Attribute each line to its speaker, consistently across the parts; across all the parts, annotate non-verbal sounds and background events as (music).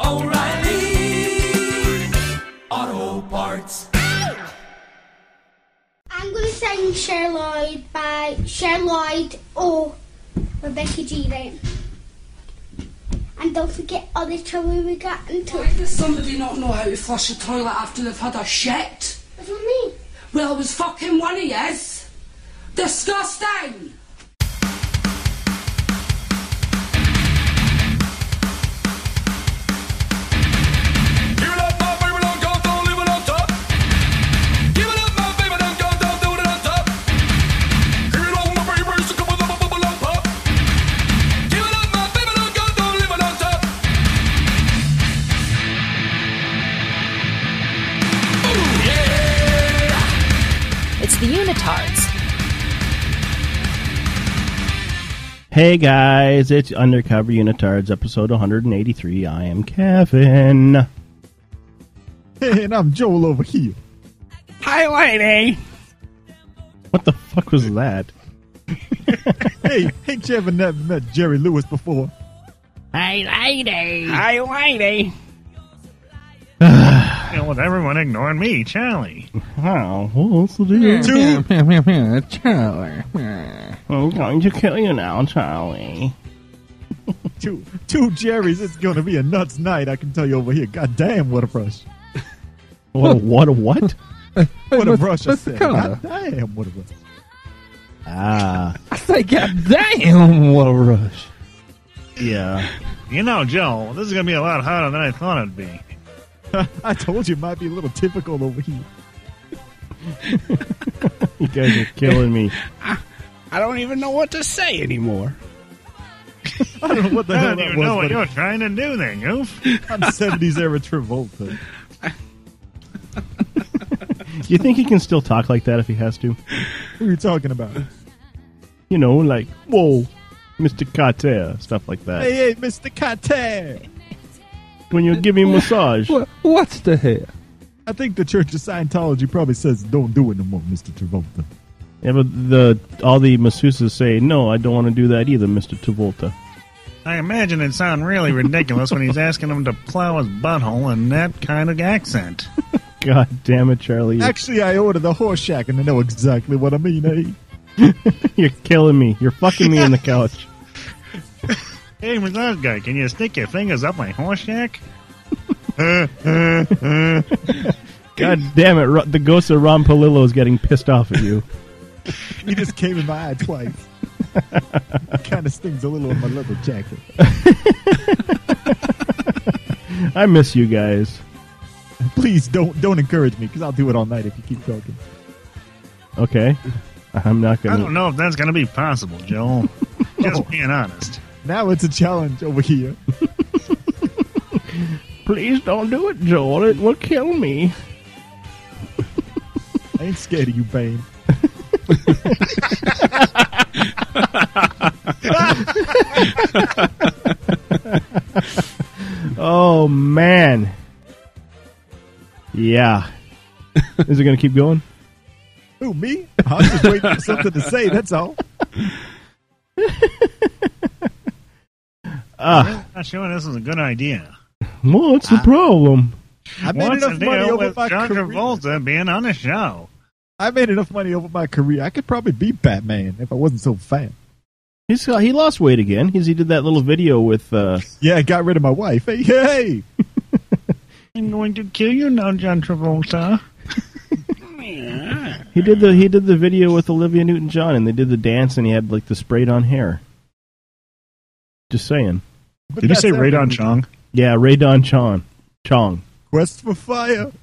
Speaker 1: oh, oh, O'Reilly. Auto Parts.
Speaker 2: I'm gonna sing Cher Lloyd by Cher Lloyd or Rebecca G. Right? And don't forget all the trouble we got into.
Speaker 3: Why does somebody not know how to flush a toilet after they've had a shit?
Speaker 2: What do you mean?
Speaker 3: Well, it was fucking one of yes. Disgusting!
Speaker 4: Give it up, my baby, don't go, don't leave it on top. Give it up, my baby, don't go, don't do it on top. Give it up, my baby, so come on, bubble, bubble, bubble, pop. Give it up, my baby, don't go, don't leave it on top. Ooh, yeah.
Speaker 5: It's the Unitards.
Speaker 6: Hey guys, it's Undercover Unitards, episode 183. I am Kevin.
Speaker 7: (laughs) and I'm Joel over here.
Speaker 6: Hi, lady. What the fuck was that?
Speaker 7: (laughs) Hey, hey, Kevin, never met Jerry Lewis before.
Speaker 6: Hi, lady. Hi, lady.
Speaker 8: Yeah, with everyone ignoring me, Charlie.
Speaker 6: Wow, what else to do?
Speaker 7: Dude,
Speaker 6: I'm going to kill Oh, you now, Charlie.
Speaker 7: two, two Jerrys. It's gonna be a nuts night. I can tell you over here. God damn, what a brush!
Speaker 6: What? A, what? A what?
Speaker 7: What a brush! I said. God damn, what a brush!
Speaker 6: (laughs) Ah,
Speaker 9: Damn, what a rush.
Speaker 6: yeah.
Speaker 8: You know, Joe, this is going to be a lot harder than I thought it'd be.
Speaker 7: (laughs) I told you it might be a little typical over here.
Speaker 6: You guys are killing me.
Speaker 9: I don't even know what to say anymore.
Speaker 7: (laughs) I don't know what the
Speaker 8: I
Speaker 7: hell (laughs)
Speaker 8: don't
Speaker 7: that
Speaker 8: even
Speaker 7: was,
Speaker 8: know
Speaker 7: but
Speaker 8: what you're trying to do there, goof.
Speaker 7: (laughs) I'm 70s era Travolta.
Speaker 6: Do you think he can still talk like that if he has to?
Speaker 7: What are you talking about?
Speaker 6: You know, like, whoa, Mr. Carter, stuff like that.
Speaker 7: Hey, hey, Mr. Carter!
Speaker 6: When you give me a massage.
Speaker 9: What, what's the hell?
Speaker 7: I think the Church of Scientology probably says don't do it no more, Mr. Travolta.
Speaker 6: Yeah, but the all the masseuses say no. I don't want to do that either, Mister Travolta.
Speaker 8: I imagine it sound really ridiculous when he's asking him to plow his butthole in that kind of accent.
Speaker 6: God damn it, Charlie! You're,
Speaker 7: Actually, I ordered a horse shack and I know exactly what I mean, eh?
Speaker 6: (laughs) you're killing me. You're fucking
Speaker 7: (laughs)
Speaker 6: me on the couch.
Speaker 8: Hey, massage guy, can you stick your fingers up my horse shack?
Speaker 6: God damn it! Ro- The ghost of Ron Palillo is getting pissed off at you.
Speaker 7: He just came in my eye twice.
Speaker 6: (laughs)
Speaker 7: kind of stings a little on my leather jacket.
Speaker 6: I miss you guys.
Speaker 7: Please don't don't encourage me because I'll do it all night if you keep talking.
Speaker 6: Okay, I'm not
Speaker 8: I don't
Speaker 6: gonna.
Speaker 8: know if that's going to be
Speaker 7: (laughs)
Speaker 8: possible, Joel. Just being honest.
Speaker 7: Oh, Now it's a challenge over here.
Speaker 6: (laughs) Please don't do it, Joel. It will kill me.
Speaker 7: I ain't scared of you, Bane.
Speaker 6: (laughs) Oh man. Yeah. Is it gonna keep going?
Speaker 7: Who me? I'm just waiting for something to say. That's all. Ah.
Speaker 8: I'm not sure this is a good idea.
Speaker 6: What's the problem?
Speaker 7: I made
Speaker 8: What's the
Speaker 7: enough money
Speaker 8: deal
Speaker 7: over
Speaker 8: with
Speaker 7: my
Speaker 8: John
Speaker 7: career.
Speaker 8: Travolta being on the show?
Speaker 7: I made enough money over my career. I could probably be Batman if I wasn't so fat.
Speaker 6: He's uh, he lost weight again. He's he did that little video with. uh
Speaker 7: Yeah, I got rid of my wife. Hey, hey.
Speaker 8: I'm going to kill you now, John Travolta.
Speaker 6: He did the he did the video with Olivia Newton John, and they did the dance, and he had like the sprayed on hair. Just saying.
Speaker 7: But
Speaker 8: Did you
Speaker 7: that's
Speaker 8: say
Speaker 7: happening.
Speaker 8: Radon Chong?
Speaker 6: Yeah, Ray Don Chong. Chong.
Speaker 7: Quest for fire.
Speaker 6: (laughs)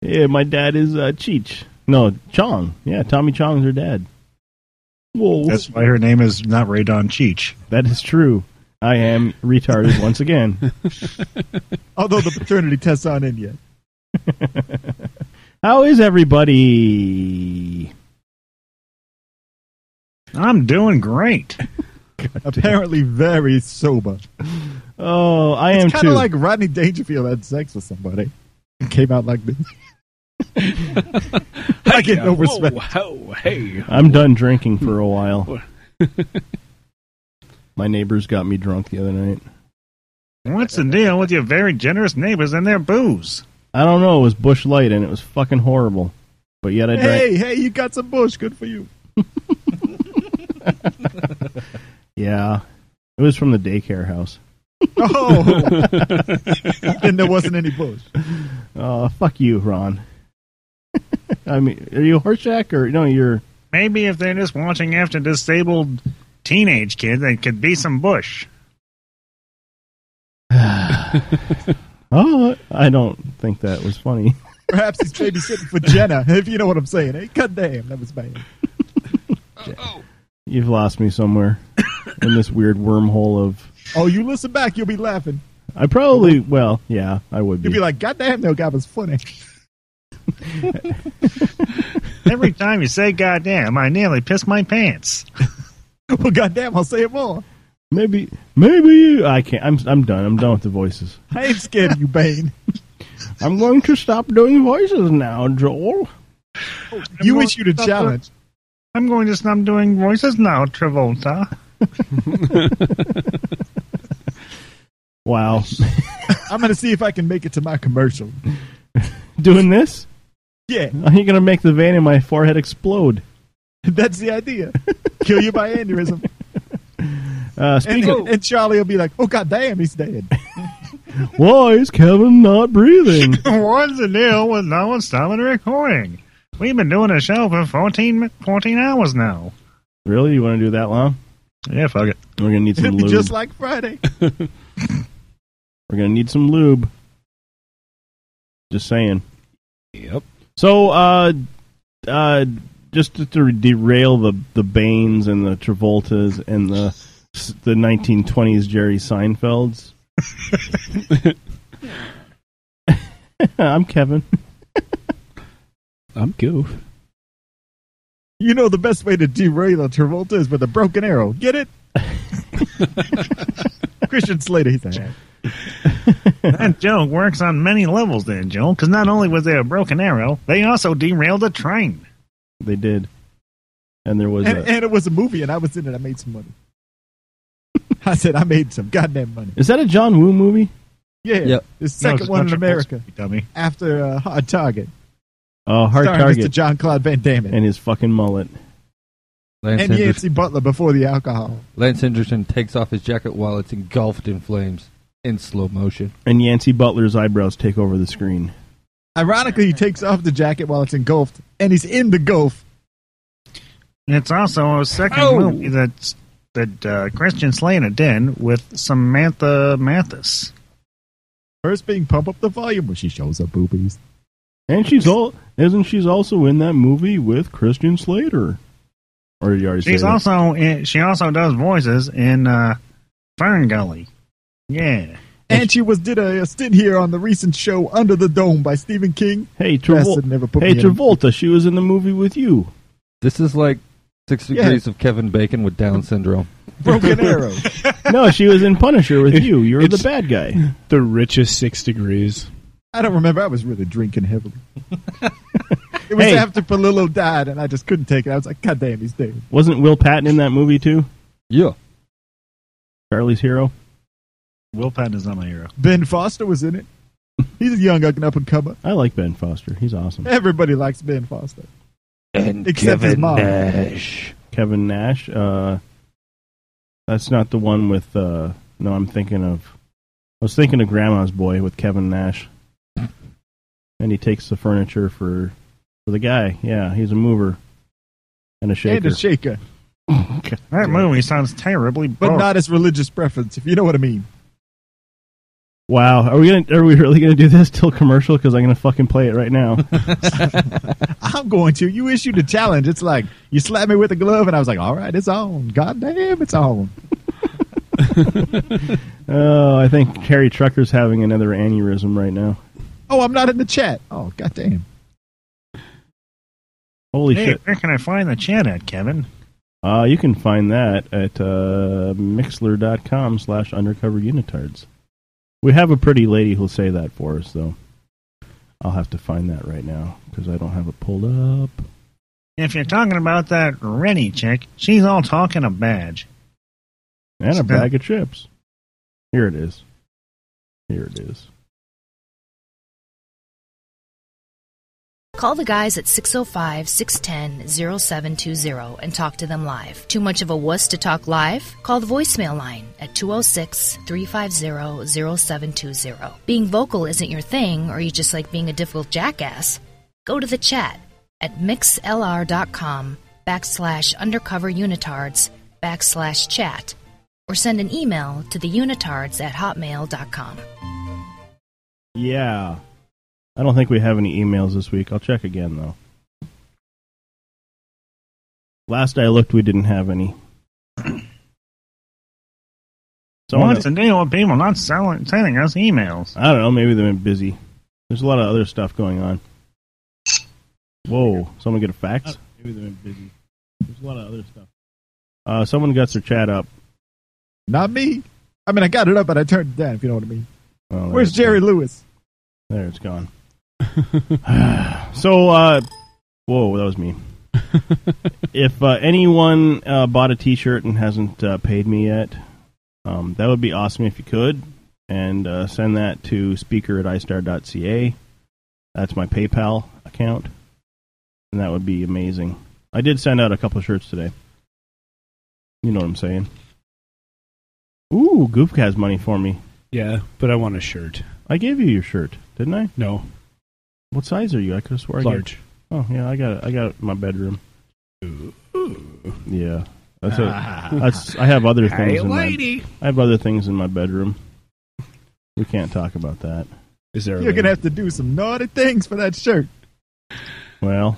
Speaker 6: Yeah, my dad is uh, Cheech. No, Chong. Yeah, Tommy Chong's her dad. Whoa,
Speaker 8: That's why her name is not Radon Cheech.
Speaker 6: that is true. I am retarded once
Speaker 8: (laughs)
Speaker 6: again.
Speaker 7: Although the paternity tests aren't in yet.
Speaker 6: How is everybody?
Speaker 8: I'm doing great.
Speaker 7: Apparently, very sober.
Speaker 6: Oh, I
Speaker 7: it's
Speaker 6: am
Speaker 7: kind
Speaker 6: too.
Speaker 7: of like Rodney Dangerfield had sex with somebody. It came
Speaker 6: (laughs)
Speaker 7: out like this. (laughs) I get
Speaker 8: uh,
Speaker 7: no respect.
Speaker 9: Oh,
Speaker 10: Whoa, hey.
Speaker 6: I'm done drinking for a while. My neighbors got me drunk the other night.
Speaker 8: What's the deal with your very generous neighbors and their booze?
Speaker 6: I don't know. It was Bush Light, and it was fucking horrible. But yet I drank.
Speaker 7: Hey, hey, you got some bush. Good for you.
Speaker 6: Yeah, it was from the daycare house. (laughs)
Speaker 7: Oh, and there wasn't any bush.
Speaker 6: Uh, fuck you, Ron. (laughs) I mean, are you a Horseshack or no? Oh, You're
Speaker 8: Maybe if they're just watching after disabled teenage kids, they could be some bush.
Speaker 6: oh, I don't think that was funny.
Speaker 7: Perhaps he's babysitting for Jenna, (laughs) if you know what I'm saying. Hey, goddamn, that was bad.
Speaker 6: You've lost me somewhere (coughs) in this weird wormhole of.
Speaker 7: Oh, you listen back, you'll be laughing.
Speaker 6: I probably well, yeah, I would be.
Speaker 7: You'll be like, goddamn, that guy was funny. (laughs)
Speaker 6: (laughs)
Speaker 8: Every time you say goddamn, I nearly piss my pants.
Speaker 7: well, goddamn, I'll say it more.
Speaker 6: maybe, maybe you. I can't. I'm. I'm done. I'm done with the voices.
Speaker 7: I ain't scared of you, Bane.
Speaker 6: (laughs) I'm going to stop doing voices now, Joel.
Speaker 7: You issued a challenge.
Speaker 8: I'm going to stop doing voices now, Travolta.
Speaker 6: Wow,
Speaker 7: (laughs) I'm going to see if I can make it to my commercial.
Speaker 6: (laughs) doing this?
Speaker 7: Yeah, (laughs)
Speaker 6: Are you gonna make the vein in my forehead explode?
Speaker 7: that's the idea. Kill you by aneurysm.
Speaker 6: (laughs) Uh,
Speaker 7: And,
Speaker 6: speaking.
Speaker 7: (laughs) and Charlie will be like, oh, goddamn, he's dead. (laughs)
Speaker 6: Why is Kevin not
Speaker 7: (laughs)
Speaker 6: breathing?
Speaker 8: (laughs) What's the deal with no one stopping recording? We've been doing a show for 14, mi- 14 hours
Speaker 6: (laughs)
Speaker 8: now.
Speaker 6: really? You want to do that long?
Speaker 8: Yeah, fuck it.
Speaker 6: We're gonna need some
Speaker 7: It'll be
Speaker 6: lube.
Speaker 7: just like Friday.
Speaker 6: We're gonna need some lube. Just saying.
Speaker 10: Yep.
Speaker 6: So, uh, uh, just to, to derail the the Banes and the Travoltas and the the 1920s Jerry Seinfelds. (laughs) I'm Kevin.
Speaker 10: I'm Goof.
Speaker 7: You know the best way to derail a Travolta is with a broken arrow. Get it? Christian Slater, he's like,
Speaker 8: That joke works on many levels there, Joel, because not only was there a broken arrow, they also derailed a train.
Speaker 6: They did, and there was
Speaker 7: and,
Speaker 6: a,
Speaker 7: and it was a movie, and I was in it. I made some money. I said I made some goddamn money.
Speaker 6: is that a John Woo movie?
Speaker 7: Yeah,
Speaker 11: Yep.
Speaker 7: the second
Speaker 8: it's
Speaker 7: one in
Speaker 8: Metro
Speaker 7: America
Speaker 8: Pulse, Dummy.
Speaker 7: after uh, Hard Target,
Speaker 6: Oh, Hard
Speaker 7: starring Mr.
Speaker 6: Target
Speaker 7: John Claude Van Damme
Speaker 6: and his fucking mullet.
Speaker 10: Lance,
Speaker 7: and
Speaker 10: Henders-
Speaker 7: Yancy Butler before the alcohol.
Speaker 10: Lance Henderson takes off his jacket while it's engulfed in flames in slow motion.
Speaker 6: And Yancey Butler's eyebrows take over the screen.
Speaker 7: Ironically, he takes off the jacket while it's engulfed, and he's in the gulf.
Speaker 8: It's also a second movie that's, that uh, Christian Slater did with Samantha Mathis.
Speaker 7: First being pump up the volume when she shows her boobies.
Speaker 6: And she's all isn't she's also in that movie with Christian Slater? Or did you already
Speaker 8: She's
Speaker 6: say that?
Speaker 8: also in, she also does voices in uh, Fern Gully. Yeah.
Speaker 7: And she was did a, a stint here on the recent show Under the Dome by Stephen King.
Speaker 6: Hey,
Speaker 7: Bastard never
Speaker 6: Travol-
Speaker 7: put
Speaker 6: hey
Speaker 7: me in.
Speaker 6: Travolta, she was in the movie with you.
Speaker 10: This is like six
Speaker 7: Yeah.
Speaker 10: degrees of Kevin Bacon with (laughs) Down syndrome.
Speaker 7: Broken Arrow.
Speaker 6: (laughs) No, she was in Punisher with you. You're the bad
Speaker 10: (laughs)
Speaker 6: guy.
Speaker 11: The richest six degrees.
Speaker 7: I don't remember. I was really drinking heavily. it was
Speaker 6: Hey.
Speaker 7: after Palillo died, and I just couldn't take it. I was like, God damn, he's dead.
Speaker 6: Wasn't Will Patton in that movie too?
Speaker 10: Yeah.
Speaker 6: Charlie's Hero.
Speaker 8: Will Patton is not my hero.
Speaker 7: Ben Foster was in it. He's a young up and comer.
Speaker 6: I like Ben Foster. He's awesome.
Speaker 7: Everybody likes Ben Foster.
Speaker 12: And
Speaker 7: Except his
Speaker 6: uh,
Speaker 7: mom.
Speaker 6: Kevin Nash. Uh, that's not the one with. Uh, no, I'm thinking of. I was thinking of Grandma's Boy with Kevin Nash, and he takes the furniture for for the guy. Yeah, he's a mover and a shaker.
Speaker 7: And a shaker.
Speaker 8: That movie sounds terribly
Speaker 7: But
Speaker 8: boring.
Speaker 7: not his religious preference, if you know what I mean.
Speaker 6: (laughs) wow, are we gonna are we really gonna do this till commercial? Because I'm gonna fucking play it right
Speaker 7: (laughs)
Speaker 6: now.
Speaker 7: I'm going to. You issued a challenge. It's like, you slapped me with a glove, and I was like, all right, it's on. God damn, it's on.
Speaker 6: oh, I think Harry Trucker's having another aneurysm right now.
Speaker 7: Oh, I'm not in the chat. Oh, God damn.
Speaker 6: Holy
Speaker 8: hey,
Speaker 6: shit.
Speaker 8: Where can I find the chat at, Kevin?
Speaker 6: Uh, you can find that at uh, mixler.com slash undercover unitards. We have a pretty lady who'll say that for us, though. I'll have to find that right now because I don't have it pulled up.
Speaker 8: If you're talking about that Rennie chick, she's all talk and a badge.
Speaker 6: And a bag of chips. Here it is. Here it is.
Speaker 5: Call the guys at 605 610 0720 and talk to them live. Too much of a wuss to talk live? Call the voicemail line at 206 350 0720. oh. Being vocal isn't your thing, or you just like being a difficult jackass? Go to the chat at mixlr.com backslash undercover unitards backslash chat or send an email to the unitards at hotmail.com.
Speaker 6: Yeah. I don't think we have any emails this week. I'll check again, though. Last I looked, we didn't have any. (clears throat) So
Speaker 8: What's the deal with people not selling, sending us emails?
Speaker 6: I don't know. Maybe they've been busy. There's a lot of other stuff going on. Whoa! Someone get a fax? Maybe they've been busy. There's a lot of other stuff. Uh, someone got their chat up.
Speaker 13: Not me. I mean, I got it up, but I turned it down, if you know what I mean.
Speaker 6: Oh, there
Speaker 13: Where's
Speaker 6: it's
Speaker 13: Jerry Lewis?
Speaker 6: gone. There it's gone. (sighs) so, uh, whoa, that was me. if uh, anyone uh, bought a T-shirt and hasn't uh, paid me yet, um, that would be awesome if you could, and uh, send that to speaker at istar.ca. That's my PayPal account, and that would be amazing. I did send out a couple shirts today. You know what I'm saying? Ooh, Goof has money for me.
Speaker 14: Yeah, but I want a shirt.
Speaker 6: I gave you your shirt, didn't I?
Speaker 14: No.
Speaker 6: What size are you? I could have sworn I gave-
Speaker 14: Large.
Speaker 6: Oh yeah, I got it. I got it in my bedroom. Yeah, that's
Speaker 14: Ah.
Speaker 6: a, that's. I have other things.
Speaker 14: Hey,
Speaker 6: in my-
Speaker 14: lady.
Speaker 6: I have other things in my bedroom. We can't talk about that.
Speaker 14: Is there?
Speaker 13: You're going to have to do some naughty things for that shirt.
Speaker 6: Well,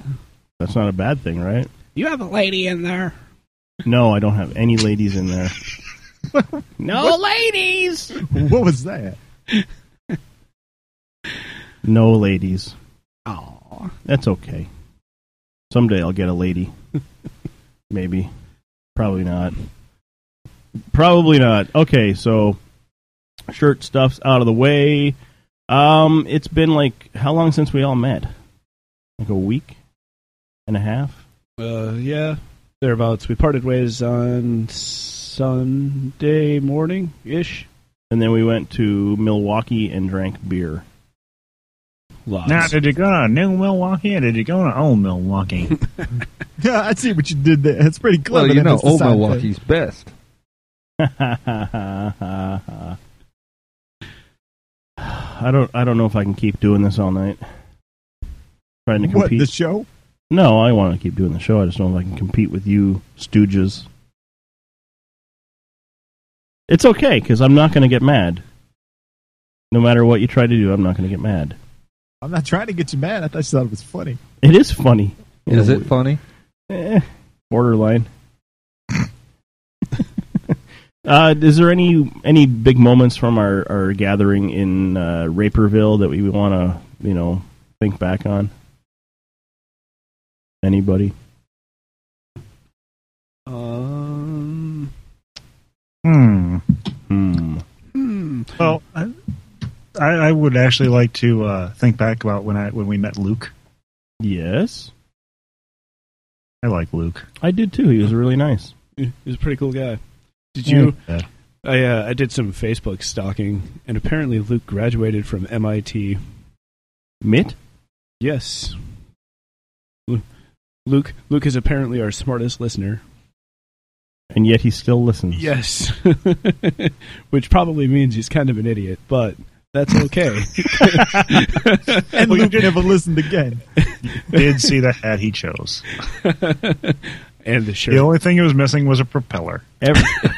Speaker 6: that's not a bad thing, right?
Speaker 14: You have a lady in there.
Speaker 6: No, I don't have any ladies in there.
Speaker 14: No ladies.
Speaker 13: What was that? (laughs)
Speaker 6: No ladies.
Speaker 14: Aw.
Speaker 6: That's okay. Someday I'll get a lady. Maybe. Probably not. Probably not. Okay, so shirt stuff's out of the way. Um, it's been like how long since we all met? Like a week and a half?
Speaker 14: Uh, yeah, thereabouts. We parted ways on Sunday morning ish.
Speaker 6: And then we went to Milwaukee and drank beer.
Speaker 8: Now, did you go to New Milwaukee or did you go to Old Milwaukee?
Speaker 13: Yeah, I see what you did there. It's pretty clever.
Speaker 10: Well, you
Speaker 13: that
Speaker 10: know,
Speaker 13: it's the
Speaker 10: old
Speaker 13: same thing.
Speaker 10: Milwaukee's best.
Speaker 13: Uh-huh.
Speaker 6: I don't I don't know if I can keep doing this all night. Trying to
Speaker 13: What,
Speaker 6: compete.
Speaker 13: the show?
Speaker 6: No, I want to keep doing the show. I just don't know if I can compete with you, Stooges. It's okay because I'm not going to get mad. No matter what you try to do, I'm not going to get mad.
Speaker 13: I'm not trying to get you mad. I thought you thought it was funny.
Speaker 6: It is funny.
Speaker 10: Is it funny?
Speaker 14: (laughs)
Speaker 6: Eh, borderline. (laughs) uh, is there any any big moments from our, our gathering in uh, Raperville that we want to you know think back on? Anybody?
Speaker 14: Um.
Speaker 8: Hmm.
Speaker 6: Hmm.
Speaker 14: hmm.
Speaker 8: Well, I, I I would actually like to uh, think back about when I when we met Luke.
Speaker 6: Yes,
Speaker 8: I like Luke.
Speaker 6: I did too. He was really nice.
Speaker 14: He was a pretty cool guy. Did you?
Speaker 8: Yeah.
Speaker 14: I uh, I did some Facebook stalking, and apparently Luke graduated from MIT.
Speaker 6: Mitt.
Speaker 14: Yes. Lu- Luke Luke is apparently our smartest listener.
Speaker 6: And yet he still listens.
Speaker 14: Yes. (laughs) Which probably means he's kind of an idiot, but that's
Speaker 6: (laughs)
Speaker 14: okay.
Speaker 13: (laughs)
Speaker 14: (laughs)
Speaker 13: And Luke never listened
Speaker 14: (laughs)
Speaker 13: again.
Speaker 8: Did see the hat
Speaker 7: (laughs)
Speaker 8: he chose.
Speaker 14: and the shirt.
Speaker 8: The only thing he was missing was a propeller.
Speaker 6: Every-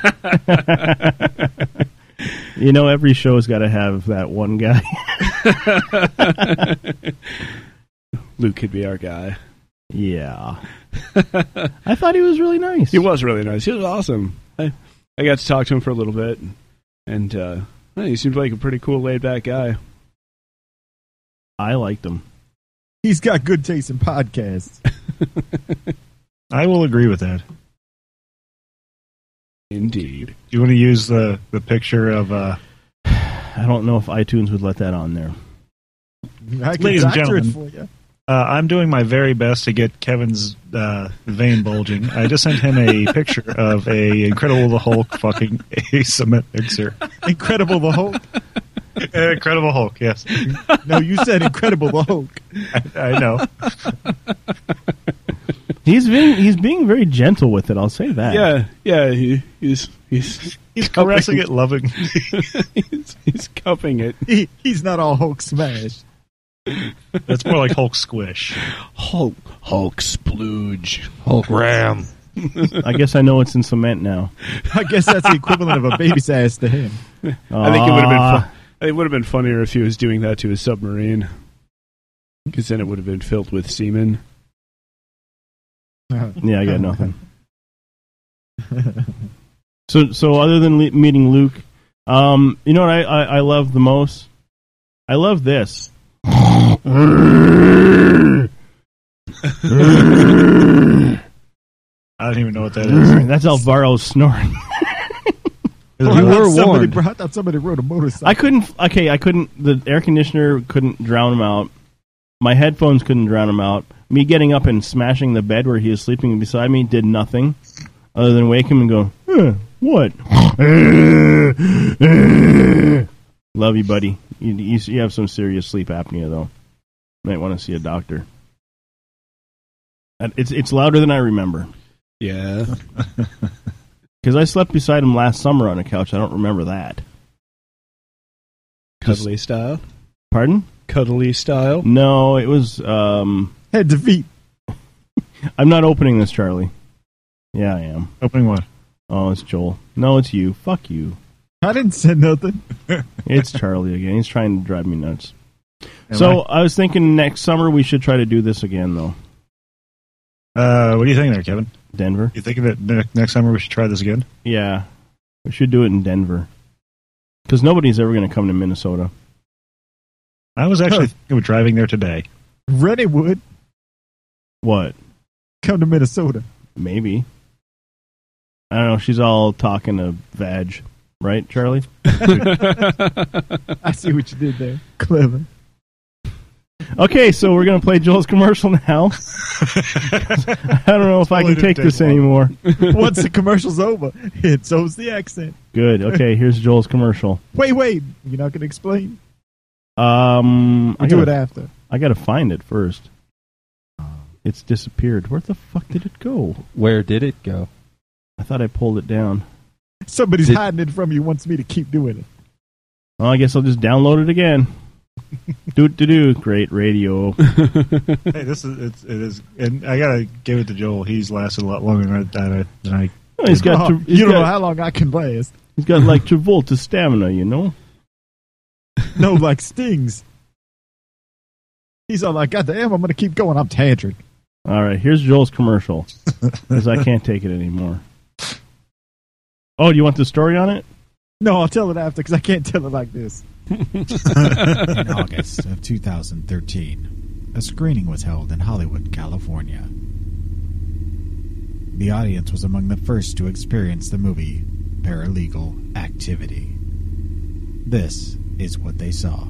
Speaker 6: you know, every show's got to have that one guy.
Speaker 14: Luke could be our guy. (laughs)
Speaker 6: yeah. I thought he was really nice.
Speaker 14: He was really nice. He was awesome. I, I got to talk to him for a little bit, and uh, he seemed like a pretty cool, laid back guy.
Speaker 6: I liked him.
Speaker 13: He's got good taste in podcasts.
Speaker 8: I will agree with that.
Speaker 14: Indeed. Do
Speaker 8: you want to use the, the picture of. Uh,
Speaker 6: (sighs) I don't know if iTunes would let that on there.
Speaker 7: I can
Speaker 8: Ladies and
Speaker 7: doctor it
Speaker 8: gentlemen,
Speaker 7: for you.
Speaker 8: uh, I'm doing my very best to get Kevin's uh, vein bulging. I just sent him
Speaker 7: (laughs)
Speaker 8: a picture of a Incredible the Hulk fucking a cement mixer.
Speaker 7: Incredible the Hulk.
Speaker 8: (laughs) Incredible Hulk, yes.
Speaker 7: (laughs) No, you said Incredible the Hulk.
Speaker 8: I,
Speaker 6: (laughs)
Speaker 8: I know.
Speaker 6: He's being he's being very gentle with it. I'll say that.
Speaker 14: Yeah, yeah, he, he's he's
Speaker 8: He's
Speaker 14: cupping-
Speaker 8: caressing it, loving.
Speaker 14: (laughs) he's, he's cupping it.
Speaker 7: He, he's not all Hulk smash.
Speaker 8: That's more like Hulk squish.
Speaker 14: Hulk, Hulk splooge.
Speaker 15: Hulk Ram.
Speaker 6: (laughs) I guess I know it's in cement now.
Speaker 7: I guess that's the equivalent of a baby's ass to him.
Speaker 14: I think it would have
Speaker 6: Ah,
Speaker 14: been. Fu- it would have been funnier if he was doing that to his submarine, because then it would have been filled with semen.
Speaker 6: Yeah,
Speaker 14: (laughs)
Speaker 6: I got
Speaker 13: Um, (laughs)
Speaker 6: nothing. so, so other than le- meeting Luke, um, you know what I, I, I love the most? I love this.
Speaker 8: I don't even know what that is.
Speaker 6: That's Alvaro snoring.
Speaker 15: You
Speaker 7: I thought
Speaker 15: were
Speaker 7: somebody,
Speaker 15: warned.
Speaker 7: bro- I thought somebody rode a motorcycle.
Speaker 6: I couldn't. (laughs) Okay, I couldn't. The air conditioner couldn't drown him out. My headphones couldn't drown him out. Me getting up and smashing the bed where he was sleeping beside me did nothing other than wake him and go, "Huh, "What? Love you, buddy. You, you, you have some serious sleep apnea, though. Might want to see a doctor. And It's it's louder than I remember (laughs)
Speaker 14: Yeah,
Speaker 6: because I slept beside him last summer on a couch. I don't remember that.
Speaker 14: cuddly style.
Speaker 6: Pardon?
Speaker 14: Cuddly style.
Speaker 6: No, it was um.
Speaker 7: Head to feet.
Speaker 6: (laughs) I'm not opening this, Charlie. Yeah, I am.
Speaker 8: Opening one.
Speaker 6: Oh, it's Joel. No, it's you. Fuck you.
Speaker 7: I didn't say nothing.
Speaker 6: (laughs) It's Charlie again. He's trying to drive me nuts. so I? was thinking next summer we should try to do this again, though.
Speaker 8: Uh, what do you think there, Kevin?
Speaker 6: Denver.
Speaker 8: You think that ne- next summer we should try this again?
Speaker 6: Yeah, we should do it in Denver because nobody's ever going to come to Minnesota.
Speaker 8: I was actually thinking of driving there today.
Speaker 7: Rennie would
Speaker 6: What?
Speaker 7: come to Minnesota.
Speaker 6: Maybe. I don't know. She's all talking to Vag, right, Charlie?
Speaker 7: (laughs) I see what you did there. (laughs) Clever.
Speaker 6: Okay, so we're going to play Joel's commercial now.
Speaker 8: (laughs)
Speaker 6: I don't know if I
Speaker 8: Totally
Speaker 6: can
Speaker 8: didn't
Speaker 6: take
Speaker 8: take
Speaker 6: this
Speaker 8: long.
Speaker 6: anymore.
Speaker 7: (laughs)
Speaker 6: (laughs)
Speaker 7: Once the commercial's over, it so's the accent.
Speaker 6: Good. Okay, here's Joel's commercial.
Speaker 7: Wait, wait. You're not going to explain?
Speaker 6: Um, I
Speaker 7: We'll do it
Speaker 6: gotta,
Speaker 7: after.
Speaker 6: I gotta find it first. It's disappeared. Where the fuck did it go?
Speaker 15: Where did it go?
Speaker 6: I thought I pulled it down.
Speaker 7: Somebody's
Speaker 15: Did-
Speaker 7: hiding it from you, wants me to keep doing it.
Speaker 6: Well, I guess I'll just download it
Speaker 7: (laughs)
Speaker 6: again. do do do.
Speaker 15: (laughs)
Speaker 6: Great radio.
Speaker 8: (laughs) hey, this is it's, it is, and I gotta give it to Joel. He's lasted a lot longer than I than I. Than I
Speaker 6: he's got
Speaker 7: Oh,
Speaker 6: tra- he's
Speaker 7: you don't know
Speaker 6: got,
Speaker 7: how long I can last.
Speaker 6: he's got like Travolta stamina, you know.
Speaker 7: No, like Stings. He's all like, God damn, I'm going to keep going. I'm tantric.
Speaker 6: All right, here's Joel's commercial because I can't take it
Speaker 7: (laughs)
Speaker 6: anymore. Oh, do you want the story on it?
Speaker 7: No, I'll tell it after because I can't tell it
Speaker 6: (laughs)
Speaker 7: like this.
Speaker 13: In August of 2013, a screening was held in Hollywood, California. The audience was among the first to experience the movie Paralegal Activity. This is what they saw.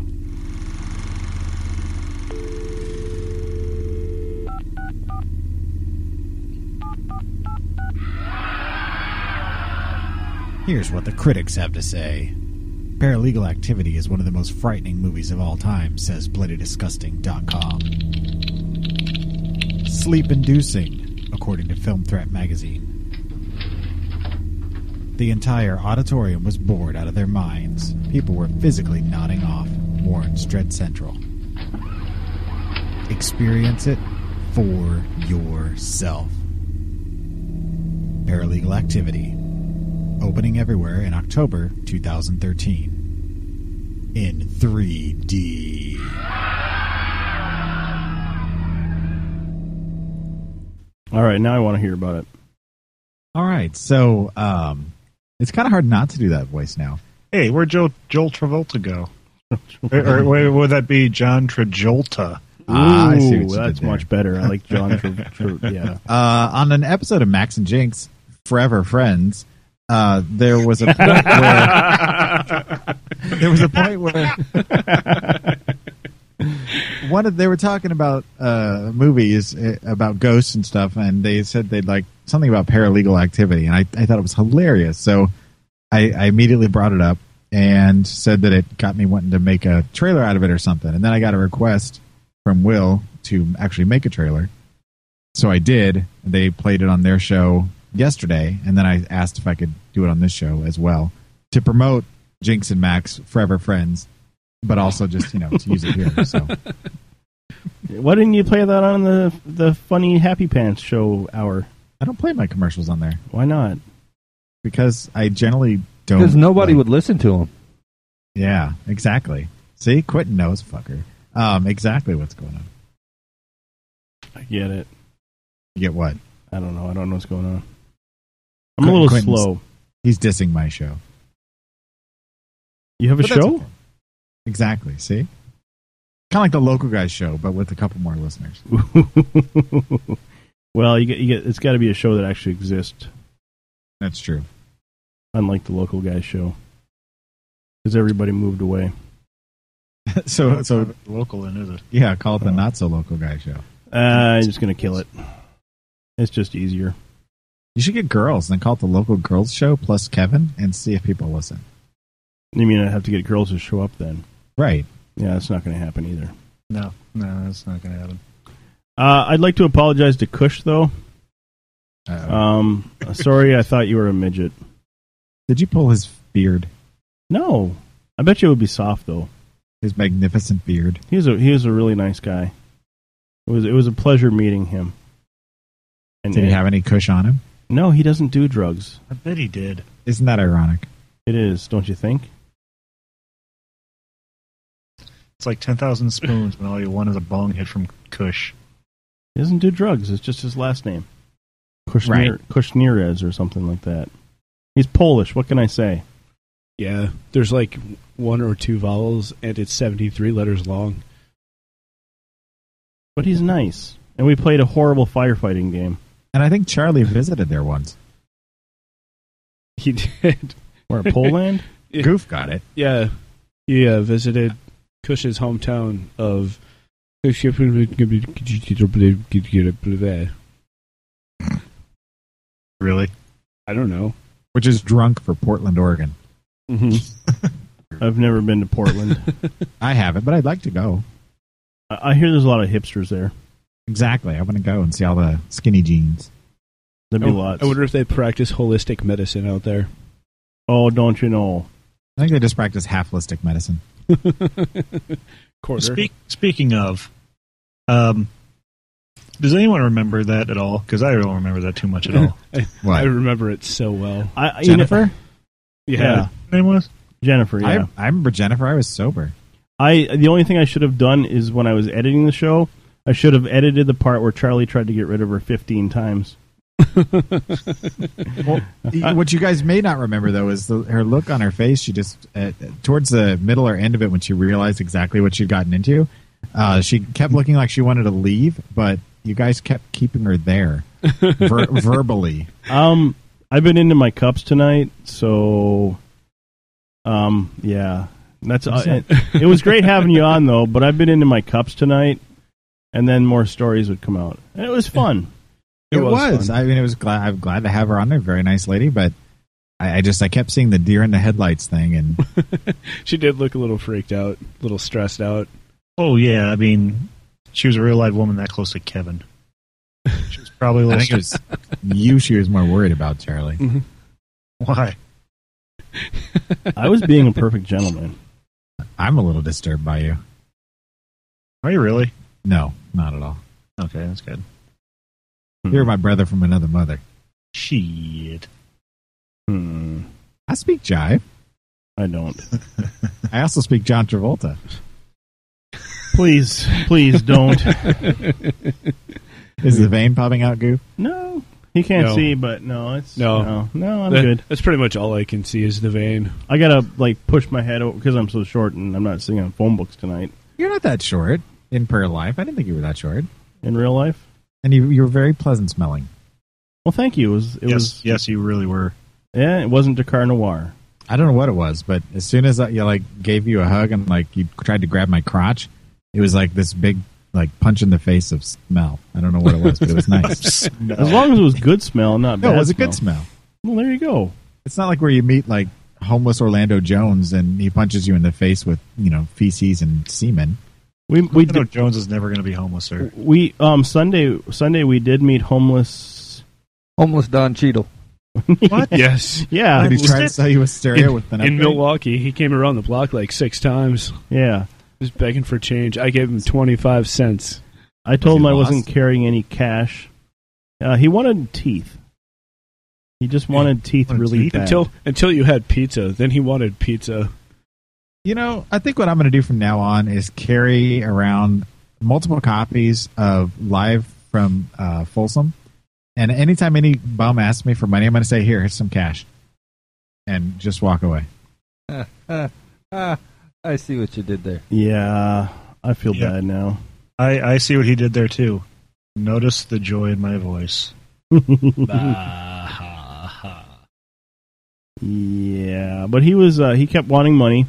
Speaker 13: Here's what the critics have to say. Paralegal Activity is one of the most frightening movies of all time, says BloodyDisgusting.com. Sleep inducing, according to Film Threat magazine. The entire auditorium was bored out of their minds. People were physically nodding off, warns Dread Central. Experience it for yourself. Paralegal Activity, opening everywhere in October 2013 in 3D.
Speaker 6: All right, now I want to hear about it.
Speaker 13: All right, so um, it's kind of hard not to do that voice now.
Speaker 6: (laughs)
Speaker 8: hey, where'd Joel Joel Travolta go? or, or, wait, would that be John Travolta?
Speaker 13: Ah, I see what you
Speaker 6: Ooh,
Speaker 13: did
Speaker 6: that's
Speaker 13: there.
Speaker 6: much better. I like
Speaker 8: (laughs)
Speaker 6: John. Tra- Tra- yeah.
Speaker 13: Uh, on an episode of Max and Jinx, Forever Friends, uh, there was a point where there was a point where one of they were talking about uh, movies uh, about ghosts and stuff, and they said they'd like something about paralegal activity, and I, I thought it was hilarious. So I, I immediately brought it up and said that it got me wanting to make a trailer out of it or something, and then I got a request from Will to actually make a trailer. So I did. They played it on their show yesterday, and then I asked if I could do it on this show as well to promote Jinx and Max Forever Friends, but also just you know to use it here. So
Speaker 6: Why didn't you play that on the the funny Happy Pants show hour?
Speaker 13: I don't play my commercials on there.
Speaker 6: Why not?
Speaker 13: Because I generally don't.
Speaker 10: Because nobody would listen to him.
Speaker 13: Yeah, exactly. See, Quentin knows, fucker. Um, exactly what's going on.
Speaker 6: I get it.
Speaker 13: You get what?
Speaker 6: I don't know. I don't know what's going on. I'm a little
Speaker 13: Quentin's-
Speaker 6: slow.
Speaker 13: He's dissing my show.
Speaker 6: You have a
Speaker 13: But that's
Speaker 6: show?
Speaker 13: okay. Exactly. See, kind of like the local guys show, but with a couple more listeners. (laughs)
Speaker 6: well, you get, you get it's got to be a show that actually exists.
Speaker 13: That's true.
Speaker 6: Unlike the local guy show, because everybody moved away.
Speaker 13: so so
Speaker 8: local then, is it?
Speaker 13: Yeah, call
Speaker 14: Oh.
Speaker 13: it the not so local guy show.
Speaker 6: Uh, I'm just gonna kill it. It's just easier.
Speaker 13: You should get girls and then call it the local girls show plus Kevin and see if people listen.
Speaker 6: You mean I have to get girls to show up then?
Speaker 13: Right.
Speaker 6: Yeah, that's not going to happen either.
Speaker 8: No, no, that's not going to happen.
Speaker 6: Uh, I'd like to apologize to Kush though.
Speaker 13: Oh.
Speaker 6: Um, sorry, I thought you were a midget.
Speaker 13: Did you pull his beard?
Speaker 6: No, I bet you it would be soft though.
Speaker 13: His magnificent beard.
Speaker 6: He was a he was a really nice guy. It was it was a pleasure meeting him. And
Speaker 13: Did he have any Kush on him?
Speaker 6: No, he doesn't do drugs.
Speaker 8: I bet he did.
Speaker 13: Isn't that ironic?
Speaker 6: It is, don't you think?
Speaker 8: It's like 10,000 spoons when all you want is a bong hit from Kush.
Speaker 6: He doesn't do drugs. It's just his last name,
Speaker 8: Right.
Speaker 6: Kushner, Kushnirez or something like that. He's Polish. What can I say?
Speaker 14: Yeah, there's like one or two vowels, and it's 73 letters long.
Speaker 6: But he's nice. And we played a horrible firefighting game.
Speaker 13: And I think Charlie visited there once.
Speaker 14: He did.
Speaker 6: Where
Speaker 13: (laughs)
Speaker 6: Poland?
Speaker 14: (laughs) Yeah.
Speaker 13: Goof got it.
Speaker 14: Yeah, he uh, visited Cush's hometown of.
Speaker 13: (laughs)
Speaker 14: Really? I don't know.
Speaker 13: Which is drunk for Portland, Oregon.
Speaker 6: (laughs) I've never been to Portland.
Speaker 13: Mm-hmm. (laughs) I haven't, but I'd like to go.
Speaker 6: I I hear there's a lot of hipsters there.
Speaker 13: Exactly. I want to go and see all the skinny jeans.
Speaker 6: That'd be lots.
Speaker 14: I wonder if they practice holistic medicine out there.
Speaker 6: oh, don't you know?
Speaker 13: I think they just practice halflistic medicine.
Speaker 14: Quarter.
Speaker 8: Speak, speaking of, um, does anyone remember that at all? Because I don't remember that too much at all.
Speaker 14: I,
Speaker 13: What?
Speaker 14: I remember it so well.
Speaker 6: I, I-
Speaker 13: Jennifer?
Speaker 6: You know,
Speaker 14: yeah.
Speaker 6: yeah.
Speaker 8: Name was?
Speaker 6: Jennifer, yeah.
Speaker 13: I, I remember Jennifer. I was sober.
Speaker 6: I, the only thing I should have done is when I was editing the show, I should have edited the part where Charlie tried to get rid of her 15 times.
Speaker 13: (laughs) Well, what you guys may not remember though is the, her look on her face. She just uh, towards the middle or end of it when she realized exactly what she'd gotten into. Uh, she kept looking like she wanted to leave, but you guys kept keeping her there (laughs) ver- verbally.
Speaker 6: Um, I've been into my cups tonight, so um, yeah, that's uh, it, it was great having you on though. But I've been into my cups tonight, and then more stories would come out, and it was fun.
Speaker 13: It,
Speaker 14: was
Speaker 13: was. I mean, it was glad. I'm glad to have her on there. Very nice lady, but I, I just I kept seeing the deer in the headlights thing, and
Speaker 14: She did look a little freaked out, a little stressed out.
Speaker 8: Oh, yeah. I mean, she was a real live woman that close to Kevin. She was probably
Speaker 13: I think it
Speaker 8: listening.
Speaker 13: was (laughs) you. She was more worried about Charlie.
Speaker 8: Why?
Speaker 6: Mm-hmm. I was being a perfect gentleman.
Speaker 13: I'm a little disturbed by you.
Speaker 8: Are you really?
Speaker 13: No, not at all.
Speaker 8: Okay, that's good.
Speaker 13: You're my brother from another mother.
Speaker 8: Shit.
Speaker 6: Hmm,
Speaker 13: I speak jive.
Speaker 6: I don't.
Speaker 13: (laughs) I also speak John Travolta.
Speaker 6: Please, please
Speaker 13: (laughs)
Speaker 6: don't.
Speaker 13: Is the vein popping out, Goof?
Speaker 6: no, he can't
Speaker 14: No.
Speaker 6: see, but no, it's
Speaker 14: No.
Speaker 6: no, no, I'm
Speaker 14: That-
Speaker 6: good.
Speaker 14: That's pretty much all I can see is the vein.
Speaker 6: I gotta like push my head over because I'm so short and I'm not sitting on phone books tonight.
Speaker 13: You're not that short. in prayer life. I didn't think you were that short.
Speaker 6: In real life,
Speaker 13: and you you were very pleasant smelling.
Speaker 6: Well, thank you. It was it
Speaker 13: Yes,
Speaker 6: was
Speaker 8: yes, you really were.
Speaker 6: Yeah, it wasn't Dakar Noir.
Speaker 13: I don't know what it was, but as soon as I, you like gave you a hug and like you tried to grab my crotch, it was like this big like punch in the face of smell. I don't know what it was, but it was
Speaker 8: (laughs)
Speaker 13: nice.
Speaker 6: As long as it was good smell, not
Speaker 13: No,
Speaker 6: bad.
Speaker 13: it was a good smell.
Speaker 6: Well, there you go.
Speaker 13: It's not like where you meet like homeless Orlando Jones and he punches you in the face with you know feces and semen.
Speaker 6: We we
Speaker 8: know Jones is never going to be homeless, sir.
Speaker 6: We um Sunday Sunday we did meet homeless homeless Don Cheadle. (laughs)
Speaker 13: What?
Speaker 14: (laughs) Yes.
Speaker 6: Yeah.
Speaker 13: Did he try to sell you a stereo
Speaker 14: in,
Speaker 13: with an
Speaker 14: in
Speaker 13: upgrade?
Speaker 14: Milwaukee, he came around the block like six times.
Speaker 6: Yeah.
Speaker 14: Just begging for change. I gave him 25 cents.
Speaker 6: I told him I wasn't
Speaker 14: lost?
Speaker 6: carrying any cash. Uh, he wanted teeth. He just wanted teeth really bad.
Speaker 14: Until until you had pizza, then he wanted pizza.
Speaker 13: You know, I think what I'm going to do from now on is carry around multiple copies of Live from uh, Folsom, and anytime any bum asks me for money, I'm going to say, "Here, here's some cash," and just walk away.
Speaker 10: Ah, (laughs) ah, I see what you did there.
Speaker 6: Yeah, I feel
Speaker 8: Yeah.
Speaker 6: bad now.
Speaker 8: I, I see what he did there too. Notice the joy in my voice.
Speaker 6: Yeah, but he was uh, he kept wanting money,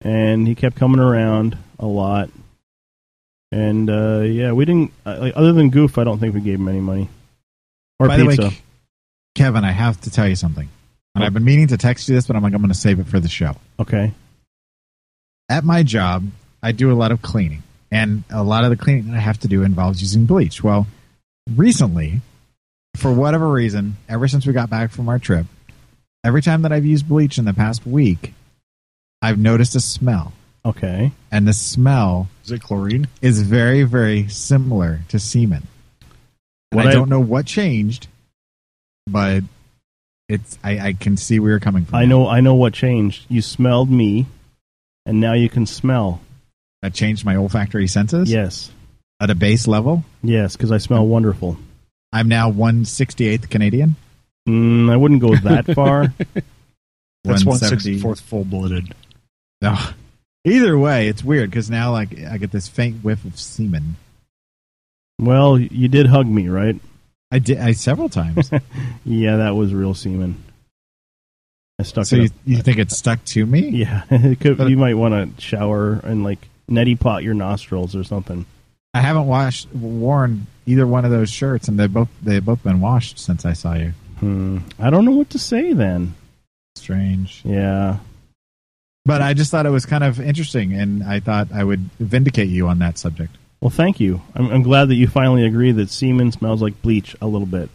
Speaker 6: and he kept coming around a lot. And uh, yeah, we didn't. Uh, like, other than Goof, I don't think we gave him any money or
Speaker 13: By
Speaker 6: pizza.
Speaker 13: the way, Ke- Kevin, I have to tell you something, and I've been meaning to text you this, but I'm like, I'm going to save it for the show.
Speaker 6: okay.
Speaker 13: At my job, I do a lot of cleaning, and a lot of the cleaning that I have to do involves using bleach. Well, recently, for whatever reason, ever since we got back from our trip, every time that I've used bleach in the past week, I've noticed a smell.
Speaker 6: Okay.
Speaker 13: And the smell
Speaker 8: Is it chlorine?
Speaker 13: is very, very similar to semen. And
Speaker 6: What
Speaker 13: I
Speaker 6: I-
Speaker 13: don't know what changed, but it's I, I can see where you're coming from.
Speaker 6: I know. I know what changed. You smelled me, and now you can smell.
Speaker 13: That changed my olfactory senses.
Speaker 6: Yes.
Speaker 13: At a base level.
Speaker 6: Yes, because I smell wonderful.
Speaker 13: I'm now 168th Canadian.
Speaker 6: Mm, I wouldn't go
Speaker 13: (laughs)
Speaker 6: that (laughs) far.
Speaker 8: That's
Speaker 13: 170.
Speaker 8: 164th full blooded.
Speaker 13: No. Either way, it's weird because now like I get this faint whiff of semen.
Speaker 6: Well, you did hug me, right?
Speaker 13: I did I several times.
Speaker 6: (laughs) yeah, that was real semen. I stuck.
Speaker 13: So
Speaker 6: it
Speaker 13: you,
Speaker 6: up.
Speaker 13: you think it stuck to me?
Speaker 6: Yeah, (laughs) it could,
Speaker 13: But-
Speaker 6: you might want to shower and like neti pot your nostrils or something.
Speaker 13: I haven't washed worn either one of those shirts, and they both they've both been washed since I saw you.
Speaker 6: Hmm. I don't know what to say then.
Speaker 13: Strange.
Speaker 6: Yeah.
Speaker 13: But I just thought it was kind of interesting, and I thought I would vindicate you on that subject.
Speaker 6: Well, thank you. I'm, I'm glad that you finally agree that semen smells like bleach a little bit.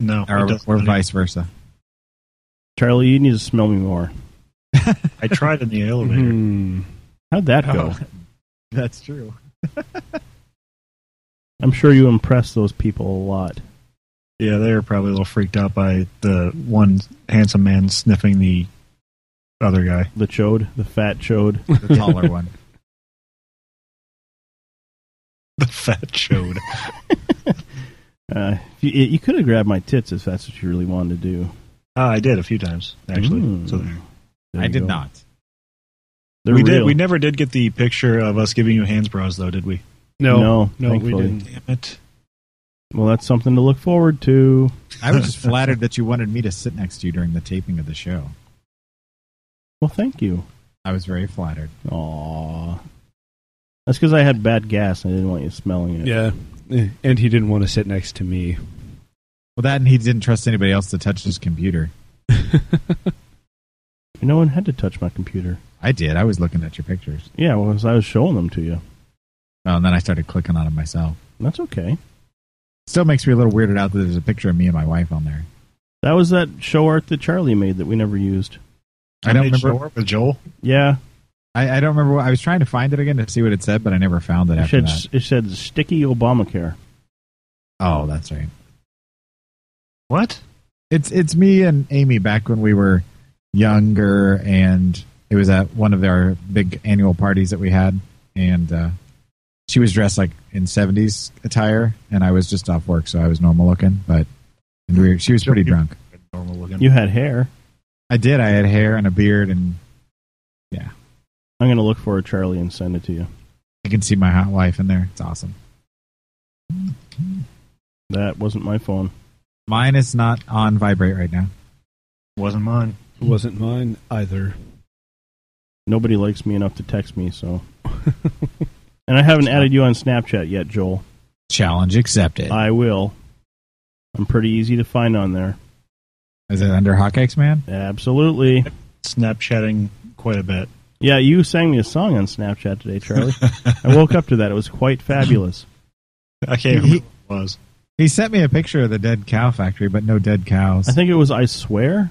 Speaker 8: No, it
Speaker 13: Or,
Speaker 8: doesn't.
Speaker 13: or vice versa.
Speaker 6: Charlie, you need to smell me more. Hmm.
Speaker 8: I tried in the elevator.
Speaker 6: How'd that go?
Speaker 13: That's true.
Speaker 6: I'm sure you impress those people a lot.
Speaker 8: Yeah, they were probably a little freaked out by the one handsome man sniffing the other guy.
Speaker 6: The chode, the fat chode.
Speaker 13: (laughs) The
Speaker 6: (laughs)
Speaker 13: taller one.
Speaker 8: (laughs) The fat chode.
Speaker 6: (laughs) Uh, you, you could have grabbed my tits if that's what you really wanted to do.
Speaker 8: Ah, I did a few times actually.
Speaker 6: Mm.
Speaker 8: So there.
Speaker 6: There
Speaker 13: I
Speaker 6: you
Speaker 13: did
Speaker 6: go.
Speaker 13: not.
Speaker 6: They're
Speaker 8: we did.
Speaker 6: real.
Speaker 8: We never did get the picture of us giving you hands bras though, did we?
Speaker 14: No,
Speaker 6: No,
Speaker 14: no,
Speaker 6: thankfully.
Speaker 14: we didn't.
Speaker 8: Damn it.
Speaker 6: Well, that's something to look forward to. (laughs)
Speaker 13: I was just flattered that you wanted me to sit next to you during the taping of the show.
Speaker 6: Well, thank you.
Speaker 13: I was very flattered.
Speaker 6: Aw. That's because I had bad gas and I didn't want you smelling it.
Speaker 14: Yeah, Eh, and he didn't want to sit next to me.
Speaker 13: Well, that and he didn't trust anybody else to touch his computer.
Speaker 6: No one had to touch my computer.
Speaker 13: I did. I was looking at your pictures.
Speaker 6: Yeah, well, 'cause I was showing them to you.
Speaker 13: Oh, and then I started clicking on them myself.
Speaker 6: That's okay.
Speaker 13: Still makes me a little weirded out that there's a picture of me and my wife on there.
Speaker 6: That was that show art that Charlie made that we never used.
Speaker 13: I don't
Speaker 8: Made
Speaker 13: remember.
Speaker 8: sure with Joel.
Speaker 6: Yeah,
Speaker 13: I, I don't remember. What, I was trying to find it again to see what it said, but I never found it
Speaker 6: it said,
Speaker 13: after that.
Speaker 6: it said sticky Obamacare.
Speaker 13: Oh, that's right.
Speaker 8: What?
Speaker 13: It's it's me and Amy back when we were younger, and it was at one of our big annual parties that we had, and uh, she was dressed like in '70s attire, and I was just off work, so I was normal looking, but and we were, she was pretty drunk.
Speaker 8: Normal looking.
Speaker 6: You had hair.
Speaker 13: I did. I had hair and a beard, and
Speaker 6: I'm going to look for it, Charlie, and send it to you.
Speaker 13: I can see my hot wife in there. It's awesome.
Speaker 6: That wasn't my phone.
Speaker 13: Mine is not on vibrate right now.
Speaker 6: Wasn't mine.
Speaker 14: Wasn't mine either.
Speaker 6: Nobody likes me enough to text me,
Speaker 13: (laughs)
Speaker 6: so. and I haven't added you on Snapchat yet, Joel.
Speaker 16: Challenge accepted.
Speaker 6: I will. I'm pretty easy to find on there.
Speaker 13: Is it under Hotcakes Man? (laughs)
Speaker 6: Absolutely.
Speaker 8: Snapchatting quite a bit.
Speaker 6: Yeah, you sang me a song on Snapchat today, Charlie. I woke up to that. It was quite fabulous.
Speaker 8: I can't remember what it was.
Speaker 13: He sent me a picture of the dead cow factory, but no dead cows.
Speaker 6: I think it was I Swear.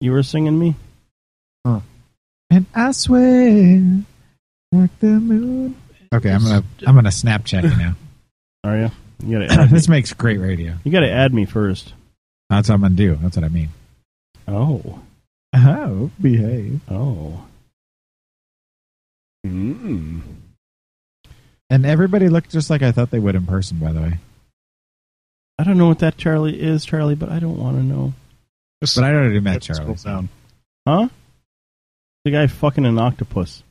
Speaker 6: You were singing me?
Speaker 13: (laughs) And I swear, like the moon. Okay, I'm gonna I'm gonna Snapchat you now.
Speaker 6: (laughs) Are you? You
Speaker 13: (coughs)
Speaker 6: gotta add me.
Speaker 13: this makes great radio.
Speaker 6: You gotta add me first.
Speaker 13: That's what I'm gonna do. That's what I mean.
Speaker 6: Oh.
Speaker 13: Oh, behave.
Speaker 6: Oh.
Speaker 14: Mm.
Speaker 13: And everybody looked just like I thought they would in person. By
Speaker 6: (laughs)
Speaker 13: the way,
Speaker 6: I don't know what that Charlie is, Charlie, but I don't want to know.
Speaker 13: but I already met
Speaker 8: Let's scroll
Speaker 13: Charlie. so-
Speaker 8: down.
Speaker 6: Huh? The guy fucking an octopus.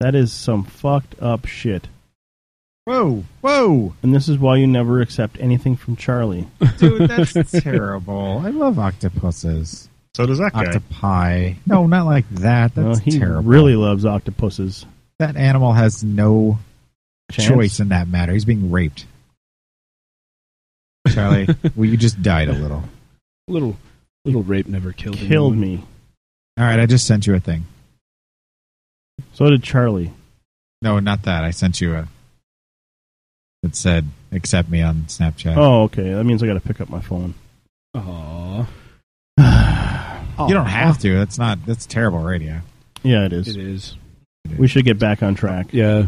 Speaker 6: That is some fucked up shit.
Speaker 13: Whoa, whoa,
Speaker 6: And this is why you never accept anything from Charlie. (laughs)
Speaker 13: dude, that's terrible. I love octopuses.
Speaker 8: So does that guy.
Speaker 13: Octopi. No, not like that. That's
Speaker 6: No, he
Speaker 13: terrible.
Speaker 6: really loves octopuses.
Speaker 13: that animal has no
Speaker 6: Chance?
Speaker 13: choice in that matter. He's being raped.
Speaker 6: (laughs)
Speaker 13: Charlie, well, you just died a little. Mm.
Speaker 14: Little little rape never killed
Speaker 6: Killed
Speaker 14: anyone.
Speaker 6: me.
Speaker 13: All right, I just sent you a thing.
Speaker 6: So did Charlie.
Speaker 13: No, not that. I sent you a that said accept me on Snapchat.
Speaker 6: Oh, okay. That means I gotta pick up my phone.
Speaker 14: Aww.
Speaker 13: (sighs) you don't have to. That's not. That's terrible radio.
Speaker 6: Yeah, it is.
Speaker 14: It is.
Speaker 6: We should get back on track.
Speaker 14: Yeah.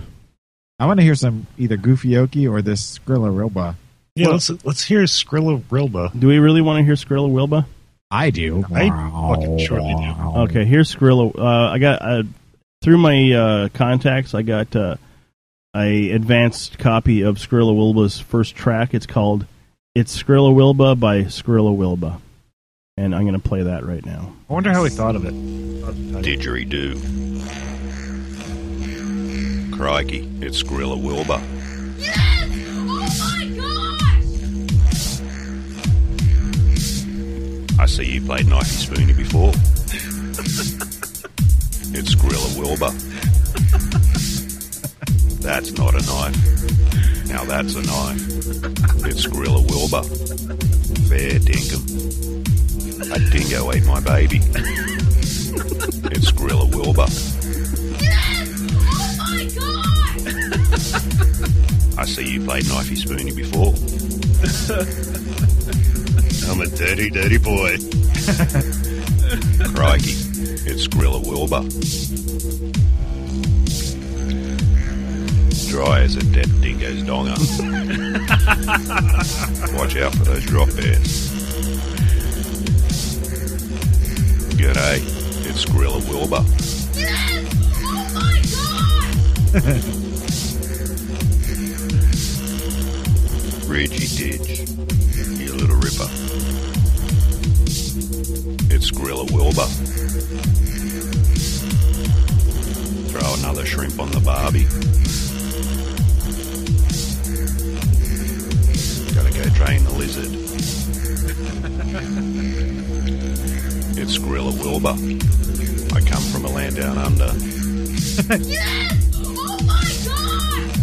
Speaker 13: I want to hear some either Goofy Okie or this Skrilla Roba.
Speaker 8: Yeah, let's let's hear Skrilla Rilba.
Speaker 6: Do we really want to hear Skrilla Wilba?
Speaker 13: I do.
Speaker 8: I fucking surely do.
Speaker 6: Okay, here's Skrilla. Uh, I got uh, through my uh, contacts. I got uh, a advanced copy of Skrilla Wilba's first track. It's called "It's Skrilla Wilba" by Skrilla Wilba, and I'm going to play that right now.
Speaker 8: I wonder how he thought of it.
Speaker 17: Didgeridoo. Crikey, it's Skrilla Wilbur.
Speaker 4: Yes! Oh my gosh!
Speaker 17: I see you played Knifey Spoony before. it's Skrilla Wilbur. That's not a knife. Now that's a knife. It's Skrilla Wilbur. Fair dinkum. That dingo ate my baby. It's Skrilla Wilbur.
Speaker 4: Yes! Oh my gosh!
Speaker 17: I see you played Knifey Spoony before. I'm a dirty, dirty boy. Crikey, it's Grilla Wilbur. Dry as a dead dingo's donger. Watch out for those drop bears. G'day, it's Grilla Wilbur.
Speaker 4: Yes! Oh my gosh!
Speaker 17: (laughs) Reggie Didge, you little ripper. It's Grilla Wilbur. Throw another shrimp on the barbie. Gotta go train the lizard. it's Grilla Wilbur. I come from a land down under.
Speaker 4: Yes! Oh my gosh!
Speaker 14: (laughs)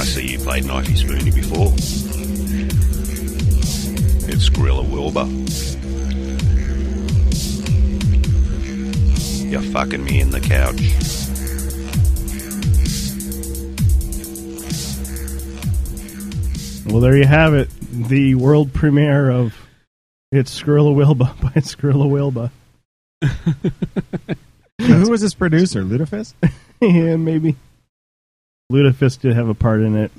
Speaker 17: I see you played Knifey Spoony before. It's Gorilla Wilbur. You're fucking me in the couch.
Speaker 6: Well, there you have it. The world premiere of "It's Skrilla Wilba" (laughs) by Skrilla Wilba.
Speaker 13: Who was this
Speaker 6: (laughs)
Speaker 13: producer? Ludafist?
Speaker 6: (laughs) yeah, maybe. Ludafisk did have a part in it.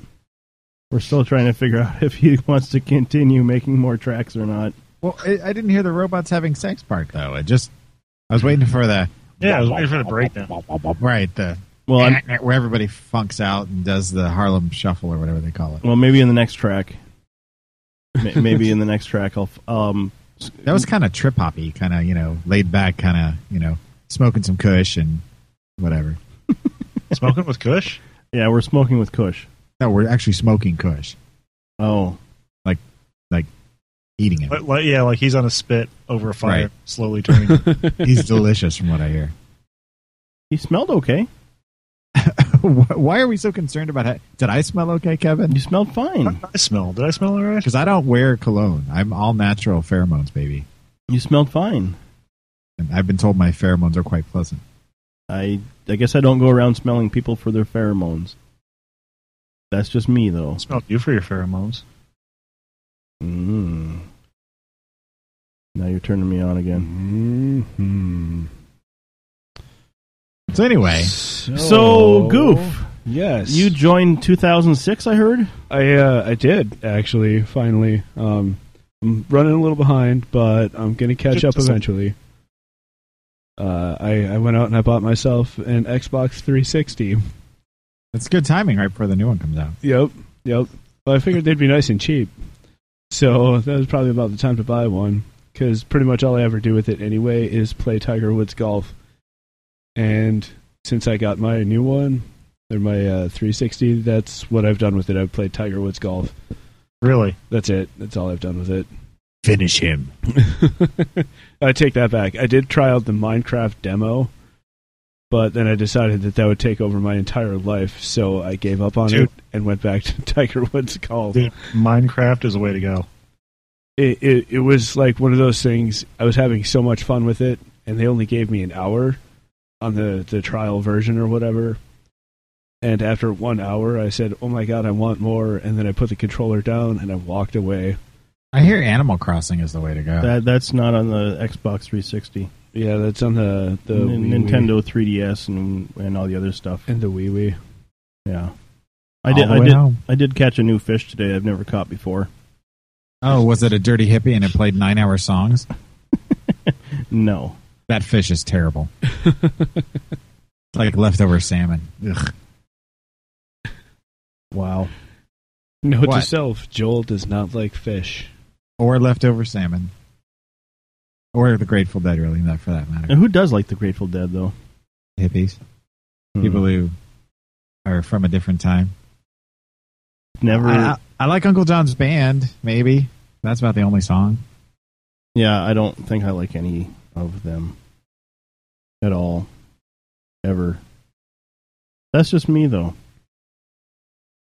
Speaker 6: We're still trying to figure out (laughs) if he wants to continue making more tracks or not.
Speaker 13: Well, I, I didn't hear the robots having sex part though. I just I was waiting for the
Speaker 8: Yeah, I was waiting for the breakdown.
Speaker 13: right the
Speaker 6: Well, I'm,
Speaker 13: where everybody funks out and does the Harlem Shuffle or whatever they call it.
Speaker 6: well, maybe in the next track. May- Maybe in the next track, I'll. f- Um,
Speaker 13: That was kind of trip hoppy, kind of you know laid back, kind of you know smoking some Kush and whatever.
Speaker 8: (laughs) smoking with Kush?
Speaker 6: Yeah, we're smoking with Kush.
Speaker 13: No, we're actually smoking Kush.
Speaker 6: Oh,
Speaker 13: like like eating it.
Speaker 8: Like, like- yeah, like he's on a spit over a fire, slowly (laughs) turning.
Speaker 13: He's delicious, from what I hear.
Speaker 6: He smelled
Speaker 13: (laughs)
Speaker 6: okay.
Speaker 13: Why are we so concerned about it? Did I smell okay, Kevin?
Speaker 6: You smelled fine.
Speaker 8: I smelled. Did I smell all right?
Speaker 13: Because I don't wear cologne. I'm all natural pheromones, baby.
Speaker 6: You smelled fine.
Speaker 13: And I've been told my pheromones are quite pleasant.
Speaker 6: I I guess I don't go around smelling people for their pheromones. That's just me, though.
Speaker 8: smelled you for your pheromones.
Speaker 6: Mm. Now you're turning me on again. Mm-hmm.
Speaker 14: Mm-hmm.
Speaker 13: So anyway,
Speaker 6: so, goof.
Speaker 14: Yes.
Speaker 6: You joined 2006, I heard.
Speaker 14: I uh, I did actually finally. Um, I'm running a little behind, but I'm gonna catch
Speaker 6: Just-
Speaker 14: up
Speaker 6: just-
Speaker 14: eventually. Uh, I I went out and I bought myself an Xbox 360.
Speaker 13: That's good timing right before the new one comes out.
Speaker 14: Yep, yep. Well, I figured they'd be nice and cheap, so that was probably about the time to buy one. Because pretty much all I ever do with it anyway is play Tiger Woods golf. And since I got my new one, or my uh, 360, that's what I've done with it. I've played Tiger Woods golf.
Speaker 8: Really?
Speaker 14: That's it. That's all I've done with it.
Speaker 13: Finish him.
Speaker 14: I take that back. I did try out the Minecraft demo, but then I decided that that would take over my entire life, so I gave up on
Speaker 8: Dude.
Speaker 14: it and went back to (laughs) Tiger Woods golf.
Speaker 8: Dude, Minecraft is the way to go.
Speaker 14: It, it it was like one of those things. I was having so much fun with it, and they only gave me an hour on the the trial version or whatever. And after one hour, I said, "Oh my god, I want more!" And then I put the controller down and I walked away.
Speaker 13: I hear Animal Crossing is the way to go.
Speaker 6: That that's not on the Xbox 360,
Speaker 14: Yeah, that's on the the
Speaker 6: N-
Speaker 14: Wii-
Speaker 6: Nintendo 3DS, and and all the other stuff.
Speaker 14: and the Wii Wii.
Speaker 6: Yeah, I
Speaker 13: All
Speaker 6: did.
Speaker 13: the
Speaker 6: I
Speaker 13: way
Speaker 6: did.
Speaker 13: home.
Speaker 6: I did catch a new fish today. I've never caught before.
Speaker 13: Oh, was it a dirty hippie and it played nine hour songs?
Speaker 6: (laughs) No,
Speaker 13: That fish is terrible. like leftover salmon. Ugh.
Speaker 6: wow.
Speaker 14: Note
Speaker 13: What?
Speaker 14: to self: Joel does not like fish.
Speaker 13: Or leftover salmon. Or the Grateful Dead, really, not for that matter.
Speaker 6: And who does like the Grateful Dead though? Hmm.
Speaker 13: Hippies. People who are from a different time.
Speaker 6: Never.
Speaker 13: I, I, I like Uncle John's band, maybe. That's about the only song.
Speaker 6: yeah, I don't think I like any of them at all, ever. That's just me though.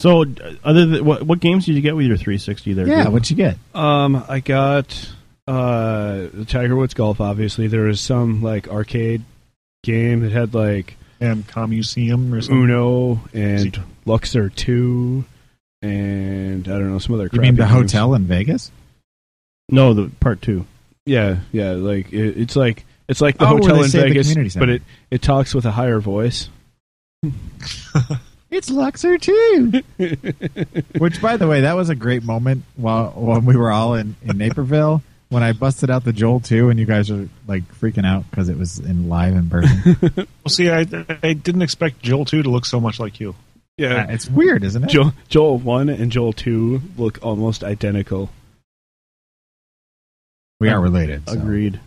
Speaker 6: So, d- other than, what what games did you get with your 360 there?
Speaker 13: yeah,
Speaker 6: Gabe?
Speaker 13: what'd you get?
Speaker 14: Um, I got uh the Tiger Woods golf. Obviously, there was some like arcade game that had like
Speaker 8: And Commuseum or something.
Speaker 14: Uno and Luxor Two, and I don't know some other.
Speaker 13: You mean the
Speaker 14: crappy games.
Speaker 13: hotel in Vegas?
Speaker 6: no, the part two.
Speaker 14: Yeah, yeah. Like it, it's like it's like the
Speaker 13: Oh, where
Speaker 14: hotel
Speaker 13: they
Speaker 14: in
Speaker 13: say the
Speaker 14: Vegas,
Speaker 13: community
Speaker 14: but
Speaker 13: center.
Speaker 14: it it talks with a higher voice.
Speaker 13: It's Luxor too. (laughs) Which, by the way, that was a great moment while when we were all in, in Naperville when I busted out the Joel too, and you guys are like freaking out because it was in live in person.
Speaker 8: Well, see, I, I didn't expect Joel 2 to look so much like you.
Speaker 14: Yeah,
Speaker 13: Uh, it's weird, isn't it?
Speaker 14: Joel, Joel one and Joel two look almost identical.
Speaker 13: we are related. so.
Speaker 6: Uh,
Speaker 13: (laughs)
Speaker 6: Agreed.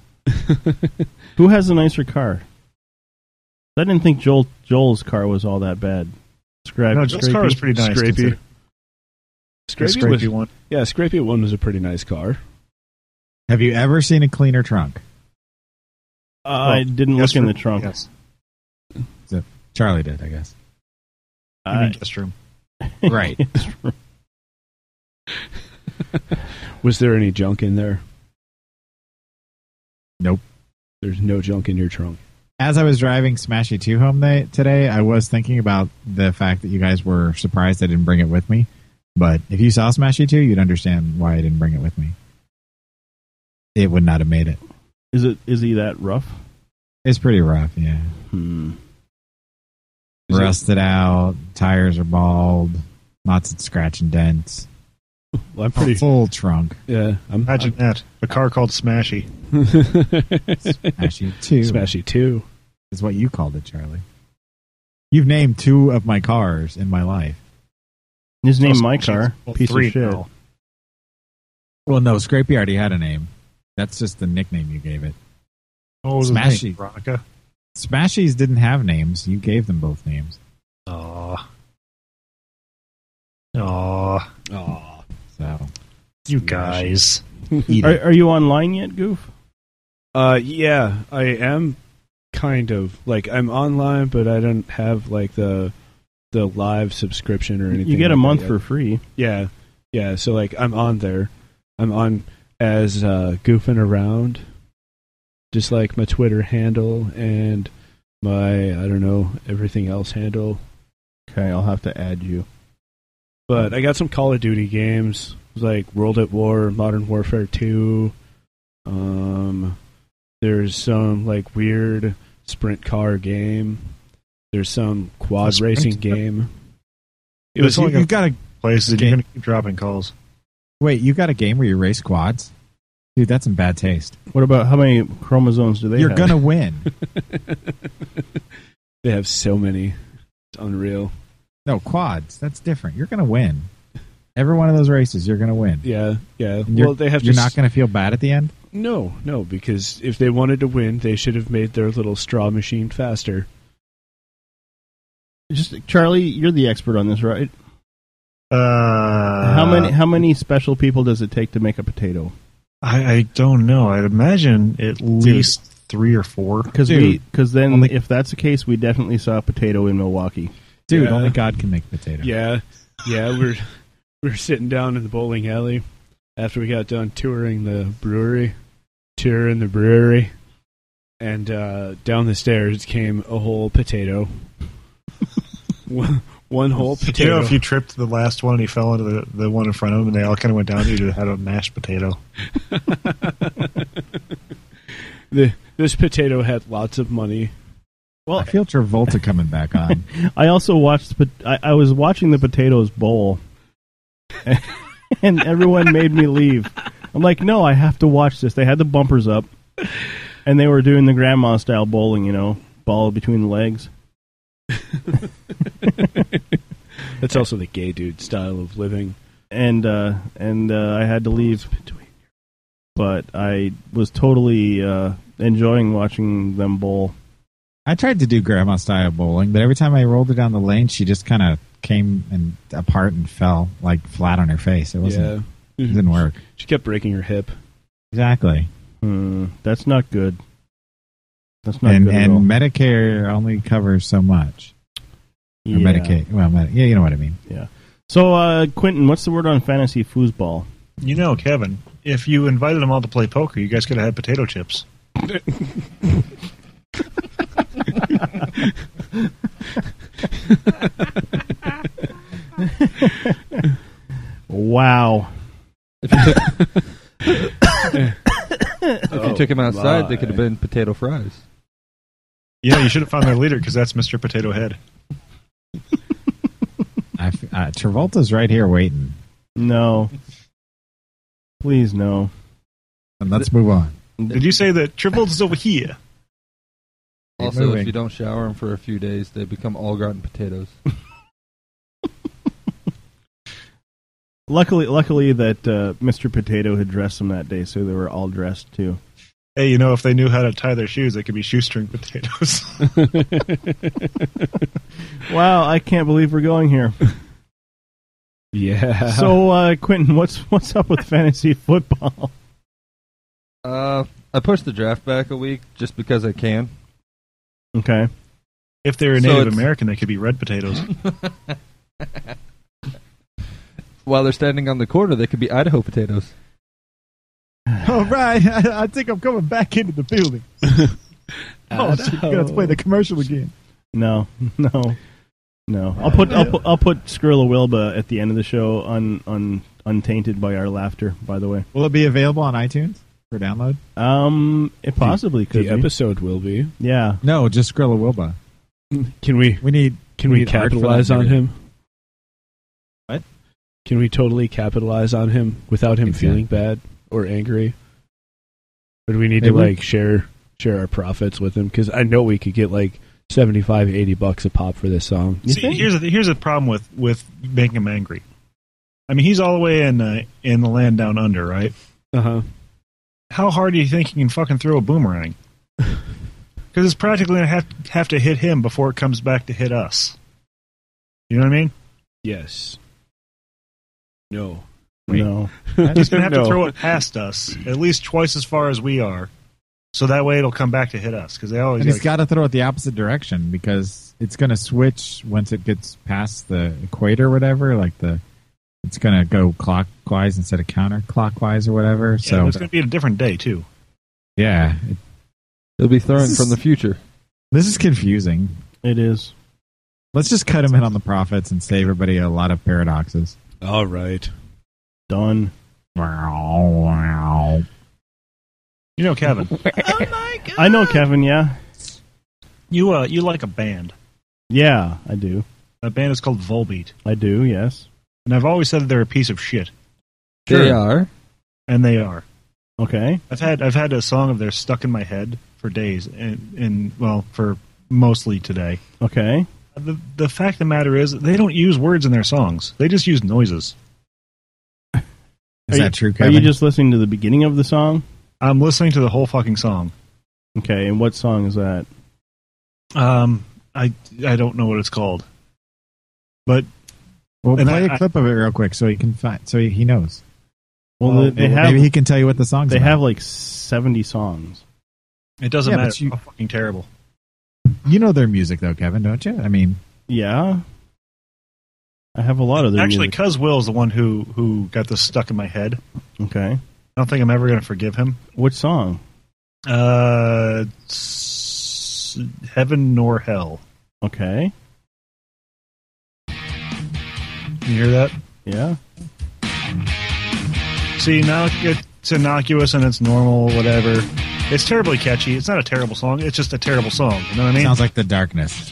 Speaker 6: Who has a nicer car? I didn't think Joel Joel's car was all that bad. Scrap,
Speaker 8: No, Joel's car
Speaker 6: scrapey.
Speaker 8: was pretty nice.
Speaker 14: Scrapey.
Speaker 8: consider- The
Speaker 14: Scrapey,
Speaker 8: Scrapey
Speaker 14: was,
Speaker 8: one.
Speaker 14: yeah, Scrapey one was a pretty nice car.
Speaker 13: Have you ever seen a cleaner trunk,
Speaker 14: Oh, Uh,
Speaker 6: I didn't
Speaker 8: Yes,
Speaker 6: look in
Speaker 8: for-
Speaker 6: the trunk.
Speaker 8: Yes.
Speaker 13: Charlie did, I guess.
Speaker 8: I mean,
Speaker 6: I- (laughs)
Speaker 8: guest room.
Speaker 13: Right.
Speaker 14: Was there any junk in there?
Speaker 13: Nope.
Speaker 14: There's no junk in your trunk.
Speaker 13: As I was driving Smashy Two home they, today, I was thinking about the fact that you guys were surprised I didn't bring it with me. But if you saw Smashy Two, you'd understand why I didn't bring it with me. It would not have made it.
Speaker 6: Is it is he that rough?
Speaker 13: It's pretty rough, yeah.
Speaker 6: Hmm.
Speaker 14: Is it-
Speaker 13: rusted out, tires are bald, lots of scratch and dents,
Speaker 14: Well, I'm
Speaker 13: a
Speaker 14: pretty.
Speaker 13: full trunk.
Speaker 14: Yeah, (laughs) I'm.
Speaker 8: Imagine that. A car called Smashy.
Speaker 14: I'm-
Speaker 13: Smashy two
Speaker 14: Smashy two.
Speaker 13: is what you called it, Charlie. You've named two of my cars in my life.
Speaker 6: His name
Speaker 8: Oh,
Speaker 6: my
Speaker 8: Smashy's-
Speaker 6: car.
Speaker 8: well,
Speaker 6: Piece
Speaker 8: three
Speaker 6: of shit.
Speaker 8: now.
Speaker 13: Well, no, Scrapey already had a name. That's just the nickname you gave it.
Speaker 8: What was his
Speaker 13: Smashy.
Speaker 8: name? Veronica.
Speaker 13: Smashies didn't have names. You gave them both names.
Speaker 8: Aw. Aw. Aw.
Speaker 13: So.
Speaker 8: You guys.
Speaker 6: Are, are you online yet, Goof?
Speaker 14: Uh, yeah, I am kind of like I'm online, but I don't have like the the live subscription or anything.
Speaker 6: You get a
Speaker 14: like that
Speaker 6: month
Speaker 14: yet.
Speaker 6: for free.
Speaker 14: Yeah, yeah. So like I'm on there. I'm on as uh, goofing around, just like my Twitter handle and my I don't know everything else handle.
Speaker 6: Okay, I'll have to add you.
Speaker 14: But I got some Call of Duty games like World at War, Modern Warfare Two. Um, there's some like weird sprint car game. There's some quad
Speaker 8: sprint
Speaker 14: racing
Speaker 8: car?
Speaker 14: game. It
Speaker 8: But
Speaker 14: was
Speaker 8: you-
Speaker 14: like
Speaker 8: you
Speaker 14: a-
Speaker 8: gotta- Places you're gonna keep dropping calls.
Speaker 13: Wait, you got a game where you race quads? Dude, that's in bad taste.
Speaker 6: What about how many chromosomes do they
Speaker 13: You're
Speaker 6: have?
Speaker 13: gonna win.
Speaker 14: They have so many. It's unreal.
Speaker 13: No, quads. That's different. You're gonna win. Every one of those races, you're gonna win.
Speaker 14: Yeah, yeah.
Speaker 13: And you're-
Speaker 14: well, they have.
Speaker 13: You're
Speaker 14: to
Speaker 13: not gonna feel bad at the end.
Speaker 14: No, no, because if they wanted to win, they should have made their little straw machine faster.
Speaker 6: Just Charlie, you're the expert on this, right?
Speaker 8: Uh,
Speaker 6: how many how many special people does it take to make a potato?
Speaker 8: I, I don't know. I'd imagine at least three or four.
Speaker 6: Because we because then if that's the case, we definitely saw a potato in Milwaukee.
Speaker 14: Dude, Yeah. only
Speaker 13: God can make potato.
Speaker 14: Yeah, yeah. We're we're sitting down in the bowling alley after we got done touring the brewery, touring the brewery, and uh, down the stairs came a whole potato. one, (laughs) one whole
Speaker 8: You
Speaker 14: potato.
Speaker 8: know, if you tripped the last one and he fell into the, the one in front of him and they all kind of went down, you'd have had a mashed potato.
Speaker 14: The- this potato had lots of money.
Speaker 6: Well,
Speaker 13: I feel Travolta coming back on.
Speaker 6: (laughs) I also watched. the pot- I, I was watching the potatoes bowl, (laughs) and everyone made me leave. I'm like, no, I have to watch this. They had the bumpers up, and they were doing the grandma style bowling. You know, ball between the legs.
Speaker 14: (laughs) That's also the gay dude style of living.
Speaker 6: and uh, and uh, I had to leave. But I was totally uh, enjoying watching them bowl.
Speaker 13: I tried to do grandma style bowling, but every time I rolled her down the lane, she just kind of came and apart and fell like flat on her face. It wasn't.
Speaker 14: Yeah.
Speaker 13: It didn't work.
Speaker 14: She kept breaking her hip.
Speaker 13: Exactly.
Speaker 6: Hmm, that's not good. That's not
Speaker 13: and
Speaker 6: good at
Speaker 13: and
Speaker 6: all.
Speaker 13: Medicare only covers so much. Or
Speaker 6: Yeah.
Speaker 13: Medicaid. Well, Medi- yeah, you know what I mean.
Speaker 6: Yeah. So, uh, Quentin, what's the word on fantasy foosball?
Speaker 8: You know, Kevin, if you invited them all to play poker, you guys could have had potato chips. (laughs)
Speaker 6: Wow.
Speaker 10: If you took, if you took him outside, they could have been potato fries.
Speaker 8: Yeah, you should have found their leader because that's Mr. Potato Head.
Speaker 13: I f uh, Travolta's right here waiting.
Speaker 6: No. Please, no.
Speaker 13: And let's move on.
Speaker 8: Did you say that Travolta's over here?
Speaker 10: Also,
Speaker 8: moving.
Speaker 10: if you don't shower them for a few days, they become all-rotten potatoes.
Speaker 6: Luckily, luckily that uh, Mr. Potato had dressed them that day, so they were all dressed too.
Speaker 8: Hey, you know, if they knew how to tie their shoes, they could be shoestring potatoes.
Speaker 6: (laughs)
Speaker 8: (laughs)
Speaker 6: Wow, I can't believe we're going here.
Speaker 8: (laughs)
Speaker 14: Yeah.
Speaker 6: (laughs) so, uh, Quentin, what's what's up with fantasy football? (laughs)
Speaker 10: Uh, I pushed the draft back a week just because I can.
Speaker 6: Okay.
Speaker 8: if they were
Speaker 10: So
Speaker 8: Native
Speaker 10: it's-
Speaker 8: American, they could be red potatoes.
Speaker 10: (laughs) While they're standing on the corner, they could be Idaho potatoes.
Speaker 13: All right, (laughs) I, I think I'm coming back into
Speaker 6: (laughs)
Speaker 13: the building. oh, shit, you gotta play the commercial again.
Speaker 6: No, no, no. I'll put I'll put, I'll put Skrilla Wilba at the end of the show, un, un untainted by our laughter. By the way,
Speaker 13: Will it be available on iTunes for download?
Speaker 6: um, it possibly could
Speaker 14: the
Speaker 6: be.
Speaker 14: episode will be.
Speaker 6: Yeah,
Speaker 13: No, just Skrilla Wilba.
Speaker 14: Can we
Speaker 13: We need.
Speaker 14: can we
Speaker 13: need art for that
Speaker 14: capitalize on
Speaker 13: nigger.
Speaker 14: him?
Speaker 13: What?
Speaker 14: Can we totally capitalize on him without him
Speaker 13: Exactly.
Speaker 14: feeling bad or angry? Or do we need to
Speaker 13: Maybe.
Speaker 14: like share share our profits with him? Because I know we could get like 75, 80 bucks a pop for this song.
Speaker 8: See, here's the, here's the problem with with making him angry. I mean, he's all the way in uh, in the land down under, right?
Speaker 13: Uh-huh.
Speaker 14: Uh huh.
Speaker 13: (laughs)
Speaker 8: How hard do you think he can fucking throw a boomerang? Because it's practically going to have, have to hit him before it comes back to hit us. You know what I
Speaker 13: (laughs)
Speaker 8: mean?
Speaker 14: Yes. No. (laughs)
Speaker 6: No.
Speaker 8: He's going to have
Speaker 6: No.
Speaker 8: to throw it past us, at least twice as far as we are, so that way it'll come back to hit us. Because they always
Speaker 13: and he's
Speaker 8: gotta-
Speaker 13: got to throw it the opposite direction because it's going to switch once it gets past the equator, or whatever. Like the, it's going to go clockwise instead of counterclockwise or whatever.
Speaker 8: Yeah,
Speaker 13: so
Speaker 8: it's going to be a different day too.
Speaker 13: yeah, it,
Speaker 10: will be thrown
Speaker 13: This
Speaker 10: from the
Speaker 13: is-
Speaker 10: future.
Speaker 13: This is confusing.
Speaker 6: It is.
Speaker 13: Let's just cut him in on the profits and save everybody a lot of paradoxes.
Speaker 14: All right.
Speaker 6: Done.
Speaker 8: You know (laughs) Kevin.
Speaker 6: I know Kevin. Yeah.
Speaker 8: Oh You uh, you like a band.
Speaker 6: Yeah, I do.
Speaker 8: That band is called Volbeat,
Speaker 6: I do. Yes.
Speaker 8: and I've always said that they're a piece of shit,
Speaker 10: They
Speaker 8: Sure.
Speaker 10: are.
Speaker 8: and they are.
Speaker 6: Okay.
Speaker 8: I've had I've had a song of theirs stuck in my head for days, and, and well, for mostly today.
Speaker 6: Okay.
Speaker 8: The the fact of the matter is, they don't use words in their songs. They just use noises.
Speaker 13: Is
Speaker 6: Are
Speaker 13: that
Speaker 6: you-
Speaker 13: true,
Speaker 6: Are you
Speaker 13: Kevin?
Speaker 6: just listening to the beginning of the song?
Speaker 8: I'm listening to the whole fucking song.
Speaker 6: Okay, and what song is that?
Speaker 8: Um, I I don't know what it's called, but
Speaker 13: Well,
Speaker 8: And
Speaker 13: play
Speaker 8: I-
Speaker 13: a clip of it real quick so he can find so he, he knows.
Speaker 6: Well, they- they have-
Speaker 13: maybe he can tell you what the songs.
Speaker 6: They
Speaker 13: about.
Speaker 6: have like seventy songs.
Speaker 8: it doesn't
Speaker 13: Yeah, but
Speaker 8: matter.
Speaker 13: you-
Speaker 8: It's fucking terrible.
Speaker 13: you know their music though, Kevin, don't you? I mean,
Speaker 6: Yeah, I have a lot of their
Speaker 8: Actually,
Speaker 6: music.
Speaker 8: Cuz Will is the one who who got this stuck in my head.
Speaker 6: Okay,
Speaker 8: I don't think I'm ever going to forgive him.
Speaker 6: what song?
Speaker 8: Uh, s- heaven nor hell.
Speaker 6: Okay,
Speaker 8: You hear that?
Speaker 6: yeah,
Speaker 8: See now it's innocuous and it's normal, whatever. It's terribly catchy. It's not a terrible song. It's just a terrible song. You know what I mean?
Speaker 13: sounds like the darkness.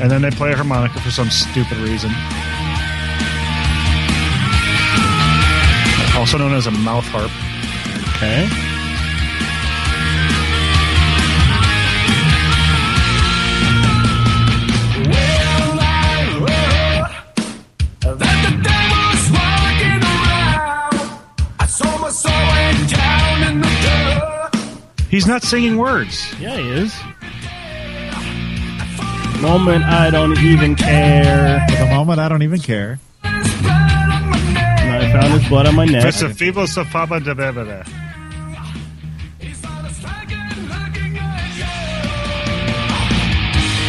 Speaker 8: and then they play a harmonica for some stupid reason, also known as a mouth harp.
Speaker 6: okay.
Speaker 8: He's not singing words.
Speaker 6: Yeah, he is. Moment, I don't even care.
Speaker 13: For the moment, I don't even care.
Speaker 6: And I found his blood on my neck.
Speaker 8: It's a feeble of Papa de Bebele.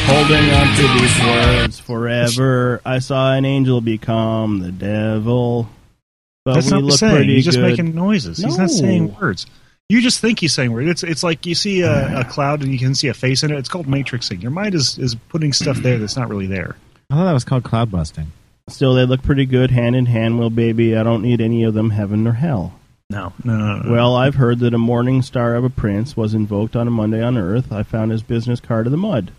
Speaker 6: Holding on to these words forever, I saw an angel become the devil. But
Speaker 8: That's
Speaker 6: we
Speaker 8: not what he's
Speaker 6: look
Speaker 8: saying.
Speaker 6: pretty
Speaker 8: He's just
Speaker 6: good.
Speaker 8: making noises. He's not
Speaker 6: No.
Speaker 8: saying words. You just think he's saying words. It's it's like you see a, a cloud and you can see a face in it. It's called matrixing. Your mind is, is putting
Speaker 6: (clears throat)
Speaker 8: stuff there that's not really there.
Speaker 13: I thought that was called cloud busting.
Speaker 6: Still, they look pretty good hand in hand. Well, baby, I don't need any of them, heaven or hell.
Speaker 8: No, no, no, no.
Speaker 6: Well, I've heard that a morning star of a prince was invoked on a Monday on Earth. I found his business card in the mud,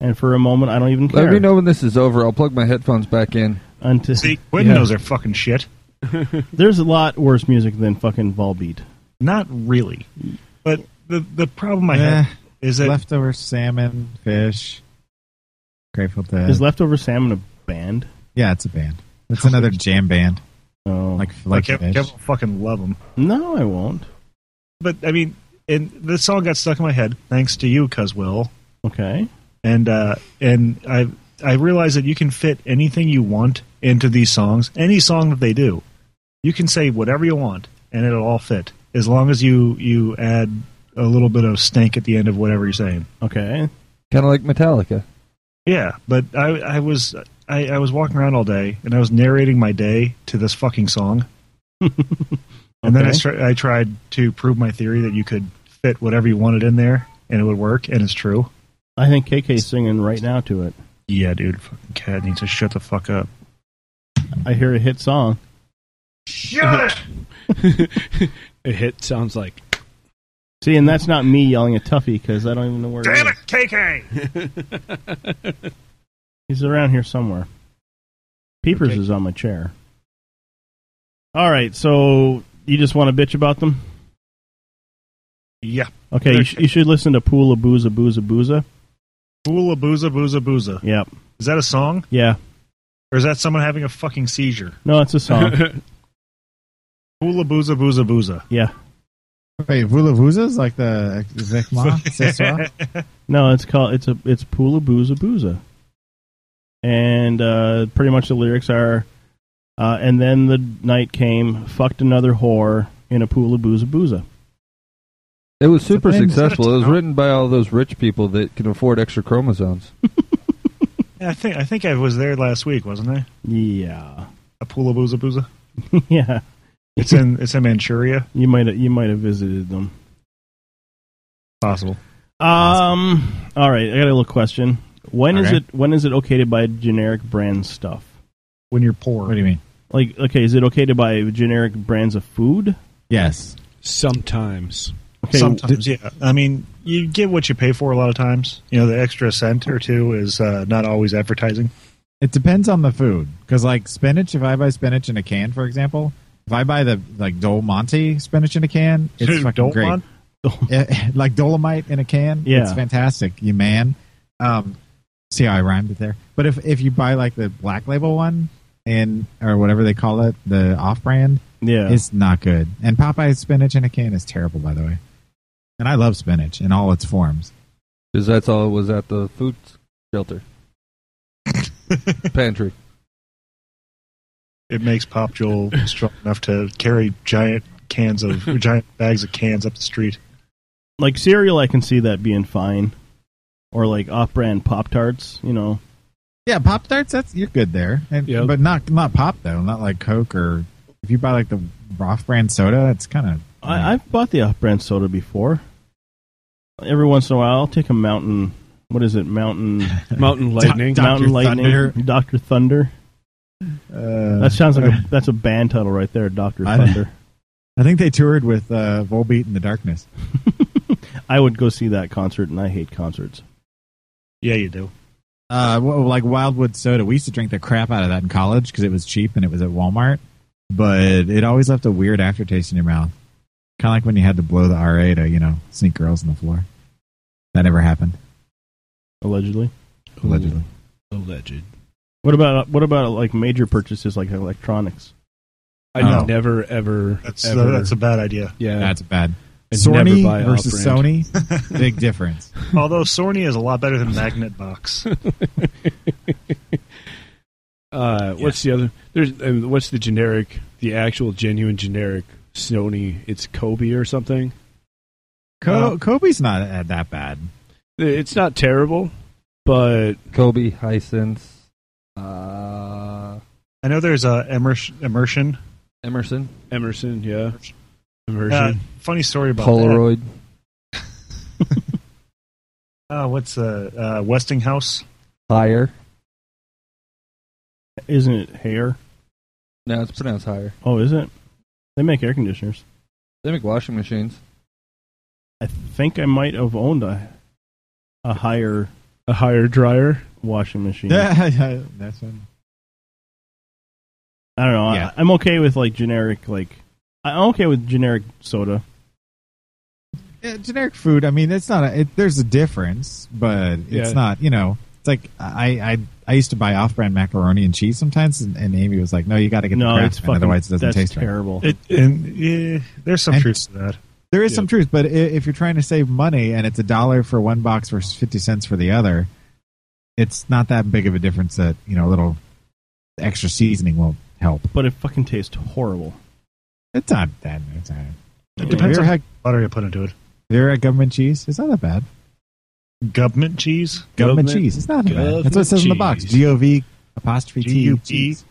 Speaker 6: and for a moment, I don't even care.
Speaker 10: Let me know when this is over. I'll plug my headphones back in.
Speaker 6: Until
Speaker 8: see,
Speaker 6: Yeah.
Speaker 8: Windows are fucking shit.
Speaker 6: (laughs) There's a lot worse music than fucking Volbeat.
Speaker 8: Not really. But the the problem I
Speaker 13: Eh,
Speaker 8: have is that
Speaker 13: Leftover salmon, fish, Grateful Dead.
Speaker 6: Is Leftover Salmon a band?
Speaker 13: yeah, it's a band. It's another jam band.
Speaker 6: Oh,
Speaker 13: Like
Speaker 8: like
Speaker 13: like
Speaker 8: Kev,
Speaker 13: fish.
Speaker 8: Kev will fucking love them.
Speaker 6: no, I won't.
Speaker 8: But I mean, and this song got stuck in my head thanks to you, Cuz Will.
Speaker 6: Okay,
Speaker 8: and uh, and I I realize that you can fit anything you want into these songs. Any song that they do, you can say whatever you want, and it'll all fit as long as you you add a little bit of stank at the end of whatever you're saying.
Speaker 6: okay.
Speaker 10: Kind of like Metallica.
Speaker 8: Yeah, but I I was I, I was walking around all day and I was narrating my day to this fucking
Speaker 6: (laughs)
Speaker 8: song, and then I
Speaker 6: Okay.
Speaker 8: stri- I tried to prove my theory that you could fit whatever you wanted in there and it would work, and it's true.
Speaker 6: I think KK's singing right now to it.
Speaker 8: Yeah, dude, fucking cat needs to shut the fuck up.
Speaker 6: I hear a hit song. (laughs)
Speaker 14: A hit sounds like
Speaker 6: See, and that's not me yelling at Tuffy because I don't even know where
Speaker 8: Damn
Speaker 6: he
Speaker 8: it,
Speaker 6: is.
Speaker 8: KK!
Speaker 6: He's around here somewhere. Peepers
Speaker 8: Okay.
Speaker 6: is on my chair. All right, so you just want to bitch about them?
Speaker 8: Yeah.
Speaker 6: Okay, you, sh- you should listen to Poola Booza Booza Booza.
Speaker 8: Booza booza booza booza.
Speaker 6: Yep.
Speaker 8: Is that a song?
Speaker 6: Yeah.
Speaker 8: Or is that someone having a fucking seizure?
Speaker 6: No, it's a song.
Speaker 8: Boola booza booza booza.
Speaker 6: yeah.
Speaker 13: Wait, Vula Vuzas? Like the
Speaker 8: (laughs)
Speaker 13: Zekma? Seswa?
Speaker 6: No, it's called it's a it's Pula Booza Booza, and uh, pretty much the lyrics are, uh, and then the night came, fucked another whore in a Pula Booza Booza.
Speaker 10: It was super
Speaker 6: Is that a
Speaker 10: successful. It was
Speaker 6: town?
Speaker 10: written by all those rich people that can afford extra chromosomes.
Speaker 8: Yeah, I think I think I was there last week, wasn't I?
Speaker 6: Yeah.
Speaker 8: A Pula Booza Booza.
Speaker 6: (laughs) yeah,
Speaker 8: It's in it's in Manchuria.
Speaker 6: You might you (laughs) might have visited them.
Speaker 8: Possible.
Speaker 6: Um. All right, I got a little question. When is
Speaker 8: Okay.
Speaker 6: it when is it okay to buy generic brand stuff?
Speaker 8: When you're poor. What
Speaker 13: do you mean?
Speaker 6: Like, okay, is it okay to buy generic brands of food?
Speaker 13: Yes.
Speaker 14: Sometimes.
Speaker 8: Sometimes, yeah. I mean, you get what you pay for a lot of times. You know, the extra cent or two is uh, not always advertising.
Speaker 13: It depends on the food. Because, like, spinach, if I buy spinach in a can, for example, if I buy the, like, Dol Monte spinach in a can, it's fucking
Speaker 8: Dol
Speaker 13: great.
Speaker 8: Mon-
Speaker 13: (laughs) Eh, like Dolomite in a can.
Speaker 6: Yeah.
Speaker 13: It's fantastic, you man. Um, see how I rhymed it there? But if, if you buy, like, the black label one, and or whatever they call it, the off brand,
Speaker 6: Yeah.
Speaker 13: it's not good. And Popeye's spinach in a can is terrible, by the way. And I love spinach in all its forms.
Speaker 10: Because that's all it was at the food shelter. (laughs) Pantry.
Speaker 8: It makes Pop
Speaker 10: (laughs)
Speaker 8: Joel strong enough to carry giant cans of giant bags of cans up the street.
Speaker 6: Like cereal, I can see that being fine, or like off-brand Pop Tarts. You know,
Speaker 13: Yeah, Pop Tarts, that's you're good there. And, But not not Pop though, not like Coke or if you buy like the off brand soda, it's kinda
Speaker 6: I, I've bought the off-brand soda before. Every once in a while, I'll take a mountain. What is it? Mountain.
Speaker 14: Mountain
Speaker 6: mountain
Speaker 14: Lightning. Dr.
Speaker 6: lightning.
Speaker 14: Thunder.
Speaker 6: Doctor Thunder.
Speaker 13: Uh,
Speaker 6: that sounds like a, that's a band title right there. Doctor
Speaker 13: I-
Speaker 6: Thunder.
Speaker 13: (laughs) I think they toured with uh, Volbeat in the Darkness.
Speaker 6: (laughs) I would go see that concert, and I hate concerts.
Speaker 8: Yeah, you do.
Speaker 13: Uh, well, like Wildwood soda, we used to drink the crap out of that in college because it was cheap and it was at Walmart. But it always left a weird aftertaste in your mouth, kind of like when you had to blow the RA to you know sneak girls on the floor. That never happened.
Speaker 6: Allegedly.
Speaker 13: Allegedly.
Speaker 14: Alleged.
Speaker 6: What about uh, what about like major purchases like electronics?
Speaker 14: I
Speaker 6: Oh.
Speaker 14: never ever.
Speaker 13: uh,
Speaker 6: That's-
Speaker 14: ever,
Speaker 6: that's a
Speaker 8: bad idea.
Speaker 14: Yeah,
Speaker 13: That's bad.
Speaker 14: I'd
Speaker 13: Sony
Speaker 14: never buy
Speaker 13: versus
Speaker 14: off-brand.
Speaker 13: Sony, (laughs) big difference.
Speaker 8: Although Sorny is a lot better than Magnet Box.
Speaker 14: Uh, What's the other? There's um, what's the generic, the actual genuine generic Sony? It's Kobe or something.
Speaker 13: Co- Kobe's not uh, that bad.
Speaker 14: It's not terrible,
Speaker 8: Uh,
Speaker 14: but
Speaker 10: Kobe Hisense. (laughs) Uh,
Speaker 8: I know there's a Emers- immersion.
Speaker 10: Emerson.
Speaker 14: Emerson, yeah.
Speaker 8: Uh,
Speaker 14: Immersion.
Speaker 8: funny story about
Speaker 10: Polaroid.
Speaker 8: That. Uh, what's uh, uh, Westinghouse?
Speaker 10: Higher.
Speaker 6: Isn't it hair?
Speaker 10: No, it's pronounced higher.
Speaker 6: Oh, is it? They make air conditioners.
Speaker 10: They make washing machines.
Speaker 6: I think I might have owned a a higher
Speaker 14: a higher dryer
Speaker 6: washing machine.
Speaker 13: (laughs) Yeah,
Speaker 8: (laughs)
Speaker 13: yeah, that's one.
Speaker 6: I don't know. I, I'm okay with like generic like I'm okay with generic soda.
Speaker 13: Yeah, Uh, generic food. I mean, it's not. A, it, there's a difference, but
Speaker 6: Yeah.
Speaker 13: it's not. You know, it's like I I I used to buy off-brand macaroni and cheese sometimes, and, and Amy was like, "No, you got to get
Speaker 6: No,
Speaker 13: the Kraft
Speaker 6: it's
Speaker 13: brand,
Speaker 6: fucking-
Speaker 13: otherwise it doesn't
Speaker 6: that's
Speaker 13: taste right."
Speaker 6: terrible.
Speaker 8: It, and yeah, there's some
Speaker 13: And-
Speaker 8: truth to that.
Speaker 13: There is some truth, but i- if you're trying to save money and it's a dollar for one box versus fifty cents for the other, it's not that big of a difference that you know a little extra seasoning won't help.
Speaker 6: But it fucking tastes horrible.
Speaker 13: It's not that. It's not.
Speaker 8: It depends
Speaker 13: Have
Speaker 8: on
Speaker 13: you ever
Speaker 8: how
Speaker 13: had,
Speaker 8: butter you put into it.
Speaker 13: have you ever had government cheese? It's not that bad.
Speaker 8: Government cheese?
Speaker 13: Government, cheese. It's not that bad. That's what it says in the box. G O V apostrophe T. cheese.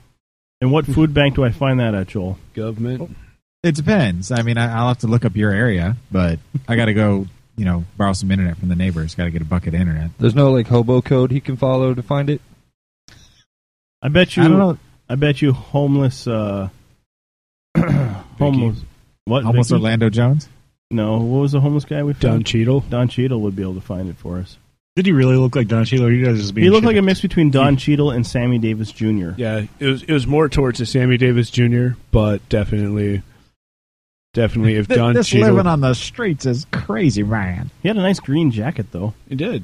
Speaker 6: And what food bank do I find that at, Joel?
Speaker 14: government.
Speaker 13: It depends. I mean, I, I'll have to look up your area, but I got to go, you know, borrow some internet from the neighbors. Got to get a bucket of internet.
Speaker 10: There's no like hobo code he can follow to find it.
Speaker 6: I bet you.
Speaker 13: I
Speaker 6: I,
Speaker 13: don't know.
Speaker 6: bet you homeless.
Speaker 13: (clears throat)
Speaker 6: Uh, homeless. What?
Speaker 13: Almost
Speaker 6: Vicky?
Speaker 13: Orlando Jones.
Speaker 6: No. What was the homeless guy we
Speaker 14: Don
Speaker 6: found?
Speaker 14: Cheadle.
Speaker 6: Don Cheadle would be able to find it for us.
Speaker 8: Did he really look like Don Cheadle? Or you guys just being
Speaker 6: He looked
Speaker 8: shitty?
Speaker 6: like a mix between Don Cheadle and Sammy Davis Jr.
Speaker 14: Yeah, it was it was more towards the Sammy Davis Jr., but definitely, definitely if
Speaker 13: Th-
Speaker 14: Don
Speaker 13: this
Speaker 14: Cheadle,
Speaker 13: living on the streets is crazy, man.
Speaker 6: He had a nice green jacket though.
Speaker 14: he did,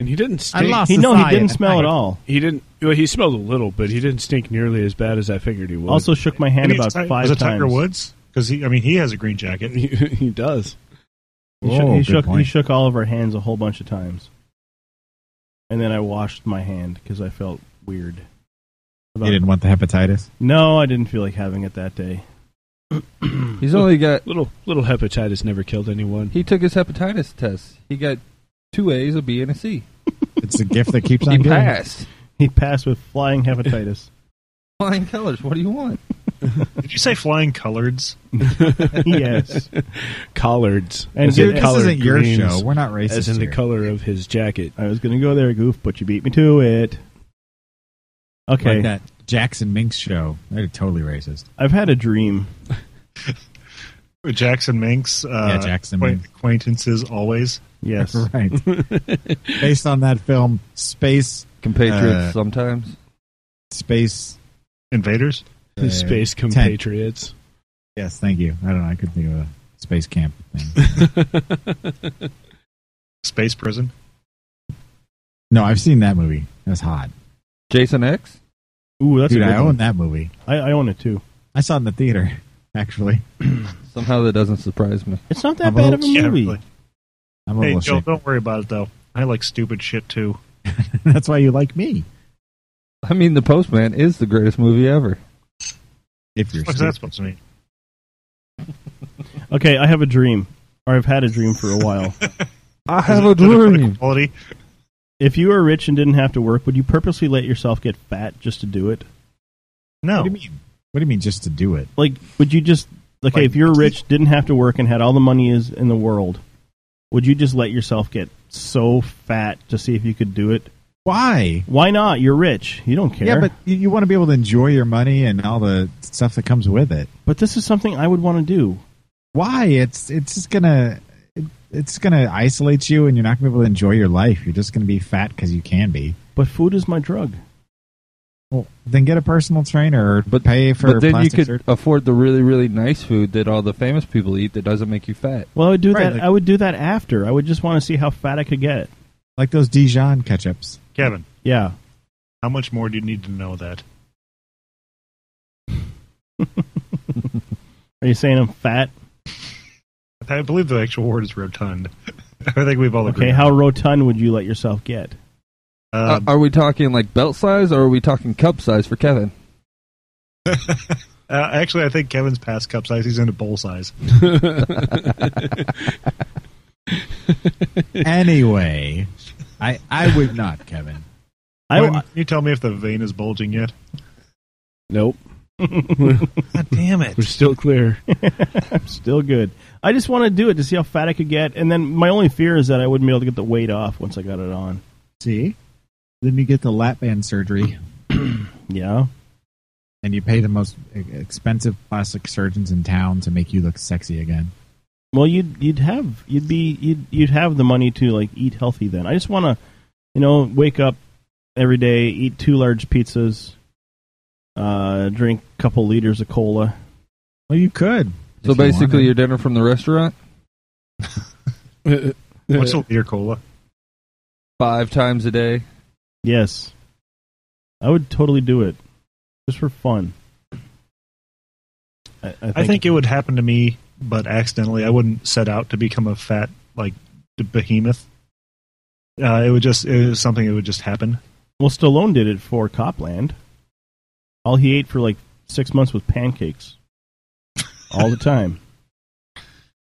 Speaker 14: and he didn't.
Speaker 13: I
Speaker 14: Stink.
Speaker 13: lost
Speaker 6: He
Speaker 13: his
Speaker 6: no, he
Speaker 13: eye
Speaker 6: didn't
Speaker 13: at
Speaker 6: smell at
Speaker 13: night.
Speaker 6: all.
Speaker 14: He didn't. Well, he smelled a little, but he didn't stink nearly as bad as I figured he would.
Speaker 6: Also shook my hand
Speaker 8: And he
Speaker 6: about
Speaker 8: was Ti-
Speaker 6: five
Speaker 8: was it
Speaker 6: times.
Speaker 8: Tiger Woods? Because he, I mean, he has a green jacket.
Speaker 14: (laughs) he, does.
Speaker 13: Oh,
Speaker 6: He, shook- he shook, he shook all of our hands a whole bunch of times. And then I washed my hand because I felt weird.
Speaker 13: You didn't want the hepatitis.
Speaker 6: No, I didn't feel like having it that
Speaker 14: (clears throat)
Speaker 6: day.
Speaker 10: He's only got
Speaker 14: little little hepatitis. Never killed anyone.
Speaker 10: He took his hepatitis test. He got two A's, a B, and a C.
Speaker 13: (laughs) It's a gift that keeps
Speaker 10: on (laughs) He giving. passed.
Speaker 6: He passed with flying hepatitis.
Speaker 10: Flying colors. What do you want?
Speaker 8: (laughs) Did you say
Speaker 13: (laughs)
Speaker 8: flying coloreds?
Speaker 10: (laughs)
Speaker 6: yes.
Speaker 14: Collards.
Speaker 6: And
Speaker 14: As in
Speaker 6: dude, this
Speaker 14: collard
Speaker 6: isn't your
Speaker 14: greens,
Speaker 6: show. We're not
Speaker 14: As
Speaker 6: racist
Speaker 14: in the
Speaker 6: here.
Speaker 14: color of his (laughs) jacket.
Speaker 6: I was going to go there, Goof, but you beat me to it. Okay.
Speaker 13: Like that Jackson Minks show. They're totally racist. (laughs)
Speaker 6: I've had a dream.
Speaker 8: Jackson Minks. Uh,
Speaker 13: Yeah, Jackson
Speaker 8: acquaint-
Speaker 13: Minks.
Speaker 8: Acquaintances always.
Speaker 6: Yes.
Speaker 13: (laughs) right. Based on that film, Space
Speaker 10: Compatriots
Speaker 13: uh,
Speaker 10: sometimes.
Speaker 13: Space
Speaker 8: Invaders.
Speaker 13: uh,
Speaker 14: Space
Speaker 13: Tent.
Speaker 14: compatriots.
Speaker 13: Yes, thank you. I don't know. I couldn't think of a space camp thing.
Speaker 8: Space prison.
Speaker 13: No, I've seen that movie. That's hot.
Speaker 10: Jason X.
Speaker 6: Ooh, that's
Speaker 13: Dude,
Speaker 6: a good
Speaker 13: I own
Speaker 6: one.
Speaker 13: that movie.
Speaker 6: I, I own it too.
Speaker 13: I saw it in the theater, actually.
Speaker 10: Somehow that doesn't surprise me.
Speaker 6: It's
Speaker 8: (laughs)
Speaker 6: not that
Speaker 13: I'm a
Speaker 6: bad
Speaker 13: little-
Speaker 6: of a
Speaker 8: yeah,
Speaker 6: movie.
Speaker 8: really.
Speaker 13: I'm a
Speaker 8: Hey,
Speaker 13: little
Speaker 8: Joe,
Speaker 13: ashamed.
Speaker 8: don't worry about it though. I like stupid shit too.
Speaker 13: That's why you like me.
Speaker 10: I mean, The Postman is the greatest movie ever.
Speaker 13: If you're
Speaker 8: What's that supposed to mean?
Speaker 6: Okay, I have a dream, or I've had a dream for a
Speaker 8: (laughs)
Speaker 6: while.
Speaker 10: I
Speaker 8: Is it political Quality.
Speaker 6: if you were rich and didn't have to work, would you purposely let yourself get fat just to do it?
Speaker 8: No.
Speaker 13: What do you mean? What do you mean just to do it?
Speaker 6: Like, would you just okay
Speaker 8: Like-
Speaker 6: if you were rich, didn't have to work, and had all the money is in the world? Would you just let yourself get so fat to see if you could do it?
Speaker 13: Why?
Speaker 6: Why not? You're rich. You don't care.
Speaker 13: Yeah, but you, you want to be able to enjoy your money and all the stuff that comes with it.
Speaker 6: but this is something I would want to do.
Speaker 13: Why? It's it's just gonna it, it's gonna isolate you, and you're not gonna be able to enjoy your life. You're just gonna be fat because you can be.
Speaker 6: But food is my drug.
Speaker 13: Well, then get a personal trainer, or but pay for
Speaker 10: but then you
Speaker 13: plastic
Speaker 10: could
Speaker 13: surgery.
Speaker 10: afford the really, really nice food that all the famous people eat that doesn't make you fat.
Speaker 6: Well, I would do
Speaker 13: Right,
Speaker 6: that.
Speaker 13: like-
Speaker 6: I would do that after. I would just want to see how fat I could get.
Speaker 13: like those Dijon ketchups.
Speaker 8: Kevin,
Speaker 6: Yeah.
Speaker 8: how much more do you need to know that?
Speaker 6: Are you saying I'm fat?
Speaker 8: I believe the actual word is rotund. (laughs) I think we've all agreed.
Speaker 6: Okay, how rotund would you let yourself get?
Speaker 8: Uh,
Speaker 10: Uh, are we talking like belt size or are we talking cup size for Kevin?
Speaker 8: uh, actually, I think Kevin's past cup size. He's into
Speaker 10: (laughs)
Speaker 8: bowl size.
Speaker 13: anyway, I I would not, Kevin.
Speaker 6: I,
Speaker 8: Wait, can you tell me if the vein is bulging yet?
Speaker 14: Nope.
Speaker 8: (laughs) God damn it!
Speaker 14: We're
Speaker 8: (laughs)
Speaker 14: still clear.
Speaker 6: (laughs) I'm still good. I just want to do it to see how fat I could get, and then my only fear is that I wouldn't be able to get the weight off once I got it on.
Speaker 13: See, then you get the lap band surgery,
Speaker 6: (clears throat) Yeah,
Speaker 13: and you pay the most e- expensive plastic surgeons in town to make you look sexy again.
Speaker 6: well, you'd you'd have you'd be you'd you'd have the money to like eat healthy. Then I just want to, you know, wake up every day, eat two large pizzas, uh, drink a couple liters of cola.
Speaker 13: Well, you could.
Speaker 10: So
Speaker 13: if you
Speaker 10: basically,
Speaker 13: wanted.
Speaker 10: your dinner from the restaurant
Speaker 8: What's a liter cola?
Speaker 10: five times a day.
Speaker 6: Yes, I would totally do it just for fun. I, I think,
Speaker 8: I think it would happen to me, but accidentally. I wouldn't set out to become a fat like behemoth. Uh, it would just it was something that would just happen.
Speaker 6: Well, Stallone did it for Copland. All he ate for like six months was pancakes, all the time.
Speaker 10: (laughs)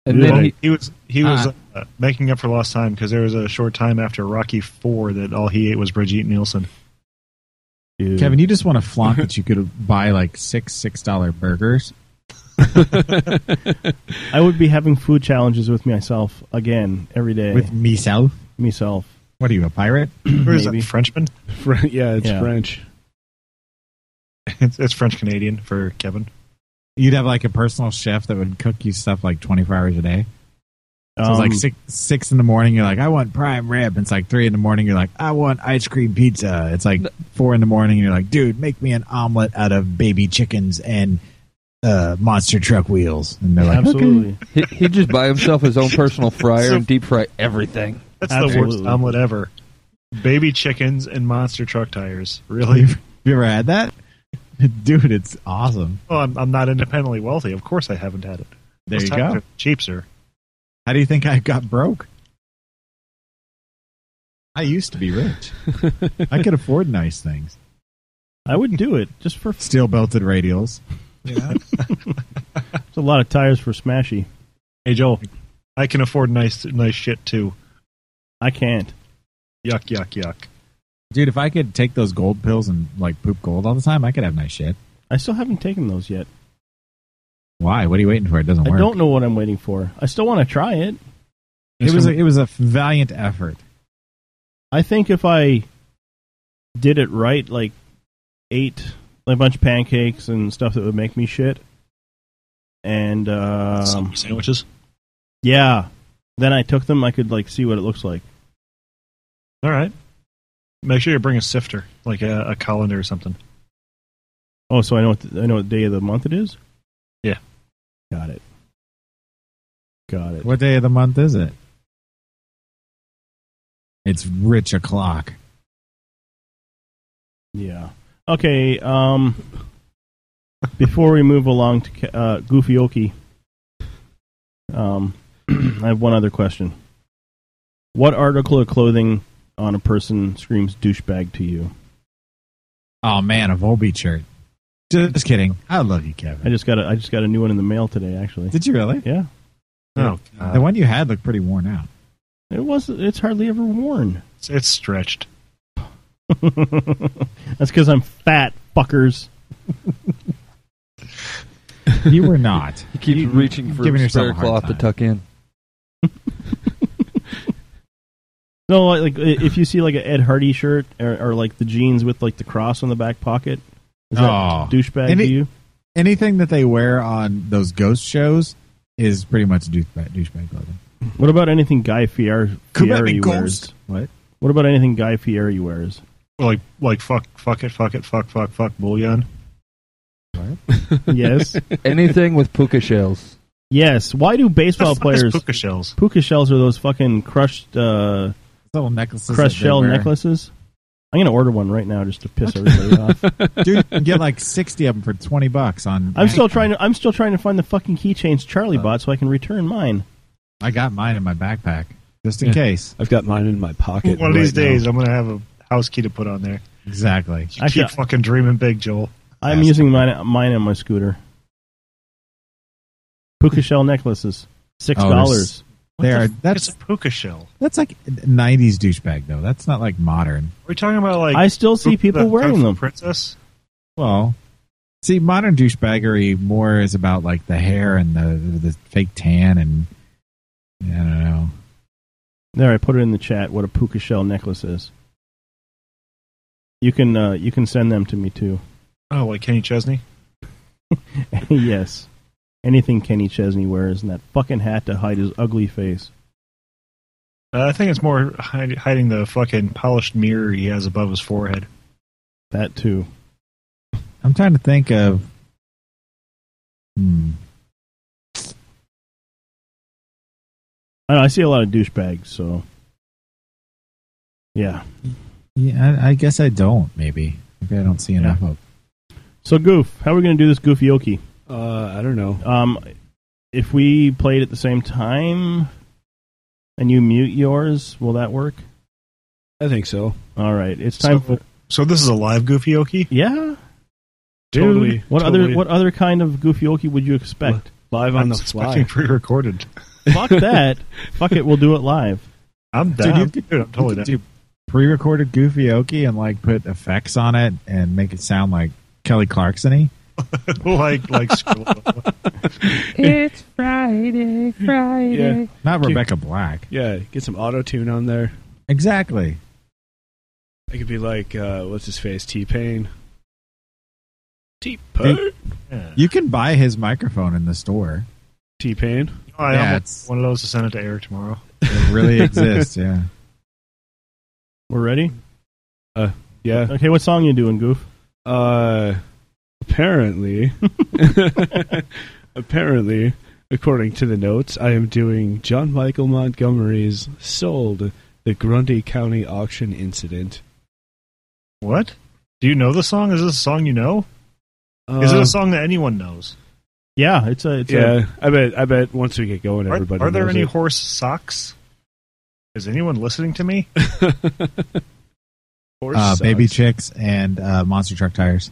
Speaker 10: And
Speaker 6: Yeah.
Speaker 10: then he, Uh-huh.
Speaker 8: He was he was
Speaker 13: Ah.
Speaker 8: uh, making up for lost time because there was a short time after Rocky Four that all he ate was
Speaker 10: (laughs)
Speaker 8: Brigitte Nielsen.
Speaker 6: Dude.
Speaker 13: Kevin, you just want to flaunt that you could buy like six six dollar burgers.
Speaker 6: I would be having food challenges with myself again every day
Speaker 13: with myself.
Speaker 6: myself.
Speaker 13: What are you, a pirate?
Speaker 8: Where is
Speaker 6: (clears throat)
Speaker 8: that
Speaker 6: Maybe. (laughs)
Speaker 8: Frenchman?
Speaker 14: Fr- yeah, it's
Speaker 6: Yeah.
Speaker 14: French.
Speaker 8: It's, it's French Canadian for Kevin.
Speaker 13: You'd have like a personal chef that would cook you stuff like twenty four hours a day. So it's
Speaker 6: Um,
Speaker 13: like six six in the morning. You're like, I want prime rib. It's like three in the morning. You're like, I want ice cream pizza. It's like four in the morning. You're like, dude, make me an omelet out of baby chickens and uh, monster truck wheels. And they're like,
Speaker 6: absolutely.
Speaker 10: he, he'd just buy himself his own personal fryer and deep fry everything.
Speaker 8: That's the worst
Speaker 6: Absolutely.
Speaker 8: omelet ever. Baby chickens and monster truck tires.
Speaker 13: "Okay."
Speaker 8: Really?
Speaker 13: you ever had that? (laughs) Dude, it's awesome.
Speaker 8: Well, I'm, I'm not independently wealthy. Of course, I haven't had it.
Speaker 13: There you
Speaker 8: Those times
Speaker 13: go.
Speaker 8: are Cheap, sir.
Speaker 13: How do you think I got broke? I used to be rich. (laughs) I could afford nice things.
Speaker 6: I would do it just for
Speaker 13: steel belted radials.
Speaker 6: It's a lot of tires for Smashy. Hey Joel,
Speaker 8: I can afford nice nice shit too.
Speaker 6: I can't.
Speaker 8: Yuck, yuck, yuck.
Speaker 13: Dude, if I could take those gold pills and like poop gold all the time, I could have nice shit.
Speaker 6: I still haven't taken those yet.
Speaker 13: Why? What are you waiting for? It doesn't
Speaker 6: I
Speaker 13: work.
Speaker 6: don't know what I'm waiting for. I still want to try it.
Speaker 13: It was a, it was a valiant effort.
Speaker 6: I think if I did it right, like ate a bunch of pancakes and stuff that would make me shit, and um,
Speaker 8: sandwiches.
Speaker 6: Yeah. Then I took them. I could like see what it looks like.
Speaker 8: All right. Make sure you bring a sifter, like a, a colander or something.
Speaker 6: Oh, so I know what th- I know what day of the month it is.
Speaker 8: Yeah.
Speaker 6: Got it. Got it.
Speaker 13: What day of the month is it? It's rich o'clock.
Speaker 6: Yeah. Okay. Um. before we move along to Ca- uh, Goofy Okie, um, (clears throat) I have one other question. What article of clothing on a person screams douchebag to you?
Speaker 13: Oh man, a Volbeat shirt. Just kidding. I love you, Kevin.
Speaker 6: I just got a I just got a new one in the mail today. Actually,
Speaker 13: Did you really?
Speaker 6: Yeah.
Speaker 8: Oh,
Speaker 13: the one you had looked pretty worn out.
Speaker 6: It was. It's hardly ever worn. (laughs)
Speaker 8: It's, it's stretched.
Speaker 6: That's because I'm fat, fuckers. (laughs)
Speaker 13: (laughs) You were not.
Speaker 10: He keeps
Speaker 13: You-
Speaker 10: reaching
Speaker 13: you've
Speaker 10: for
Speaker 13: given
Speaker 10: a
Speaker 13: yourself
Speaker 10: spare
Speaker 13: a hard
Speaker 10: cloth to
Speaker 13: time.
Speaker 10: tuck in.
Speaker 6: No, like, like i- if you see like an Ed Hardy shirt or, or like the jeans with like the cross on the back pocket, is that
Speaker 13: Aw.
Speaker 6: douchebag
Speaker 13: Any-
Speaker 6: to you?
Speaker 13: Anything that they wear on those ghost shows is pretty much douchebag, douchebag clothing.
Speaker 6: What about anything Guy Fier-
Speaker 13: Come at me,
Speaker 6: Fieri wears?
Speaker 13: ghost. What?
Speaker 6: What about anything Guy Fieri wears?
Speaker 8: Like like fuck fuck it fuck it fuck fuck fuck bullion.
Speaker 14: (laughs)
Speaker 8: (laughs)
Speaker 6: Yes.
Speaker 10: (laughs) Anything with puka shells.
Speaker 6: yes. Why do baseball
Speaker 10: (laughs) The fuck is
Speaker 6: players
Speaker 10: puka
Speaker 8: shells?
Speaker 6: Puka shells are those fucking crushed uh,
Speaker 13: little necklaces.
Speaker 6: crushed
Speaker 13: that they
Speaker 6: shell
Speaker 13: wear.
Speaker 6: necklaces. I'm gonna order one right now just to piss everybody
Speaker 13: (laughs)
Speaker 6: off.
Speaker 13: Dude, you can get like sixty of them for twenty bucks on.
Speaker 6: I'm still trying to I'm still trying to find the fucking keychains Charlie bought so I can return mine.
Speaker 13: Uh, I got mine in my backpack just in case.
Speaker 14: I've got mine in my pocket.
Speaker 8: One of these
Speaker 14: right now.
Speaker 8: days, I'm gonna have a house key to put on there.
Speaker 13: Exactly.
Speaker 8: You keep fucking dreaming big, Joel.
Speaker 6: I'm using mine mine on my scooter. Puka shell necklaces, six
Speaker 13: Oh,
Speaker 6: dollars.
Speaker 8: What
Speaker 13: There,
Speaker 8: the
Speaker 13: are-
Speaker 8: f-
Speaker 13: that's
Speaker 8: it's a puka shell.
Speaker 13: that's like '90s douchebag though. That's not like modern.
Speaker 8: We're talking about like
Speaker 6: I still see people
Speaker 8: that Kung
Speaker 6: wearing
Speaker 8: Fu
Speaker 6: them.
Speaker 8: Princess.
Speaker 13: Well, see, modern douchebaggery more is about like the hair and the the fake tan and I don't know.
Speaker 6: There, I put it in the chat. What a puka shell necklace is. You can uh, you can send them to me too. (laughs)
Speaker 8: Oh, like Kenny Chesney.
Speaker 6: yes, anything Kenny Chesney wears and that fucking hat to hide his ugly face.
Speaker 8: Uh, I think it's more hide, hiding the fucking polished mirror he has above his forehead.
Speaker 6: That too.
Speaker 13: I'm trying to think of. Hmm.
Speaker 6: I, know, I see a lot of douchebags. So, yeah.
Speaker 13: Yeah, I, I guess I don't. Maybe maybe I don't see enough of.
Speaker 6: So goof, how are we going to do this goofy okie?
Speaker 14: Uh, I don't know.
Speaker 6: Um, if we played at the same time and you mute yours, will that work?
Speaker 14: I think so.
Speaker 6: All right, it's time
Speaker 8: so,
Speaker 6: for
Speaker 8: so this is a live Goofy Okie?
Speaker 6: yeah. Dude,
Speaker 14: Totally.
Speaker 6: what
Speaker 14: totally
Speaker 6: other what other kind of goofyoki would you expect?
Speaker 14: live on
Speaker 8: I'm
Speaker 14: the
Speaker 8: expecting
Speaker 14: fly?
Speaker 6: (laughs)
Speaker 8: pre-recorded.
Speaker 14: (laughs)
Speaker 6: Fuck that. Fuck it, we'll do it live.
Speaker 8: I'm
Speaker 13: Dude,
Speaker 8: down.
Speaker 13: you
Speaker 8: Dude, I'm totally down.
Speaker 13: Do pre-recorded Goofy Okie and like put effects on it and make it sound like Kelly Clarkson-y.
Speaker 8: like like screw
Speaker 13: (laughs)
Speaker 8: it.
Speaker 18: It's Friday, Friday.
Speaker 13: Not
Speaker 14: Dude.
Speaker 13: Rebecca Black.
Speaker 14: Yeah, get some auto tune on there.
Speaker 13: Exactly.
Speaker 14: I could be like, uh, what's his face? T Pain. T Pain.
Speaker 8: Yeah.
Speaker 13: You can buy his microphone in the store.
Speaker 14: T Pain.
Speaker 8: Oh, I
Speaker 13: Yeah,
Speaker 8: almost
Speaker 13: it's-
Speaker 8: one of those to send it to air tomorrow.
Speaker 13: It really
Speaker 8: (laughs)
Speaker 13: exists, yeah.
Speaker 6: We're ready?
Speaker 14: Uh, Yeah.
Speaker 6: Okay, what song you doing, Goof?
Speaker 14: Uh, apparently, apparently, according to the notes, I am doing John Michael Montgomery's "Sold: The Grundy County Auction Incident."
Speaker 8: What? Do you know the song? Is this a song you know? Is it
Speaker 9: Uh,
Speaker 8: a song that anyone knows?
Speaker 6: Yeah, it's a. It's
Speaker 9: yeah, I bet. I bet once we get going,
Speaker 8: Are,
Speaker 9: everybody.
Speaker 8: are there
Speaker 9: knows
Speaker 8: any
Speaker 9: it.
Speaker 8: horse socks? Is anyone listening
Speaker 13: (laughs)
Speaker 8: to me? horse
Speaker 13: Uh, baby chicks and uh, monster truck tires.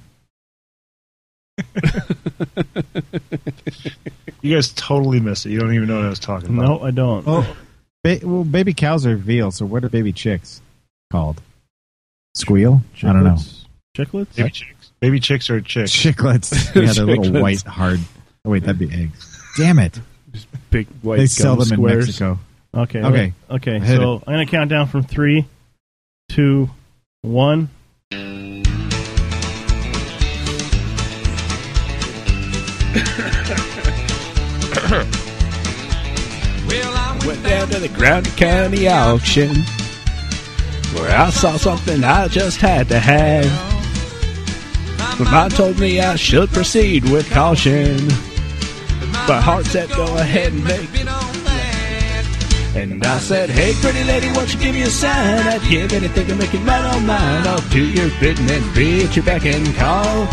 Speaker 8: You guys totally missed it. You don't even know what I was talking about.
Speaker 6: No, I don't.
Speaker 13: Oh, ba- well, baby cows are veal. So what are baby chicks called? Squeal? I don't know.
Speaker 6: Chicklets?
Speaker 8: Baby chicks. Baby chicks are chicks. (laughs)
Speaker 13: Chicklets. Yeah, they're little white hard. Oh wait, that'd be eggs. Damn it!
Speaker 9: Big white.
Speaker 13: they sell
Speaker 9: gum
Speaker 13: them in
Speaker 9: squares.
Speaker 13: Mexico.
Speaker 6: Okay.
Speaker 13: Okay.
Speaker 6: Okay.
Speaker 13: Hit
Speaker 6: So I'm gonna count down from three, two, one.
Speaker 4: Well, I
Speaker 9: Went down to the
Speaker 14: (laughs)
Speaker 9: Grand County auction where I saw something I just had to have. But mine told me I should proceed with caution. But heart said go ahead and make. And I said, hey, pretty lady, won't you give me a sign? I'd give anything to make it mine on mine. I'll do your bidding and be at your beck and call.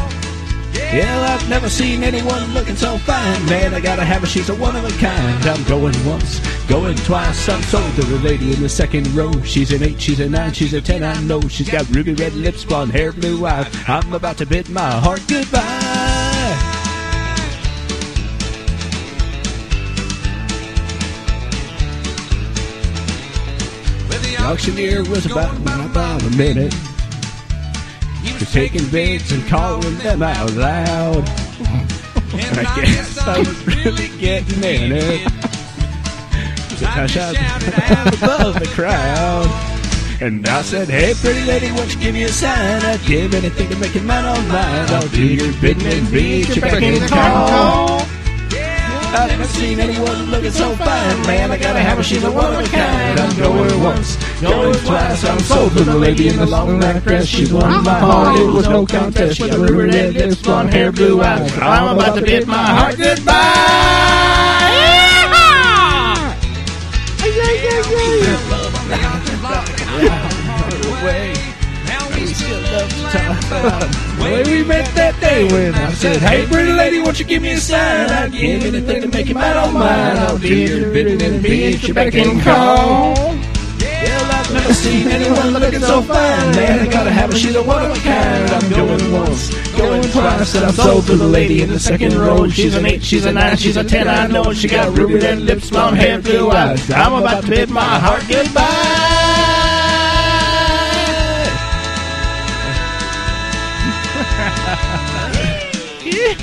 Speaker 9: Yeah, I've never seen anyone looking so fine. Man, I gotta have her, she's a one of a kind. I'm going once, going twice. I'm sold to the lady in the second row. She's an eight, she's a nine, she's a ten, I know. She's got ruby red lips, blonde hair, blue eyes. I'm about to bid my heart goodbye. The auctioneer was about about a minute. He was taking bids and calling them out loud. And (laughs) I guess I was really getting in it. So I shouted out above the crowd. And I said, hey, pretty lady, won't you give me a sign? I'd give anything to make it mine on mine. I'll do your bidding and be at your beck and call. I've never seen anyone looking so fine, man. I gotta have her, she's a one of a kind. I'm going once, going twice. I'm sold to the lady in the long black dress. She's won my heart. It was no contest. She got ruby red lips, blonde hair, blue eyes. I'm about to bid my heart goodbye. Way we met that day when I said, Hey, pretty lady, won't you give me a sign? I'd give anything to make you mine on mine. I'll do your bidding and be at your beck and call. Well, I've never seen anyone looking so fine. Man, I gotta have her, she's a one of a kind. I'm going once, going twice, and I'm sold to the lady in the second row. She's an eight, she's a nine, she's a ten, I know. She got ruby red lips, blonde hair, blue eyes. I'm about to bid my heart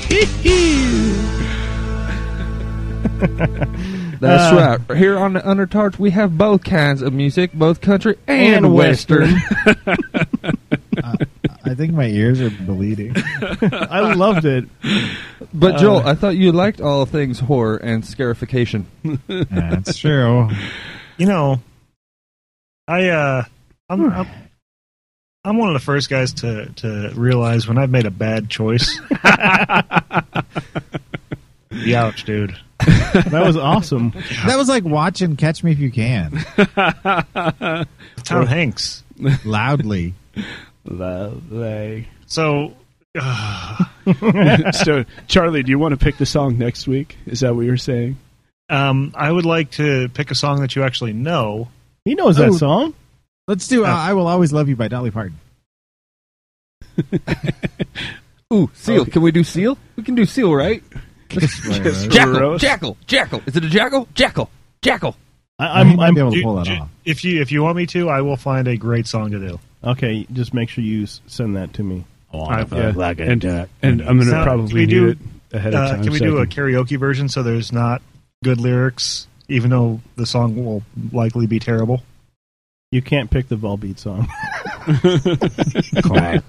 Speaker 9: goodbye.
Speaker 10: That's
Speaker 9: Uh,
Speaker 10: right. Here on the Undertarts, we have both kinds of music, both country and,
Speaker 6: And
Speaker 10: western. (laughs)
Speaker 13: I think my (laughs) ears are bleeding.
Speaker 6: I loved it.
Speaker 10: but Joel,
Speaker 6: Uh,
Speaker 10: I thought you liked all things horror and scarification. (laughs)
Speaker 13: That's true.
Speaker 8: You know, I uh,
Speaker 6: Hmm.
Speaker 8: I'm, I'm I'm one of the first guys to to realize when I've made a
Speaker 13: (laughs)
Speaker 8: bad choice. Youch, dude.
Speaker 6: that was awesome.
Speaker 13: (laughs) That was like watching Catch Me If
Speaker 6: (laughs)
Speaker 13: You Can.
Speaker 8: (laughs) Tom Hanks.
Speaker 13: Loudly.
Speaker 9: Lovely.
Speaker 8: So,
Speaker 6: uh.
Speaker 14: (laughs)
Speaker 9: so, Charlie, do you want to pick the song next week? Is that what you're saying?
Speaker 8: um, I would like to pick a song that you actually know.
Speaker 6: He knows that
Speaker 13: Oh.
Speaker 6: song.
Speaker 13: Let's do uh, I Will Always Love You by
Speaker 6: (laughs)
Speaker 13: Dolly Parton.
Speaker 10: Ooh, seal.
Speaker 13: Oh,
Speaker 10: Can we do seal? We can do seal, right?
Speaker 6: (laughs)
Speaker 10: Jackal, jackal, jackal. Is it a jackal? Jackal, jackal.
Speaker 6: I, I'm.
Speaker 13: might
Speaker 6: I'm
Speaker 13: be able to
Speaker 8: Do-
Speaker 13: pull that
Speaker 8: do-
Speaker 13: off.
Speaker 8: If you if you want me to, I will find a great song to do.
Speaker 6: okay. Just make sure you s- send that to me.
Speaker 9: Yeah. and, and uh, I'm going to
Speaker 8: Now,
Speaker 9: probably
Speaker 8: can we
Speaker 9: need
Speaker 8: do-
Speaker 9: it ahead of
Speaker 8: uh,
Speaker 9: time.
Speaker 8: Can we
Speaker 9: so
Speaker 8: do
Speaker 9: I
Speaker 8: a karaoke version so there's not good lyrics, even though the song will likely be terrible?
Speaker 6: You can't pick the Volbeat
Speaker 9: (laughs)
Speaker 6: song. (laughs)
Speaker 13: (laughs)
Speaker 19: Quack,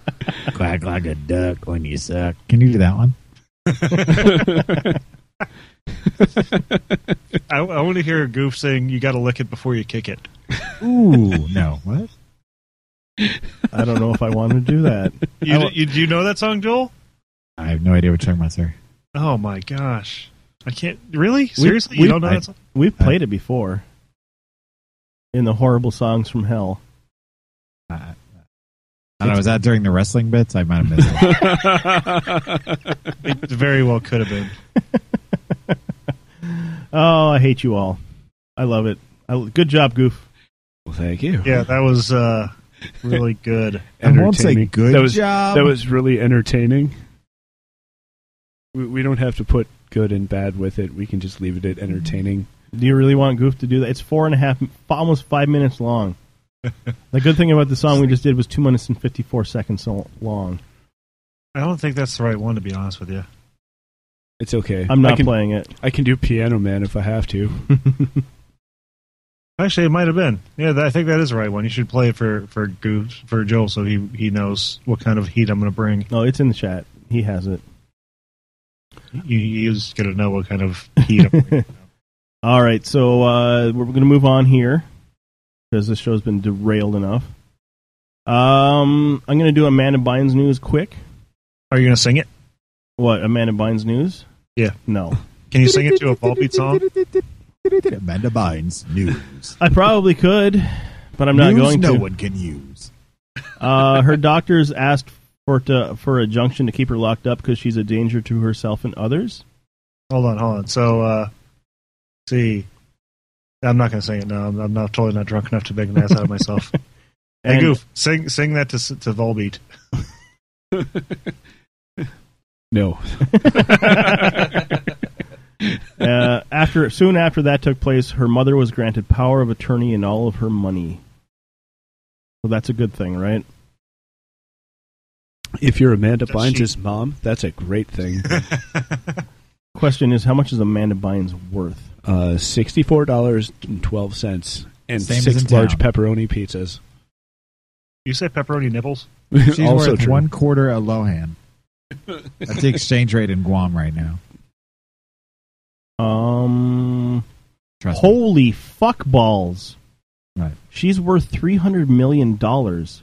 Speaker 19: quack like a duck when you suck.
Speaker 13: Can you do that
Speaker 6: (laughs)
Speaker 13: one?
Speaker 8: I, I want to hear a goof saying, "You got to lick it before you kick it."
Speaker 13: Ooh, no. What?
Speaker 6: I don't know if I
Speaker 8: (laughs)
Speaker 6: want to do that.
Speaker 8: You, d- you, do you know that song, Joel?
Speaker 13: I have no idea what you're talking about, sir.
Speaker 8: Oh my gosh, I can't. Really? Seriously, you don't know
Speaker 13: I-
Speaker 8: that song?
Speaker 6: We've played it before. In the horrible songs from hell.
Speaker 13: I don't know. Was that Uh, during the wrestling bits? I might have missed it.
Speaker 8: (laughs) it very well could have been.
Speaker 6: (laughs) Oh, I hate you all. I love it. I, good job, Goof.
Speaker 14: Well, thank you.
Speaker 8: Yeah, that was uh, really good.
Speaker 14: Entertaining. that was, That was really entertaining. We, we don't have to put good and bad with it. We can just leave it at entertaining.
Speaker 6: Mm-hmm. Do you really want Goof to do that? It's four and a half, almost five minutes
Speaker 8: (laughs)
Speaker 6: long. the good thing about the song we just did was two minutes and fifty-four seconds so long.
Speaker 8: I don't think that's the right one to be honest with you.
Speaker 14: It's okay.
Speaker 6: I'm not
Speaker 14: I can-
Speaker 6: playing it.
Speaker 14: I can do Piano Man if I
Speaker 6: (laughs)
Speaker 14: have to.
Speaker 8: Actually, it might have been. Yeah, that, I think that is the right one. You should play it for for Goof, for Joel so he he knows what kind of heat I'm going to bring.
Speaker 6: No, Oh, it's in the chat. He has it.
Speaker 8: You, he's going to know what kind of heat I'm bringing.
Speaker 6: (laughs) All right, so uh, we're going to move on here because this show's been derailed enough. Um, I'm going to do Amanda Bynes news quick.
Speaker 8: Are you going to sing it?
Speaker 6: What Amanda Bynes news?
Speaker 8: Yeah.
Speaker 6: No.
Speaker 8: (laughs) Can you sing it to
Speaker 6: (laughs)
Speaker 8: a Volbeat song?
Speaker 6: Amanda Bynes news. I probably could, but (laughs) I'm not
Speaker 16: News
Speaker 6: going
Speaker 16: no
Speaker 6: to.
Speaker 16: one can use.
Speaker 6: uh, her doctors asked for to, for a junction to keep her locked up because she's a danger to herself and others.
Speaker 8: Hold on, hold on. So, uh, see, I'm not going to sing it. No, I'm, I'm not totally not drunk enough to make an ass out of
Speaker 14: (laughs)
Speaker 8: myself. hey,
Speaker 6: And-
Speaker 8: Goof, sing sing that to s- to Volbeat.
Speaker 14: No.
Speaker 6: (laughs) uh, after soon after that took place, her mother was granted power of attorney and all of her money. So that's a good thing, right?
Speaker 14: If you're Amanda
Speaker 6: Does
Speaker 14: Bynes'
Speaker 6: she-
Speaker 14: mom, that's a
Speaker 6: (laughs)
Speaker 14: great thing.
Speaker 6: Question is, how much is Amanda Bynes worth?
Speaker 14: Uh, Sixty-four dollars and twelve cents, and
Speaker 6: Same as
Speaker 14: six
Speaker 6: in
Speaker 14: large
Speaker 6: town.
Speaker 14: pepperoni pizzas.
Speaker 8: You said pepperoni nipples?
Speaker 13: She's
Speaker 14: Also
Speaker 13: worth
Speaker 14: true.
Speaker 13: one quarter of Lohan. That's the exchange rate in Guam right now.
Speaker 6: Um, holy fuck balls!
Speaker 13: Right.
Speaker 6: She's worth three hundred million dollars.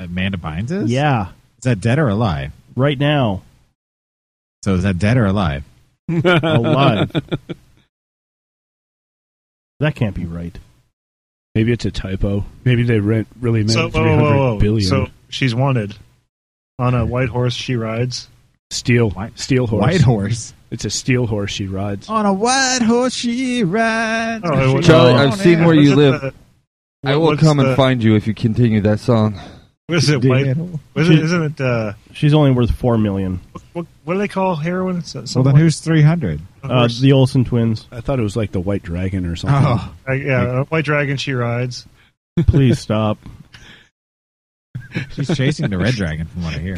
Speaker 13: Uh, Amanda Bynes is?
Speaker 6: Yeah,
Speaker 13: Is that dead or alive?
Speaker 6: right now,
Speaker 13: So is that dead or alive?
Speaker 6: alive. That can't be right.
Speaker 14: Maybe it's a typo. Maybe they rent really meant
Speaker 8: So,
Speaker 14: three
Speaker 8: whoa, whoa, whoa,
Speaker 14: hundred
Speaker 8: whoa.
Speaker 14: billion.
Speaker 8: So she's wanted on a white horse she rides.
Speaker 14: steel, steel horse,
Speaker 8: White horse.
Speaker 14: It's a steel horse she rides.
Speaker 13: On a white horse she rides.
Speaker 8: Oh,
Speaker 14: it
Speaker 10: Charlie,
Speaker 14: was-
Speaker 10: I've seen where
Speaker 8: (laughs)
Speaker 14: Was
Speaker 10: you
Speaker 14: it
Speaker 10: live.
Speaker 14: the-
Speaker 10: I
Speaker 8: uh, what-
Speaker 10: will
Speaker 8: what's
Speaker 10: come
Speaker 8: the-
Speaker 10: and find you if you continue that song.
Speaker 8: What is it? White, what is it isn't it? Uh,
Speaker 6: She's only worth four million.
Speaker 8: what, what do they call heroin? It's, uh,
Speaker 6: Well, then
Speaker 8: somewhat-
Speaker 6: who's 300?
Speaker 8: Of
Speaker 6: Uh,
Speaker 8: course.
Speaker 6: the Olsen twins.
Speaker 14: I thought it was like the White Dragon or something.
Speaker 8: I- yeah, uh, white dragon she rides.
Speaker 6: Please
Speaker 8: (laughs)
Speaker 6: stop.
Speaker 13: She's chasing the red dragon, from what I hear.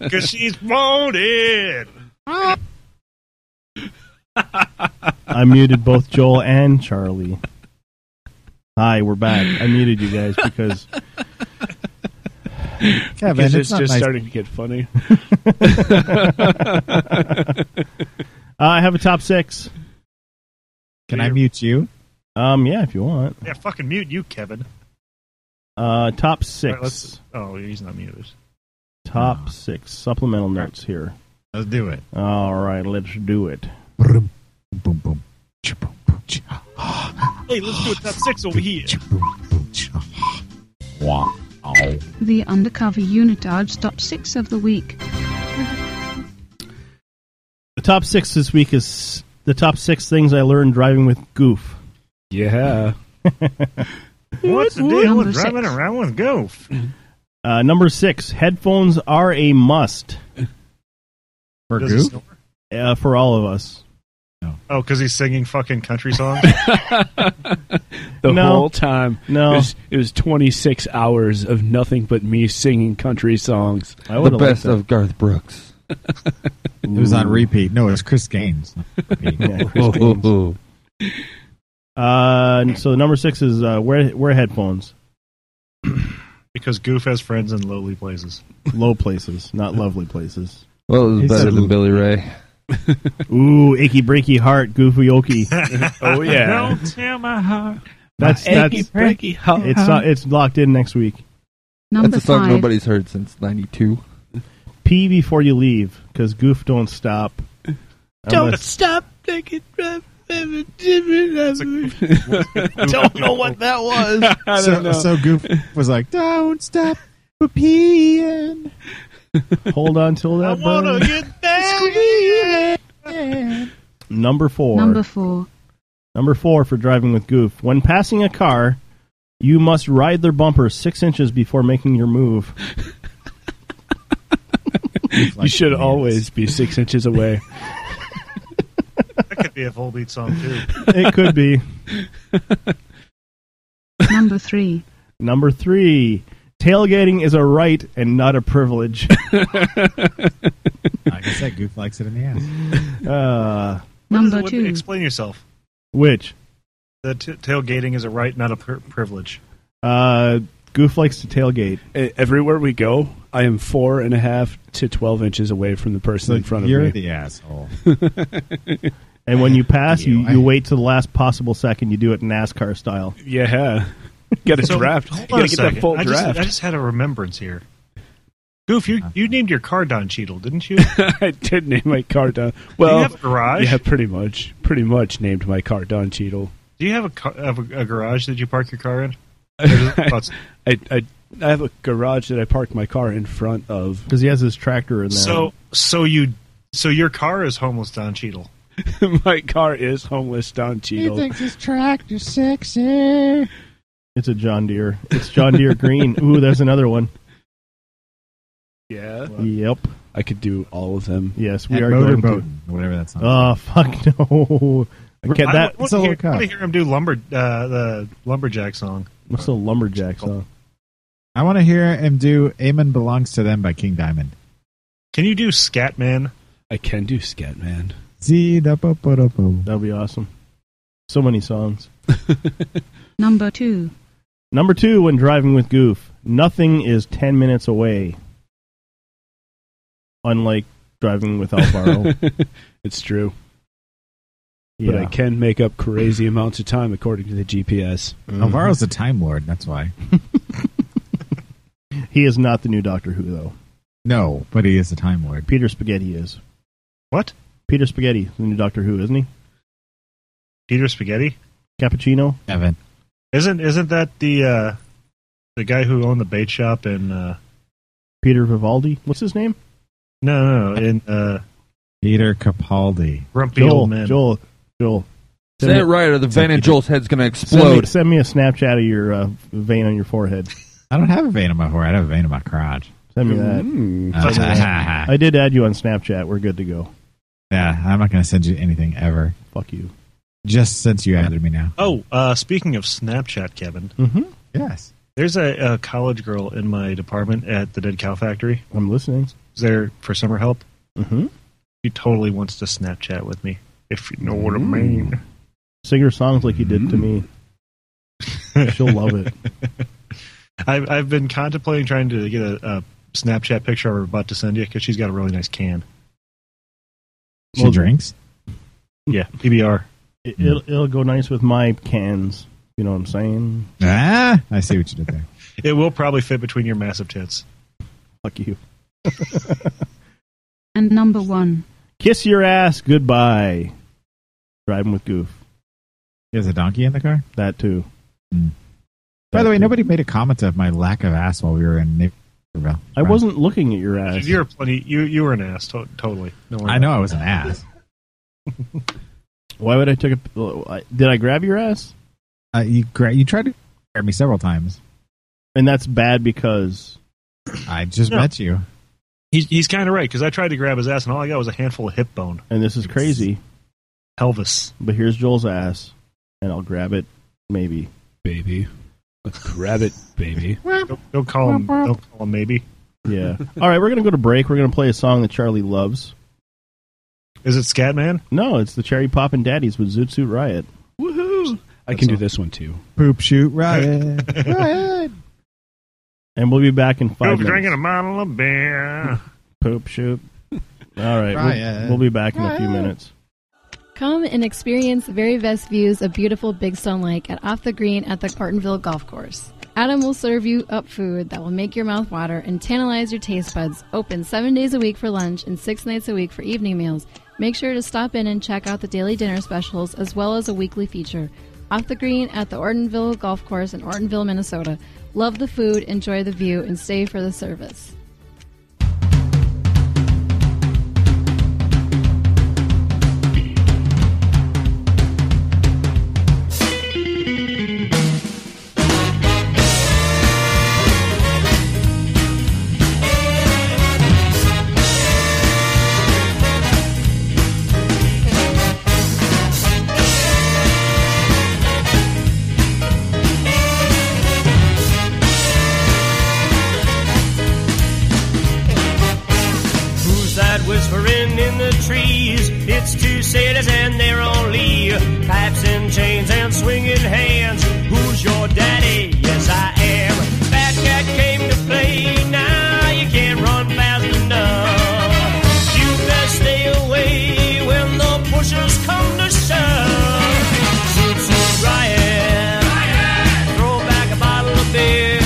Speaker 8: Because she's wanted. Ah.
Speaker 6: I muted both Joel and Charlie. Hi, we're back. I muted you guys because
Speaker 14: Kevin, Because it's it's not just nice. starting to
Speaker 6: (laughs)
Speaker 14: get funny.
Speaker 6: Uh, I have a top six.
Speaker 13: Can I mute you?
Speaker 6: Um, yeah, if you want.
Speaker 8: Yeah, fucking mute you, Kevin.
Speaker 6: Uh, top
Speaker 8: All
Speaker 6: six.
Speaker 8: right, let's- oh, he's not muted.
Speaker 6: Top six supplemental notes here.
Speaker 13: Ah. Let's do it.
Speaker 6: All right, let's do it.
Speaker 8: Hey, let's do a top six over here.
Speaker 13: Wow.
Speaker 18: The Undercover Unitards top six of the week.
Speaker 6: The top six this week is the top six things I learned driving with Goof.
Speaker 14: Yeah.
Speaker 8: What's Mm-hmm. the
Speaker 18: Woot,
Speaker 8: deal
Speaker 18: woot.
Speaker 8: with driving around with Goof?
Speaker 6: (laughs) Uh, number six, headphones are a must. For
Speaker 8: Does he Goof? snore?
Speaker 6: Uh, for all of us.
Speaker 8: Oh, because he's singing fucking country
Speaker 13: (laughs)
Speaker 8: songs?
Speaker 14: the
Speaker 6: No.
Speaker 14: whole time.
Speaker 6: No.
Speaker 14: it was, it was 26 hours of nothing but me singing country songs.
Speaker 6: I would've The best liked that. of
Speaker 10: Garth Brooks.
Speaker 14: (laughs)
Speaker 13: It was on repeat. No, it was
Speaker 10: (laughs)
Speaker 13: Chris Gaines.
Speaker 6: Yeah, Chris Gaines. Uh, and so number six is uh, wear wear headphones,
Speaker 8: (clears throat) because Goof has friends in lowly places.
Speaker 6: low places, not lovely places.
Speaker 10: Well, it was
Speaker 6: He
Speaker 10: better
Speaker 6: said
Speaker 10: than
Speaker 6: loop.
Speaker 10: Billy Ray.
Speaker 6: Ooh, achy breaky heart, goofy
Speaker 8: (laughs)
Speaker 6: okey.
Speaker 14: Oh, yeah.
Speaker 18: Don't tear my heart.
Speaker 6: That's
Speaker 18: My achy
Speaker 6: that's
Speaker 18: breaky heart.
Speaker 6: It's uh, it's locked in next week.
Speaker 18: Number
Speaker 10: That's a song
Speaker 18: five.
Speaker 10: nobody's heard since '92.
Speaker 6: Pee before you leave, because goof don't stop.
Speaker 18: Don't
Speaker 6: Unless-
Speaker 18: stop thinking. Don't know what that was.
Speaker 13: so, so Goof was like, "Don't stop
Speaker 6: peeing. Hold on till that burn. Number four.
Speaker 18: Number four.
Speaker 6: Number four for driving with goof. When passing a car, you must ride their bumper six inches before making your move.
Speaker 14: you should always be six inches away.
Speaker 8: That could be a full beat song too.
Speaker 6: It could be.
Speaker 18: (laughs) Number three.
Speaker 6: Number three. Tailgating is a right and not a
Speaker 14: (laughs)
Speaker 6: privilege.
Speaker 13: I guess that goof likes it in the ass.
Speaker 6: uh,
Speaker 18: Number
Speaker 8: What-
Speaker 18: two.
Speaker 8: Explain yourself.
Speaker 6: which?
Speaker 8: The t- tailgating is a right, not a pr- privilege.
Speaker 6: Uh, Goof likes to tailgate.
Speaker 14: E- Everywhere we go, I am four and a half to twelve inches away from the person in front of
Speaker 13: you're
Speaker 14: me.
Speaker 13: the
Speaker 14: (laughs)
Speaker 13: asshole.
Speaker 6: And when you pass, you, you wait to the last possible second. You do it NASCAR style.
Speaker 14: Yeah. (laughs) Got a
Speaker 8: So,
Speaker 14: draft.
Speaker 8: Hold
Speaker 14: You
Speaker 8: on
Speaker 14: gotta
Speaker 8: a
Speaker 14: get that
Speaker 8: second.
Speaker 14: full
Speaker 8: I just-
Speaker 14: draft. Uh-huh.
Speaker 8: I just had a remembrance here. Goof, you, you named your car Don Cheadle, didn't
Speaker 14: (laughs)
Speaker 8: you?
Speaker 14: I did name my car Don. Well,
Speaker 8: have a garage?
Speaker 14: Yeah, pretty much. Pretty much named my car Don Cheadle.
Speaker 8: Do you have a, car, have a, a garage that you park your car in? Or does
Speaker 14: (laughs)
Speaker 8: it- oh,
Speaker 14: I, I I have a garage that I park my car in front of
Speaker 6: because he has his tractor in there.
Speaker 8: so so you so your car is homeless Don Cheadle.
Speaker 14: (laughs) my car is homeless Don Cheadle.
Speaker 6: his tractor sexy. It's a John Deere. It's John Deere green. Ooh, there's another
Speaker 14: (laughs)
Speaker 6: one.
Speaker 14: yeah,
Speaker 6: Yep.
Speaker 14: I could do all of them.
Speaker 6: Yes, we
Speaker 13: At
Speaker 6: are
Speaker 13: motorboat,
Speaker 6: going
Speaker 13: or whatever that's
Speaker 6: to.
Speaker 13: on.
Speaker 6: Oh fuck no! I can't, that
Speaker 8: want to hear, I wanna hear him do lumber uh, the lumberjack song.
Speaker 6: what's the lumberjack song?
Speaker 13: I want to hear him do "Amen Belongs to Them" by King Diamond.
Speaker 8: Can you do Scatman?
Speaker 14: I can do Scatman.
Speaker 13: See da po po da po.
Speaker 6: That'll be awesome. So many songs.
Speaker 18: Number two.
Speaker 6: Number two, when driving with Goof, nothing is ten minutes away. Unlike driving with Alvaro.
Speaker 14: it's true. But
Speaker 6: Yeah.
Speaker 14: I can make up crazy amounts of time according to the GPS.
Speaker 6: Mm-hmm.
Speaker 13: Alvaro's a Oh, time lord. That's why.
Speaker 6: he is not the new Doctor Who though.
Speaker 13: No, but he is a time lord.
Speaker 6: Peter Spaghetti is.
Speaker 8: What?
Speaker 6: Peter Spaghetti, the new Doctor Who, isn't he?
Speaker 8: Peter Spaghetti?
Speaker 6: Cappuccino.
Speaker 13: Evan.
Speaker 8: Isn't isn't that the uh, the guy who owned the bait shop in uh,
Speaker 6: Peter Vivaldi. What's his name?
Speaker 8: no no no, in uh,
Speaker 13: Peter Capaldi.
Speaker 8: Grumpy
Speaker 6: Joel.
Speaker 8: Old Man?
Speaker 6: Joel. Joel.
Speaker 10: Say
Speaker 6: Send
Speaker 10: that
Speaker 6: me-
Speaker 10: right, or the Van and Joel's head's going to
Speaker 6: Send me,
Speaker 10: explode.
Speaker 6: send me a Snapchat of your uh, vein on your forehead.
Speaker 13: I don't have a vein in my forehead. I have a vein in my crotch. Uh,
Speaker 6: Send me
Speaker 13: (laughs)
Speaker 6: that.
Speaker 14: Mm.
Speaker 13: yeah,
Speaker 6: I did add you on Snapchat. We're good to go.
Speaker 13: I'm not going to send you anything ever.
Speaker 6: Fuck you.
Speaker 13: Just since you added me now.
Speaker 8: Oh, uh, speaking of Snapchat, Kevin,
Speaker 14: Hmm.
Speaker 6: Mm-hmm.
Speaker 13: Yes.
Speaker 8: there's a, a college girl in my department at the Dead Cow Factory.
Speaker 6: I'm listening.
Speaker 8: Is there for summer help?
Speaker 6: Mm-hmm.
Speaker 8: She totally wants to Snapchat with me, if you know what I mean.
Speaker 6: Sing her songs like you did to me.
Speaker 13: Mm.
Speaker 6: She'll love
Speaker 13: (laughs)
Speaker 6: it.
Speaker 8: I've, I've been contemplating trying to get a, a Snapchat picture of her about to send you because she's got a really nice can.
Speaker 13: She
Speaker 6: Well,
Speaker 13: drinks. Mm.
Speaker 8: Yeah, PBR.
Speaker 6: it it'll, it'll go nice with my cans. You know what I'm saying?
Speaker 13: Ah, I see what you did there.
Speaker 8: It will probably fit between your massive tits.
Speaker 6: Fuck you.
Speaker 18: (laughs) And number one.
Speaker 6: Kiss your ass goodbye. Driving with Goof.
Speaker 13: There's a donkey in the car.
Speaker 6: That too.
Speaker 13: Hmm. By the way,
Speaker 6: That too.
Speaker 13: nobody meight a comment of my lack of ass while we were in Naperville.
Speaker 6: I wasn't looking at your ass.
Speaker 8: You're plenty. You you were an ass. To- totally. No
Speaker 13: I know I was an ass.
Speaker 6: Why would I take a? Did I grab your ass?
Speaker 13: Uh, you gra- you tried to grab me several times.
Speaker 6: And that's bad because
Speaker 13: I just
Speaker 8: No.
Speaker 13: met you.
Speaker 8: He's he's kind of right because I tried to grab his ass and all I got was a handful of hip bone,
Speaker 6: and this is crazy.
Speaker 8: pelvis.
Speaker 6: But here's Joel's ass, and I'll grab it. Maybe
Speaker 14: Baby. Grab it, baby.
Speaker 8: Don't, don't call him. Don't call him. Maybe. (laughs)
Speaker 6: Yeah. All right, we're going to go to break. We're going to play a song that Charlie loves.
Speaker 8: Is it Scatman?
Speaker 6: No, it's the Cherry Pop and Daddies with Zoot Suit Riot.
Speaker 14: Woohoo! I can do this one too.
Speaker 13: Poop shoot riot.
Speaker 8: (laughs)
Speaker 13: riot.
Speaker 6: And we'll be back in
Speaker 8: You're
Speaker 6: five
Speaker 8: drinking a
Speaker 6: minutes.
Speaker 8: bottle of beer.
Speaker 6: Poop shoot. All right, we'll-
Speaker 13: Riot.
Speaker 6: We'll, be back in a few minutes.
Speaker 20: Come and experience the very best views of beautiful Big Stone Lake at Off the Green at the Cartonville Golf Course. Adam will serve you up food that will make your mouth water and tantalize your taste buds. Open seven days a week for lunch and six nights a week for evening meals. Make sure to stop in and check out the daily dinner specials as well as a weekly feature. off the green at the Ortonville Golf Course in Ortonville, Minnesota. Love the food, enjoy the view, and stay for the service.
Speaker 21: Who's that whispering in the trees? It's two cities and they're only pipes and chains and swinging hands. Who's your daddy? Yes, I am. Fat cat came to play. Now you can't run fast enough. You best stay away when the pushers come to shove. Zoot zoot riot. Throw back a bottle of beer.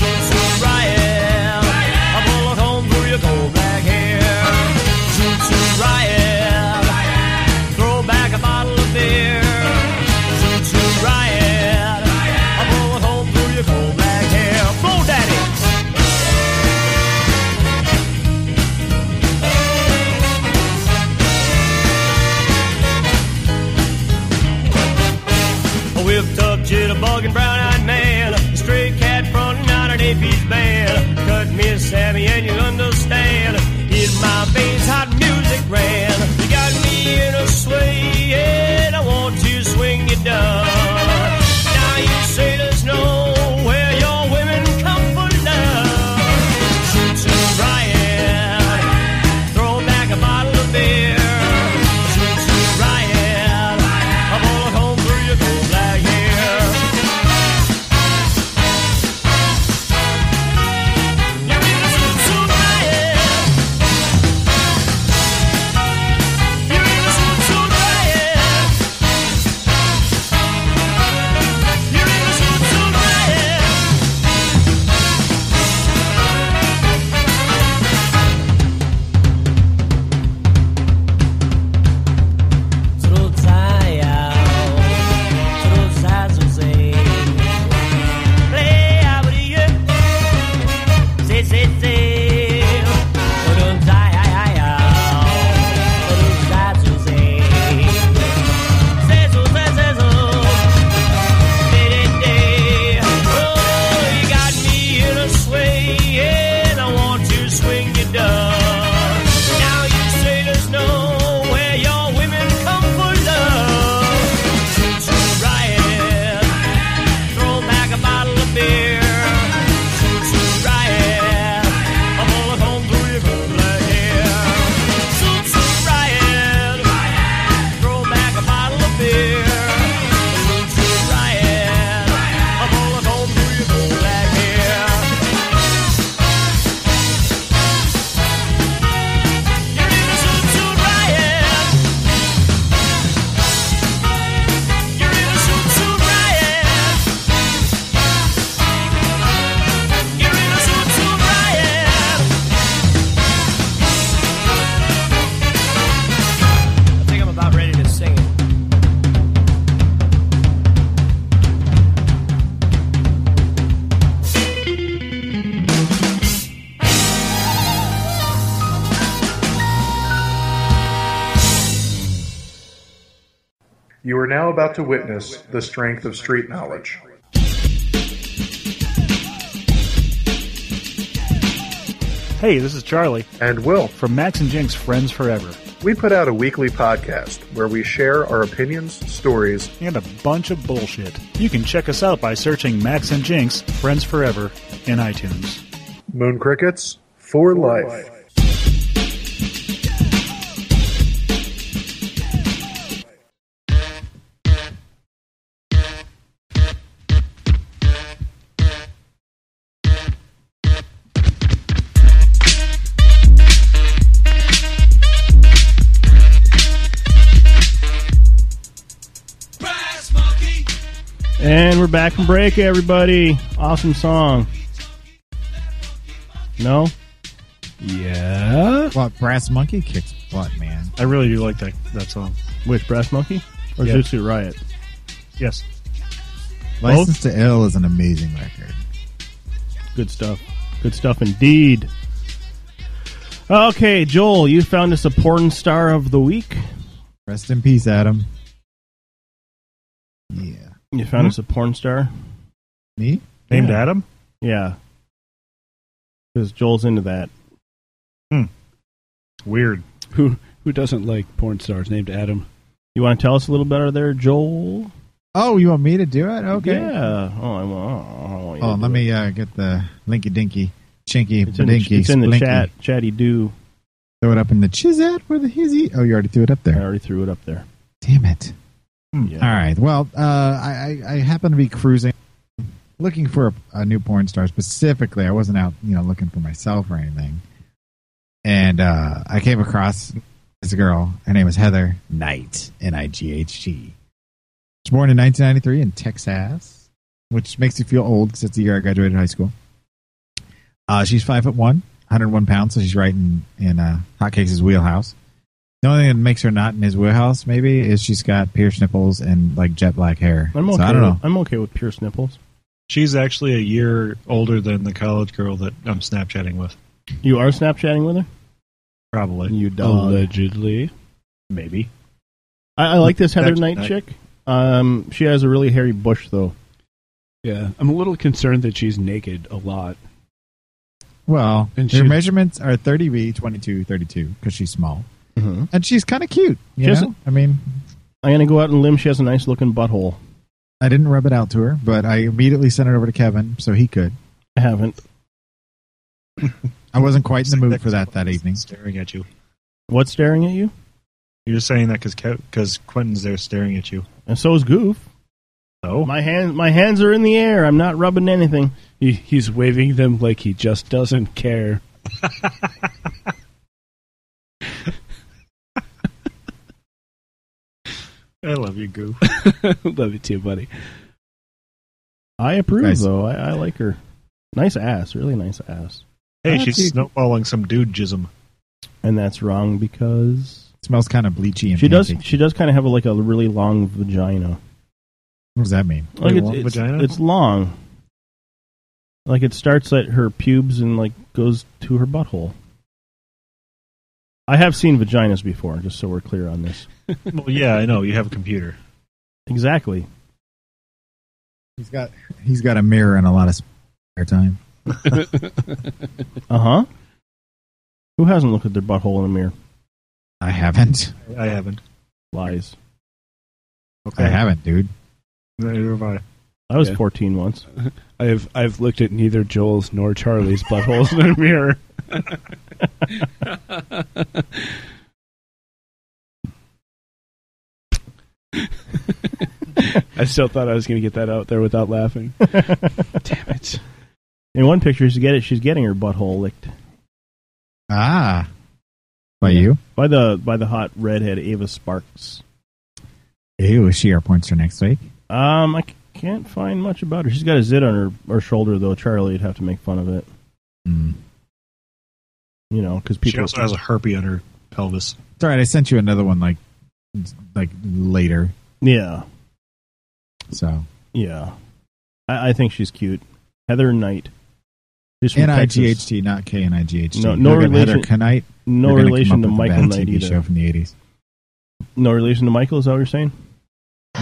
Speaker 21: Zoot zoot riot. A bullet home through your gold black hair. Zoot zoot riot. Throw back a bottle of beer. Zoot zoot riot. A bullet home through your gold black hair. Blow daddy. A whipped up jitterbug and brown eyed man. A stray cat frontin' out an AP's band. Cut me a Sammy and you'll understand. In my veins, hot music ran. You got me in a sway and I want to swing you down. Now you sailors know where your women come for love. Shoot to riot. Throw back a bottle of beer. Shoot to riot. A bullet home through your cold black hair. Throw back a bottle of beer. Shoot, shoot, riot. I'm all at home through your cold blood hair. Shoot, shoot, riot. Throw back a bottle of beer. Shoot, shoot, riot. I'm all at home through your cold black hair. You're in a shoot, shoot, riot. You're in a shoot, shoot, riot. You're in a shoot, shoot, riot. I think I'm about ready to sing it.
Speaker 7: You are now about to witness the strength of street knowledge.
Speaker 8: Hey, this is Charlie.
Speaker 7: And Will.
Speaker 8: From Max and Jinx Friends Forever.
Speaker 7: We put out a weekly podcast where we share our opinions, stories,
Speaker 8: and a bunch of bullshit. You can check us out by searching Max and Jinx Friends Forever in iTunes.
Speaker 7: Moon Crickets for life.
Speaker 6: And we're back from break, everybody. Awesome song. No? Yeah.
Speaker 13: What brass monkey kicks butt, man.
Speaker 8: I really do like that that song.
Speaker 6: Which Brass Monkey or
Speaker 8: Yeah.
Speaker 6: Zoot Suit Riot?
Speaker 8: Yes.
Speaker 13: License to Ill is an amazing record.
Speaker 6: Good stuff. Good stuff indeed. Okay, Joel, you found us a porn star of the week.
Speaker 13: Rest in peace, Adam. Yeah. Hmm?
Speaker 6: You found us a porn star.
Speaker 13: Me?
Speaker 8: Named
Speaker 6: Yeah.
Speaker 8: Adam?
Speaker 6: Yeah. Because Joel's into that.
Speaker 8: Weird.
Speaker 14: Who who doesn't like porn stars named Adam?
Speaker 6: You want to tell us a little better there, Joel?
Speaker 13: Oh, you want me to do it? Okay.
Speaker 6: Yeah. Oh, I want. I want you to
Speaker 13: Oh,
Speaker 6: do
Speaker 13: let
Speaker 6: it.
Speaker 13: me uh, get the linky dinky, chinky,
Speaker 6: It's in the,
Speaker 13: dinky,
Speaker 6: it's in the chat. Chatty do.
Speaker 13: Throw it up in the chizat where the hizzy. Oh, you already threw it up there. I
Speaker 6: already threw it up there.
Speaker 13: Damn it.
Speaker 6: Yeah.
Speaker 13: All right. Well, uh, I, I I happen to be cruising, looking for a, a new porn star specifically. I wasn't out, you know, looking for myself or anything. And uh, I came across this girl. Her name was Heather Knight, N I G H T. She was born in 1993 in Texas, which makes you feel old because it's the year I graduated high school. Uh, she's five foot one, 101 pounds, so she's right in in uh, Hotcakes' wheelhouse. The only thing that makes her not in his wheelhouse, maybe, is she's got pierced nipples and like jet black hair.
Speaker 6: I'm
Speaker 13: So
Speaker 6: okay.
Speaker 13: I don't know.
Speaker 6: with, I'm okay with pierced nipples.
Speaker 8: She's actually a year older than the college girl that I'm Snapchatting with.
Speaker 6: You are Snapchatting with her?
Speaker 8: Probably.
Speaker 6: You
Speaker 14: Allegedly.
Speaker 6: Maybe. I, I like this Heather
Speaker 14: That's-
Speaker 6: Knight
Speaker 14: I-
Speaker 6: chick. Um, she has a really hairy bush, though.
Speaker 14: Yeah, I'm a little concerned that she's naked a lot.
Speaker 13: Well,
Speaker 14: And
Speaker 13: her
Speaker 14: she-
Speaker 13: measurements are 30B, 22, 32, because she's small. And she's kind of cute. You
Speaker 6: She has
Speaker 13: know? I mean,
Speaker 6: I'm gonna go out on a limb. She has a nice looking butthole.
Speaker 13: I didn't rub it out to her, but I immediately sent it over to Kevin so he could.
Speaker 6: I haven't.
Speaker 13: I wasn't quite in the mood for that that evening.
Speaker 8: Staring at you.
Speaker 6: What's staring at you?
Speaker 8: You're saying that because Quentin's there staring at you.
Speaker 6: And so is Goof.
Speaker 8: Oh,
Speaker 6: my hands, my hands are in the air. I'm not rubbing anything.
Speaker 14: He, he's waving them like he just doesn't care.
Speaker 8: I love you, Goof.
Speaker 14: (laughs) Love you too, buddy.
Speaker 6: I approve,
Speaker 14: Nice.
Speaker 6: though. I, I like her. Nice ass, really nice ass.
Speaker 8: Hey,
Speaker 6: Ah,
Speaker 8: she's
Speaker 6: dude.
Speaker 8: snowballing some dude jism.
Speaker 6: And that's wrong because
Speaker 13: smells kind of bleachy. And
Speaker 6: she does.
Speaker 13: panty.
Speaker 6: She does kind of have a, like a really long vagina.
Speaker 13: What does that mean?
Speaker 6: Like
Speaker 13: Wait,
Speaker 6: it's,
Speaker 13: long
Speaker 6: it's,
Speaker 13: vagina?
Speaker 6: it's long. Like it starts at her pubes and like goes to her butthole. I have seen vaginas before, just so we're clear on this.
Speaker 8: well, yeah, I know. You have a computer.
Speaker 6: Exactly.
Speaker 13: He's
Speaker 6: (laughs)
Speaker 13: got he's got a mirror and a lot of spare time.
Speaker 6: uh huh. Uh-huh. Who hasn't looked at their butthole in a mirror?
Speaker 13: I haven't.
Speaker 8: I haven't.
Speaker 6: Lies.
Speaker 13: I haven't, dude.
Speaker 8: Neither have I.
Speaker 6: I was
Speaker 14: Yeah.
Speaker 6: 14 once.
Speaker 14: (laughs) I've I've looked at neither Joel's nor Charlie's buttholes in a mirror. I still thought I was going to get that out there
Speaker 6: (laughs)
Speaker 14: without laughing. Damn it!
Speaker 6: In one picture, she's get it. She's getting her butthole licked
Speaker 13: Ah. By you?
Speaker 6: by the by the hot redhead Ava Sparks.
Speaker 13: Ew, is she our pointer next week?
Speaker 6: Um, I c- can't find much about her. She's got a zit on her, her shoulder, though. Charlie would have to make fun of it.
Speaker 13: Hmm.
Speaker 6: You know, because people.
Speaker 8: She also has a herpy on her pelvis.
Speaker 13: It's all right. I sent you another one like like later.
Speaker 6: Yeah,
Speaker 13: So
Speaker 6: yeah. I, I think she's cute. Heather Knight. She's from
Speaker 13: N I G
Speaker 6: Texas.
Speaker 13: H T, not K N I G H T.
Speaker 6: No- no
Speaker 13: Look at
Speaker 6: relation-
Speaker 13: Heather Knight.
Speaker 6: no
Speaker 13: You're gonna
Speaker 6: relation
Speaker 13: come up
Speaker 6: to
Speaker 13: with a
Speaker 6: Michael
Speaker 13: bad
Speaker 6: Knight
Speaker 13: TV
Speaker 6: either.
Speaker 13: show from the eighties.
Speaker 6: No relation to Michael. Is that what you're saying?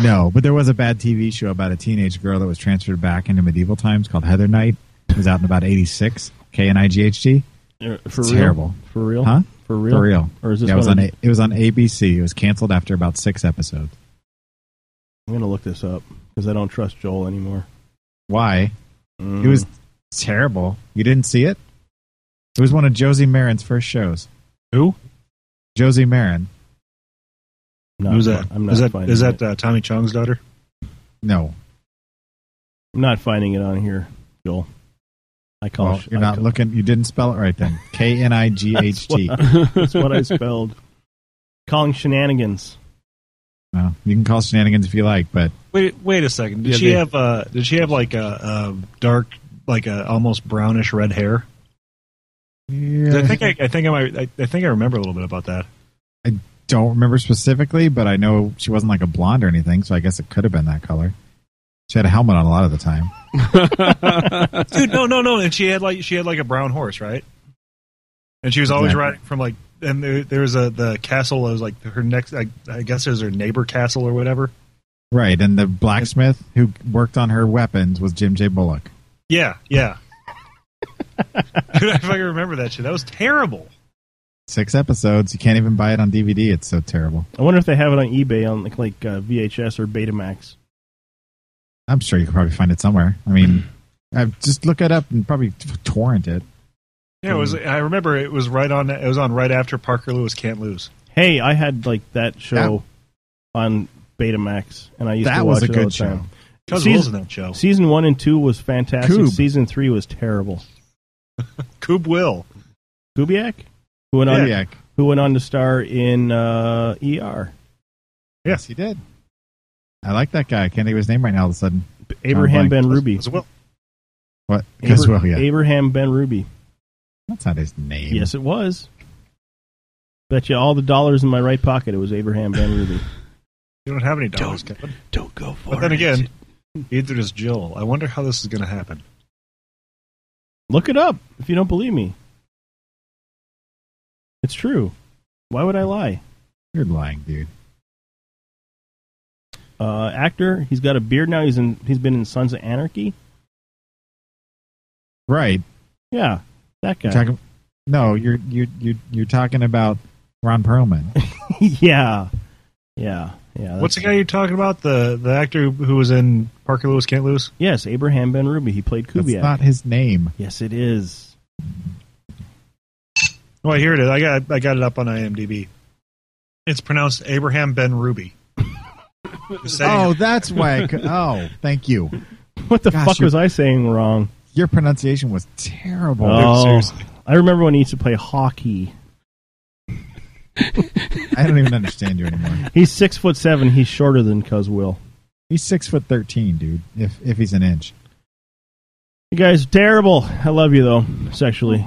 Speaker 13: No, but there was a bad TV show about a teenage girl that was transferred back into medieval times called Heather Knight. It was out in about eighty six. K N I G H T.
Speaker 6: Er, For
Speaker 13: It's
Speaker 6: real?
Speaker 13: terrible.
Speaker 6: For real?
Speaker 13: Huh?
Speaker 6: For real?
Speaker 13: For real.
Speaker 6: Or is this
Speaker 13: Yeah, it was
Speaker 6: one
Speaker 13: on
Speaker 6: of-
Speaker 13: A- it was on ABC. It was canceled after about six episodes.
Speaker 6: I'm gonna look this up because I don't trust Joel anymore.
Speaker 13: Why?
Speaker 6: Mm.
Speaker 13: It was terrible. You didn't see it? It was one of Josie Marin's first shows.
Speaker 8: Who?
Speaker 13: Josie Marin.
Speaker 6: Not
Speaker 8: Who's
Speaker 6: fi-
Speaker 8: that?
Speaker 6: I'm not
Speaker 8: is that,
Speaker 6: finding
Speaker 8: is that
Speaker 6: it.
Speaker 8: uh, Tommy Chong's daughter?
Speaker 13: No.
Speaker 6: I'm not finding it on here, Joel. I call.
Speaker 13: Well, you're not looking. You didn't spell it right
Speaker 8: (laughs)
Speaker 13: then. K N I G H
Speaker 6: (laughs)
Speaker 13: T.
Speaker 6: That's what, that's what I spelled. Calling shenanigans.
Speaker 13: (laughs) Well, you can call shenanigans if you like, but
Speaker 8: Wait, wait a second. Did
Speaker 13: Yeah,
Speaker 8: she
Speaker 13: they-
Speaker 8: have? Uh, did she have like a, a dark, like a almost brownish red hair?
Speaker 13: Yeah.
Speaker 8: I think I, I think I, might, I, I think I remember a little bit about that.
Speaker 13: don't remember specifically, but I know she wasn't like a blonde or anything, so I guess it could have been that color. She had a helmet on a lot of the time.
Speaker 8: (laughs) dude. No, no, no. And she had like she had like a brown horse, right? And she was always
Speaker 13: Exactly.
Speaker 8: riding from like. And there, there was a the castle. It was like her next. I, I guess it was her neighbor castle or whatever.
Speaker 13: Right, and the blacksmith who worked on her weapons was Jim J. Bullock.
Speaker 8: Yeah, yeah. (laughs) Dude, I fucking remember that shit. That was terrible.
Speaker 13: Six episodes. You can't even buy it on DVD. It's so terrible.
Speaker 6: I wonder if they have it on eBay on like, like uh, VHS or Betamax.
Speaker 13: I'm sure you can probably find it somewhere. I mean, I just look it up and probably t- torrent it.
Speaker 8: Yeah, it was. I remember it was right on. It was on right after Parker Lewis can't lose.
Speaker 6: Hey, I had like that show on Betamax, and I used
Speaker 8: That
Speaker 6: to watch
Speaker 8: was a
Speaker 6: it all
Speaker 8: good
Speaker 6: the time.
Speaker 8: show. Cuz Will's in that show.
Speaker 6: Season one and two was fantastic.
Speaker 8: Coob.
Speaker 6: Season three was terrible.
Speaker 8: Coob Will,
Speaker 6: Kubiak, who went on,
Speaker 8: Kubiak.
Speaker 6: who went on to star in uh, ER.
Speaker 13: Yes, he did. I like that guy. I can't think of his name right now all of a sudden.
Speaker 6: Abraham
Speaker 13: I'm blank.
Speaker 6: Ben Ruby.
Speaker 13: What?
Speaker 6: Abra-
Speaker 13: Caswell, yeah.
Speaker 6: Abraham Ben Ruby.
Speaker 13: That's not his name.
Speaker 6: Yes, it was. Bet you all the dollars in my right pocket it was Abraham Ben Ruby.
Speaker 8: you don't have any dollars, don't, Kevin.
Speaker 14: Don't go for
Speaker 8: But then
Speaker 14: it.
Speaker 8: again, either is Jill. I wonder how this is going to happen.
Speaker 6: Look it up if you don't believe me. It's true. Why would I lie?
Speaker 13: You're lying, dude.
Speaker 6: Uh, actor. He's got a beard now. He's in. He's been in Sons of Anarchy.
Speaker 13: Right.
Speaker 6: Yeah, that guy.
Speaker 13: You're talking- no, you're you're you're you're talking about Ron Perlman.
Speaker 6: yeah, yeah, yeah.
Speaker 8: What's the guy you're talking about? The the actor who was in Parker Lewis can't lose.
Speaker 6: Yes, Abraham Ben Ruby. He played Kubiak.
Speaker 8: not
Speaker 13: his name.
Speaker 6: Yes, it is. (laughs)
Speaker 8: Well, Oh, here it is. I got I got it up on IMDb. It's pronounced Abraham Ben Ruby. Just saying.
Speaker 13: (laughs) oh, that's why. I could, oh, thank you.
Speaker 6: (laughs) What the
Speaker 13: Gosh,
Speaker 6: fuck
Speaker 13: your-
Speaker 6: was I saying wrong?
Speaker 13: Your pronunciation was terrible.
Speaker 6: Oh,
Speaker 13: Seriously.
Speaker 6: I remember when he used to play hockey.
Speaker 13: I don't even understand you anymore.
Speaker 6: He's six foot seven. He's shorter than Cuz Will.
Speaker 13: He's six foot thirteen, dude. If if he's an inch.
Speaker 6: You guys are terrible. I love you though, sexually.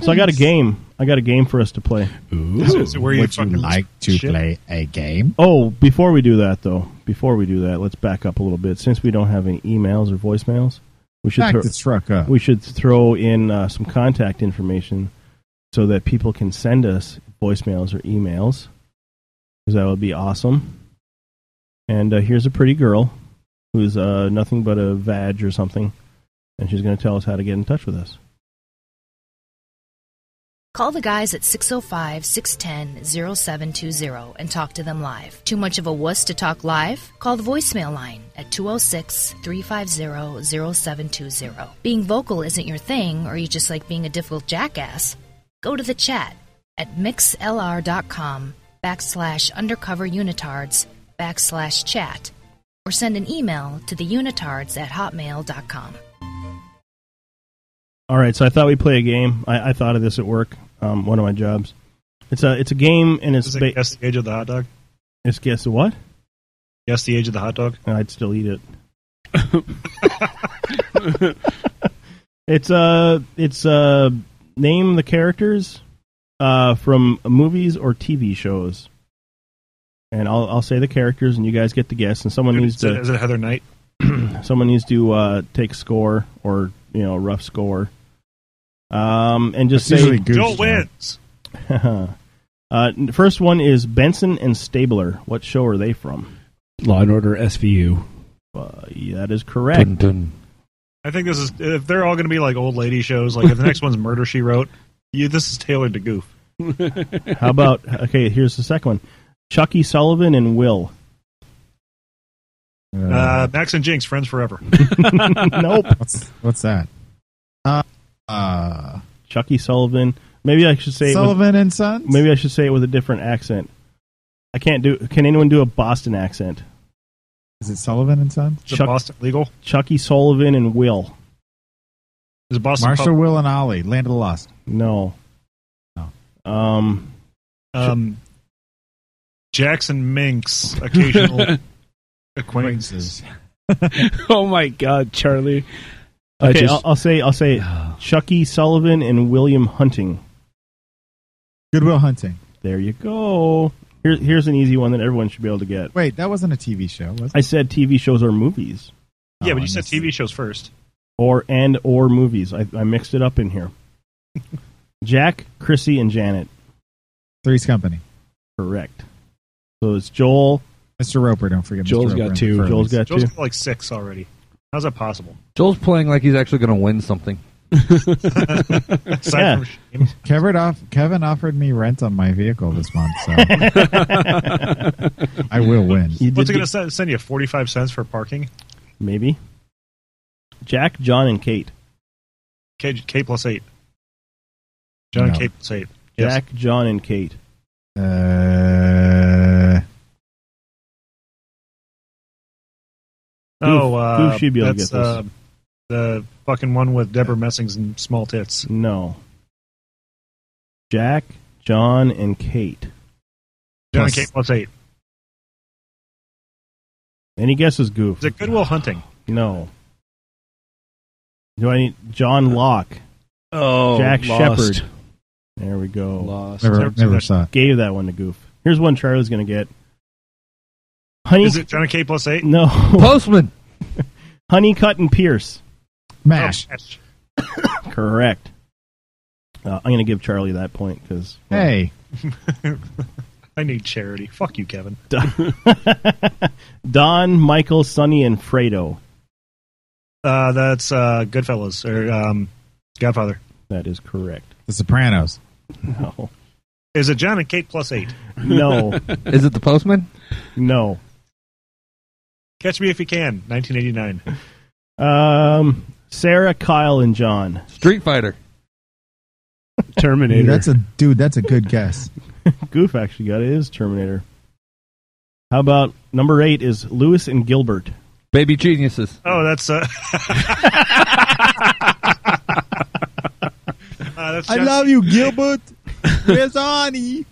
Speaker 6: so I got a
Speaker 13: thanks.
Speaker 6: game. I got a game for us to play.
Speaker 13: So- so where you Would you fucking- like to Shit. play a game?
Speaker 6: Oh, before we do that though, before we do that, let's back up a little bit. Since we don't have any emails or voicemails, we should
Speaker 13: Back
Speaker 6: throw,
Speaker 13: the truck up.
Speaker 6: we should throw in uh, some contact information so that people can send us voicemails or emails. Because that would be awesome. And uh, here's a pretty girl who's uh, nothing but a vag or something, and she's going to tell us how to get in touch with us.
Speaker 5: Call the guys at 605 610 0720 and talk to them live. Too much of a wuss to talk live? Call the voicemail line at 206 350 0720. oh. Being vocal isn't your thing, or you just like being a difficult jackass? Go to the chat at mixlr.com backslash undercover unitards backslash chat or send an email to the unitards at hotmail.com.
Speaker 6: All right, so I thought we'd play a game. I, I thought of this at work, um, one of my jobs. It's a it's a game and it's
Speaker 8: Is it
Speaker 6: ba-
Speaker 8: guess the age of the hot dog?
Speaker 6: it's guess what?
Speaker 8: Guess the age of the hot dog.
Speaker 6: I'd still eat it. (laughs) It's uh it's uh name the characters uh from movies or TV shows. And I'll I'll say the characters and you guys get the guess and someone needs
Speaker 8: Is it,
Speaker 6: to
Speaker 8: is it Heather Knight?
Speaker 6: (clears throat) someone needs to uh take score or you know rough score. Um and just
Speaker 8: That's
Speaker 6: say
Speaker 8: usually Goose's Joe job.
Speaker 6: (laughs)
Speaker 8: wins.
Speaker 6: uh n- first one is Benson and Stabler. What show are they from?
Speaker 14: Law and Order SVU.
Speaker 6: Uh, yeah, that is correct.
Speaker 8: I think this is if they're all going to be like old lady shows. Like if the next one's Murder She Wrote, you this is tailored to
Speaker 6: (laughs)
Speaker 8: goof.
Speaker 6: How about (laughs) okay? Here's the second one: Chucky Sullivan and Will.
Speaker 8: uh, Max and Jinx, friends forever?
Speaker 6: (laughs) nope.
Speaker 13: What's what's that? Uh, uh,
Speaker 6: Chucky Sullivan. Maybe I should say it with-
Speaker 13: Sullivan and Sons.
Speaker 6: maybe I should say it with a different accent. I can't do. Can anyone do a Boston accent?
Speaker 13: Is it Sullivan and Sons?
Speaker 6: Is Chuck-
Speaker 8: Boston legal?
Speaker 6: Chucky Sullivan and Will.
Speaker 8: Is Boston
Speaker 13: Marshall, Will, and Ollie. Land of the Lost.
Speaker 6: No. No. Um.
Speaker 8: Um, Jackson Minx,
Speaker 6: (laughs)
Speaker 8: occasional acquaintances.
Speaker 14: oh my God, Charlie! I
Speaker 6: Okay,
Speaker 14: just-
Speaker 6: I'll, I'll say I'll
Speaker 13: (sighs)
Speaker 6: say Chucky Sullivan and William Hunting.
Speaker 13: Goodwill Hunting.
Speaker 6: There you go. Here, here's an easy one that everyone should be able to get.
Speaker 13: Wait, that wasn't a TV show, was it?
Speaker 6: I said TV shows or movies,
Speaker 8: Yeah, but you said TV shows first.
Speaker 6: or and or movies. I, I mixed it up in
Speaker 13: (laughs)
Speaker 6: here. Jack, Chrissy, and Janet.
Speaker 13: Three's Company.
Speaker 6: Correct. So it's Joel.
Speaker 13: Mr. Roper, don't forget.
Speaker 6: Joel's
Speaker 13: Mr. Roper
Speaker 6: got
Speaker 13: and
Speaker 6: two.
Speaker 13: the
Speaker 6: Joel's got
Speaker 8: Joel's
Speaker 6: two.
Speaker 8: got like six already. How's
Speaker 6: (laughs)
Speaker 8: that possible?
Speaker 10: Joel's playing like he's actually going to win something.
Speaker 8: Aside from
Speaker 13: Kevin, off, Kevin offered me rent on my vehicle this month,
Speaker 8: (laughs)
Speaker 13: so I will win.
Speaker 8: What's it going to send you? Forty-five cents for parking?
Speaker 6: Maybe. Jack, John, and Kate.
Speaker 8: K, K plus eight. John
Speaker 6: No.
Speaker 8: K plus eight. Yes.
Speaker 6: Jack, John, and Kate.
Speaker 13: Uh,
Speaker 8: Oh, uh,
Speaker 6: Goof should be able to
Speaker 8: that's,
Speaker 6: get this.
Speaker 8: Uh, the fucking one with Deborah Messings and small tits.
Speaker 6: No. Jack, John, and Kate.
Speaker 8: John K plus eight.
Speaker 6: Any guesses, Goof?
Speaker 8: Is it Goodwill Hunting?
Speaker 6: No. Do I need John Locke?
Speaker 14: Oh,
Speaker 6: Jack
Speaker 14: Lost.
Speaker 6: Shepard. There we go.
Speaker 14: Lost.
Speaker 13: Never- never saw it.
Speaker 6: Gave that one to Goof. Here's one Charlie's going to get. Honey,
Speaker 8: Is it John K plus eight?
Speaker 6: no. (laughs) Postman. Honeycutt and Pierce.
Speaker 13: Mash.
Speaker 8: Oh,
Speaker 6: Correct. Uh, I'm going to give Charlie that point because
Speaker 13: Hey.
Speaker 8: Oh, (laughs) I need charity. Fuck you, Kevin.
Speaker 6: Don, Michael, Sonny, and Fredo.
Speaker 8: Uh, that's uh, Goodfellas or um, Godfather.
Speaker 6: That is correct.
Speaker 13: The Sopranos.
Speaker 6: No.
Speaker 8: Is it John and Kate plus eight? (laughs)
Speaker 6: No.
Speaker 10: (laughs) Is it the postman?
Speaker 6: No.
Speaker 8: Catch Me If You Can, 1989.
Speaker 6: Um, Sarah, Kyle, and John.
Speaker 10: Street Fighter.
Speaker 6: Terminator.
Speaker 13: Dude, that's a dude. That's a good
Speaker 14: (laughs)
Speaker 13: guess.
Speaker 6: (laughs) Goof actually got it. It is Terminator. How about number eight is Lewis and Gilbert.
Speaker 10: Baby Geniuses.
Speaker 8: Oh, that's. Uh, Uh, that's
Speaker 13: I
Speaker 8: John-
Speaker 13: love you,
Speaker 8: (laughs)
Speaker 13: Gilbert. Where's Arnie?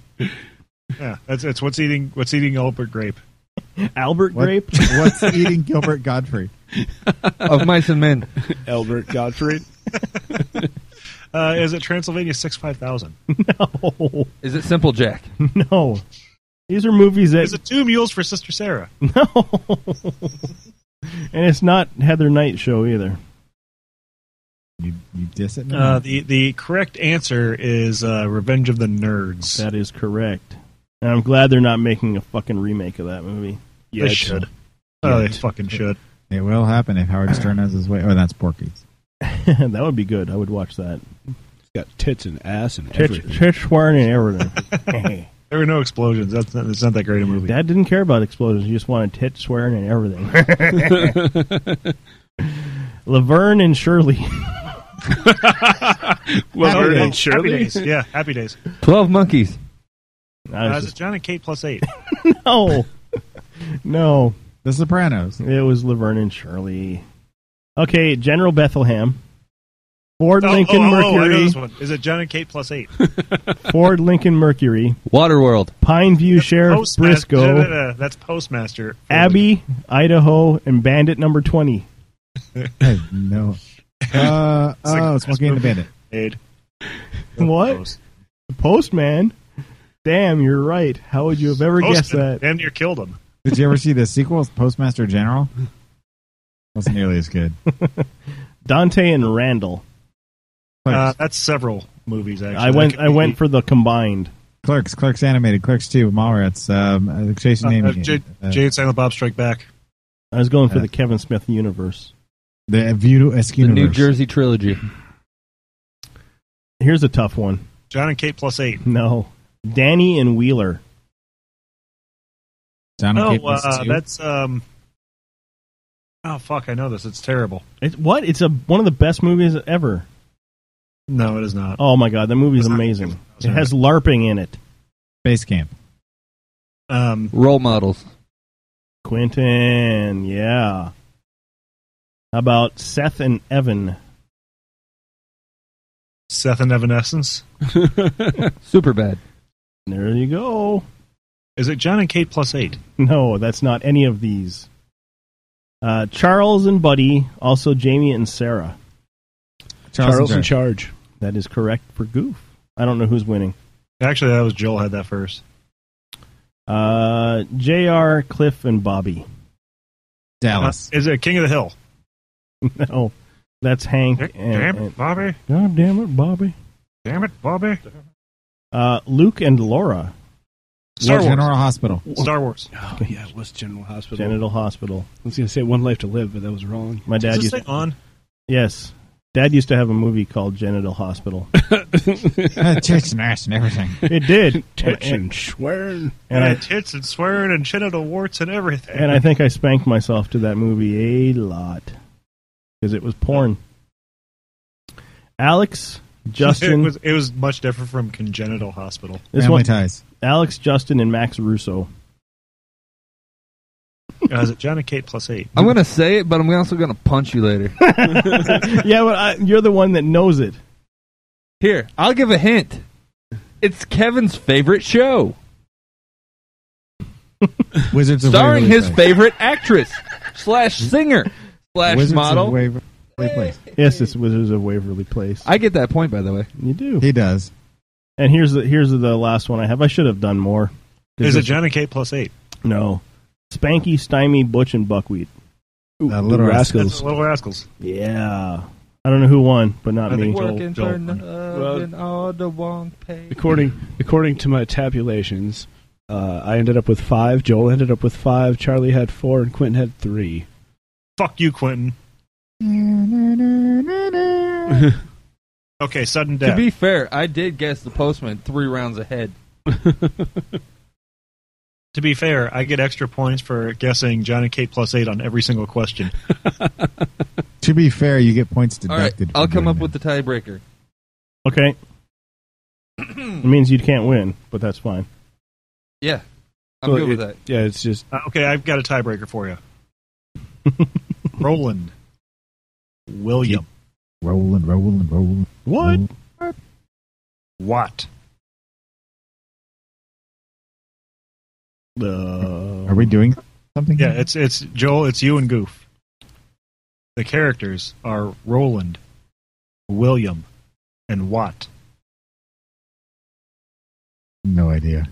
Speaker 8: Yeah, that's it's what's eating what's eating Albert Grape.
Speaker 6: (laughs) Albert
Speaker 13: What-
Speaker 8: (laughs)
Speaker 6: Grape?
Speaker 13: What's eating Gilbert Godfrey?
Speaker 10: Of mice and men.
Speaker 6: Albert Gottfried.
Speaker 8: (laughs) Uh, is it Transylvania six five thousand?
Speaker 6: (laughs) No.
Speaker 10: Is it Simple Jack?
Speaker 6: (laughs) No. These are movies that.
Speaker 8: Is it Two Mules for
Speaker 6: (laughs)
Speaker 8: Sister Sarah?
Speaker 6: and it's not Heather Knight show either.
Speaker 13: You, you diss it?
Speaker 8: Uh, the the correct answer is uh, Revenge of the Nerds.
Speaker 6: That is correct. And I'm glad they're not making a fucking remake of that movie.
Speaker 8: They should.
Speaker 6: (laughs)
Speaker 8: Oh, they
Speaker 6: Yet.
Speaker 8: fucking should.
Speaker 13: It will happen if Howard Stern has his way. Oh, that's Porky's.
Speaker 6: that would be good. I would watch that.
Speaker 14: Got tits and ass and
Speaker 6: Titch,
Speaker 14: everything.
Speaker 6: titch, swearing, and everything.
Speaker 8: (laughs) There were no explosions. That's not, that's not that great a movie.
Speaker 6: Dad didn't care about explosions. He just wanted titch, swearing, and
Speaker 8: (laughs)
Speaker 6: everything. Laverne and Shirley.
Speaker 8: Happy
Speaker 14: Laverne
Speaker 8: Days.
Speaker 14: and Shirley.
Speaker 8: Happy Days. Yeah, Happy
Speaker 6: (laughs)
Speaker 8: Days.
Speaker 10: Twelve Monkeys.
Speaker 6: I
Speaker 8: Uh,
Speaker 6: was
Speaker 8: is it John and Kate plus
Speaker 6: (laughs)
Speaker 8: eight? Oh,
Speaker 6: just- no. no.
Speaker 13: The Sopranos.
Speaker 6: It was Laverne and Shirley. Okay, General Bethlehem. Ford
Speaker 8: Oh,
Speaker 6: Lincoln
Speaker 8: oh, oh, I know
Speaker 6: Mercury. (laughs)
Speaker 8: this one. Is it John and Kate plus eight?
Speaker 6: Ford Lincoln Mercury.
Speaker 10: Waterworld.
Speaker 6: Pine View Sheriff
Speaker 8: Postmas-
Speaker 6: Briscoe.
Speaker 8: no, no, no, that's
Speaker 10: (laughs)
Speaker 8: Postmaster.
Speaker 6: Abby, Idaho, and Bandit number 20.
Speaker 8: (laughs)
Speaker 13: no. Uh, oh, Smokey and the Bandit.
Speaker 8: Aid.
Speaker 6: What?
Speaker 8: Post.
Speaker 6: The Postman? Damn, you're right. How would you have ever guessed
Speaker 8: Postman.
Speaker 6: that?
Speaker 8: Damn near killed him.
Speaker 13: Did you ever see the sequel, Postmaster General? Wasn't nearly as good.
Speaker 6: Dante and Randall.
Speaker 8: Uh,
Speaker 13: Clerks,
Speaker 8: that's several movies. Actually,
Speaker 6: I went. I went for the combined.
Speaker 13: Clerks, Clerks animated, Clerks two, Mallrats, um, uh, Jason
Speaker 8: Uh, uh,
Speaker 13: Amy,
Speaker 8: Jay,
Speaker 13: uh,
Speaker 8: Jay and Silent Bob Strike Back.
Speaker 6: I was going for
Speaker 13: Uh,
Speaker 6: the Kevin Smith universe.
Speaker 13: the View Esque
Speaker 10: The New
Speaker 13: Universe.
Speaker 10: Jersey trilogy.
Speaker 6: Here's a tough one.
Speaker 8: John and Kate plus eight.
Speaker 6: No, Danny and Wheeler.
Speaker 13: John and
Speaker 8: Oh,
Speaker 13: Kate List
Speaker 8: uh,
Speaker 13: two.
Speaker 8: that's um. Oh fuck! I know this. It's terrible.
Speaker 6: It's what? It's a one of the best movies ever.
Speaker 8: No, it is not.
Speaker 6: Oh my god, that movie is
Speaker 8: It's not-
Speaker 6: amazing.
Speaker 8: it's
Speaker 6: It
Speaker 8: not.
Speaker 6: has LARPing in it.
Speaker 13: Base Camp.
Speaker 8: Um,
Speaker 10: Role models.
Speaker 6: Quentin, yeah. How about Seth and Evan?
Speaker 8: Seth and Evanescence.
Speaker 10: (laughs) Super bad.
Speaker 6: There you go.
Speaker 8: Is it John and Kate plus eight?
Speaker 6: No, that's not any of these. Uh, Charles and Buddy, also Jamie and Sarah.
Speaker 13: Charles,
Speaker 14: Charles in
Speaker 13: and Charles.
Speaker 14: charge.
Speaker 6: That is correct for Goof. I don't know who's winning.
Speaker 8: Actually, that was Joel had that first.
Speaker 6: Uh, J.R., Cliff, and Bobby.
Speaker 13: Dallas.
Speaker 8: Uh,
Speaker 6: is it King of the Hill? (laughs) No. That's Hank. and-
Speaker 8: damn
Speaker 6: and-
Speaker 8: it, Bobby.
Speaker 6: God damn it, Bobby.
Speaker 8: Damn it, Bobby.
Speaker 6: Uh, Luke and Laura.
Speaker 8: Star Wars.
Speaker 13: General Hospital.
Speaker 8: Star Wars.
Speaker 14: Oh, yeah, it was General Hospital.
Speaker 6: Genital Hospital.
Speaker 14: I was going to say One Life to Live, but that was wrong.
Speaker 6: My dad
Speaker 14: Is
Speaker 6: used
Speaker 14: this thing
Speaker 8: on?
Speaker 6: Yes. Dad used to have a movie called Genital
Speaker 13: (laughs)
Speaker 6: Hospital.
Speaker 13: tits Uh, and ass and everything.
Speaker 6: It (laughs)
Speaker 8: (laughs)
Speaker 6: did.
Speaker 14: Tits
Speaker 6: And-
Speaker 14: and swearing.
Speaker 6: And I-
Speaker 8: And tits and swearing and genital warts and everything.
Speaker 6: And I
Speaker 8: (laughs)
Speaker 6: think I spanked myself to that movie a lot because it was porn.
Speaker 10: (laughs)
Speaker 6: Alex, Justin,
Speaker 8: It was, it was much different from congenital hospital.
Speaker 6: (laughs)
Speaker 13: ties.
Speaker 6: Alex, Justin, and Max Russo. (laughs)
Speaker 8: Uh, is it Johnny Kate plus eight?
Speaker 10: I'm gonna say it, but I'm also gonna punch you later.
Speaker 6: (laughs) yeah, but I, you're the one that knows it.
Speaker 10: Here, I'll give a hint. It's Kevin's favorite show,
Speaker 13: Wizards of
Speaker 10: starring
Speaker 13: Waverly
Speaker 10: his
Speaker 13: Place.
Speaker 10: favorite actress slash singer slash
Speaker 6: Wizards of
Speaker 10: model.
Speaker 6: Waverly
Speaker 13: Place.
Speaker 6: Yes, it's Wizards of Waverly Place.
Speaker 10: I get that point, by the way.
Speaker 6: You do.
Speaker 13: He does.
Speaker 6: And here's the here's the last one I have. I should have done more.
Speaker 8: Is it Johnny Kate plus eight?
Speaker 6: No. Spanky, Stymie, Butch, and Buckwheat.
Speaker 13: Uh, Little
Speaker 8: That's the Little Rascals.
Speaker 6: Yeah. I don't know who won, but not me.
Speaker 10: Working for nothing all the wrong pay.
Speaker 14: According according to my tabulations, uh, I ended up with five. Joel ended up with five. Charlie had four, and Quentin had three.
Speaker 8: Fuck you, Quentin. Okay, sudden
Speaker 10: To
Speaker 8: death.
Speaker 10: be fair, I did guess the postman three rounds ahead.
Speaker 8: To be fair, I get extra points for guessing Johnny Kate plus eight on every single question.
Speaker 13: (laughs) To be fair, you get points
Speaker 10: All right,
Speaker 13: deducted.
Speaker 10: I'll
Speaker 13: for
Speaker 10: come
Speaker 13: doing
Speaker 10: up with the tiebreaker.
Speaker 14: (clears throat)
Speaker 6: Okay. it means you can't win, but that's fine.
Speaker 10: Yeah, I'm
Speaker 6: Well,
Speaker 10: good with
Speaker 6: it-
Speaker 10: that.
Speaker 6: Yeah, it's just
Speaker 8: Uh, okay, I've got a tiebreaker for you. Roland
Speaker 13: (laughs)
Speaker 8: William
Speaker 13: that. Rolling, rolling, rolling.
Speaker 6: What?
Speaker 8: Watt.
Speaker 13: Are we doing something?
Speaker 8: Yeah, it's it's Joel. It's you and Goof. The characters are Roland, William, and Watt.
Speaker 13: No idea.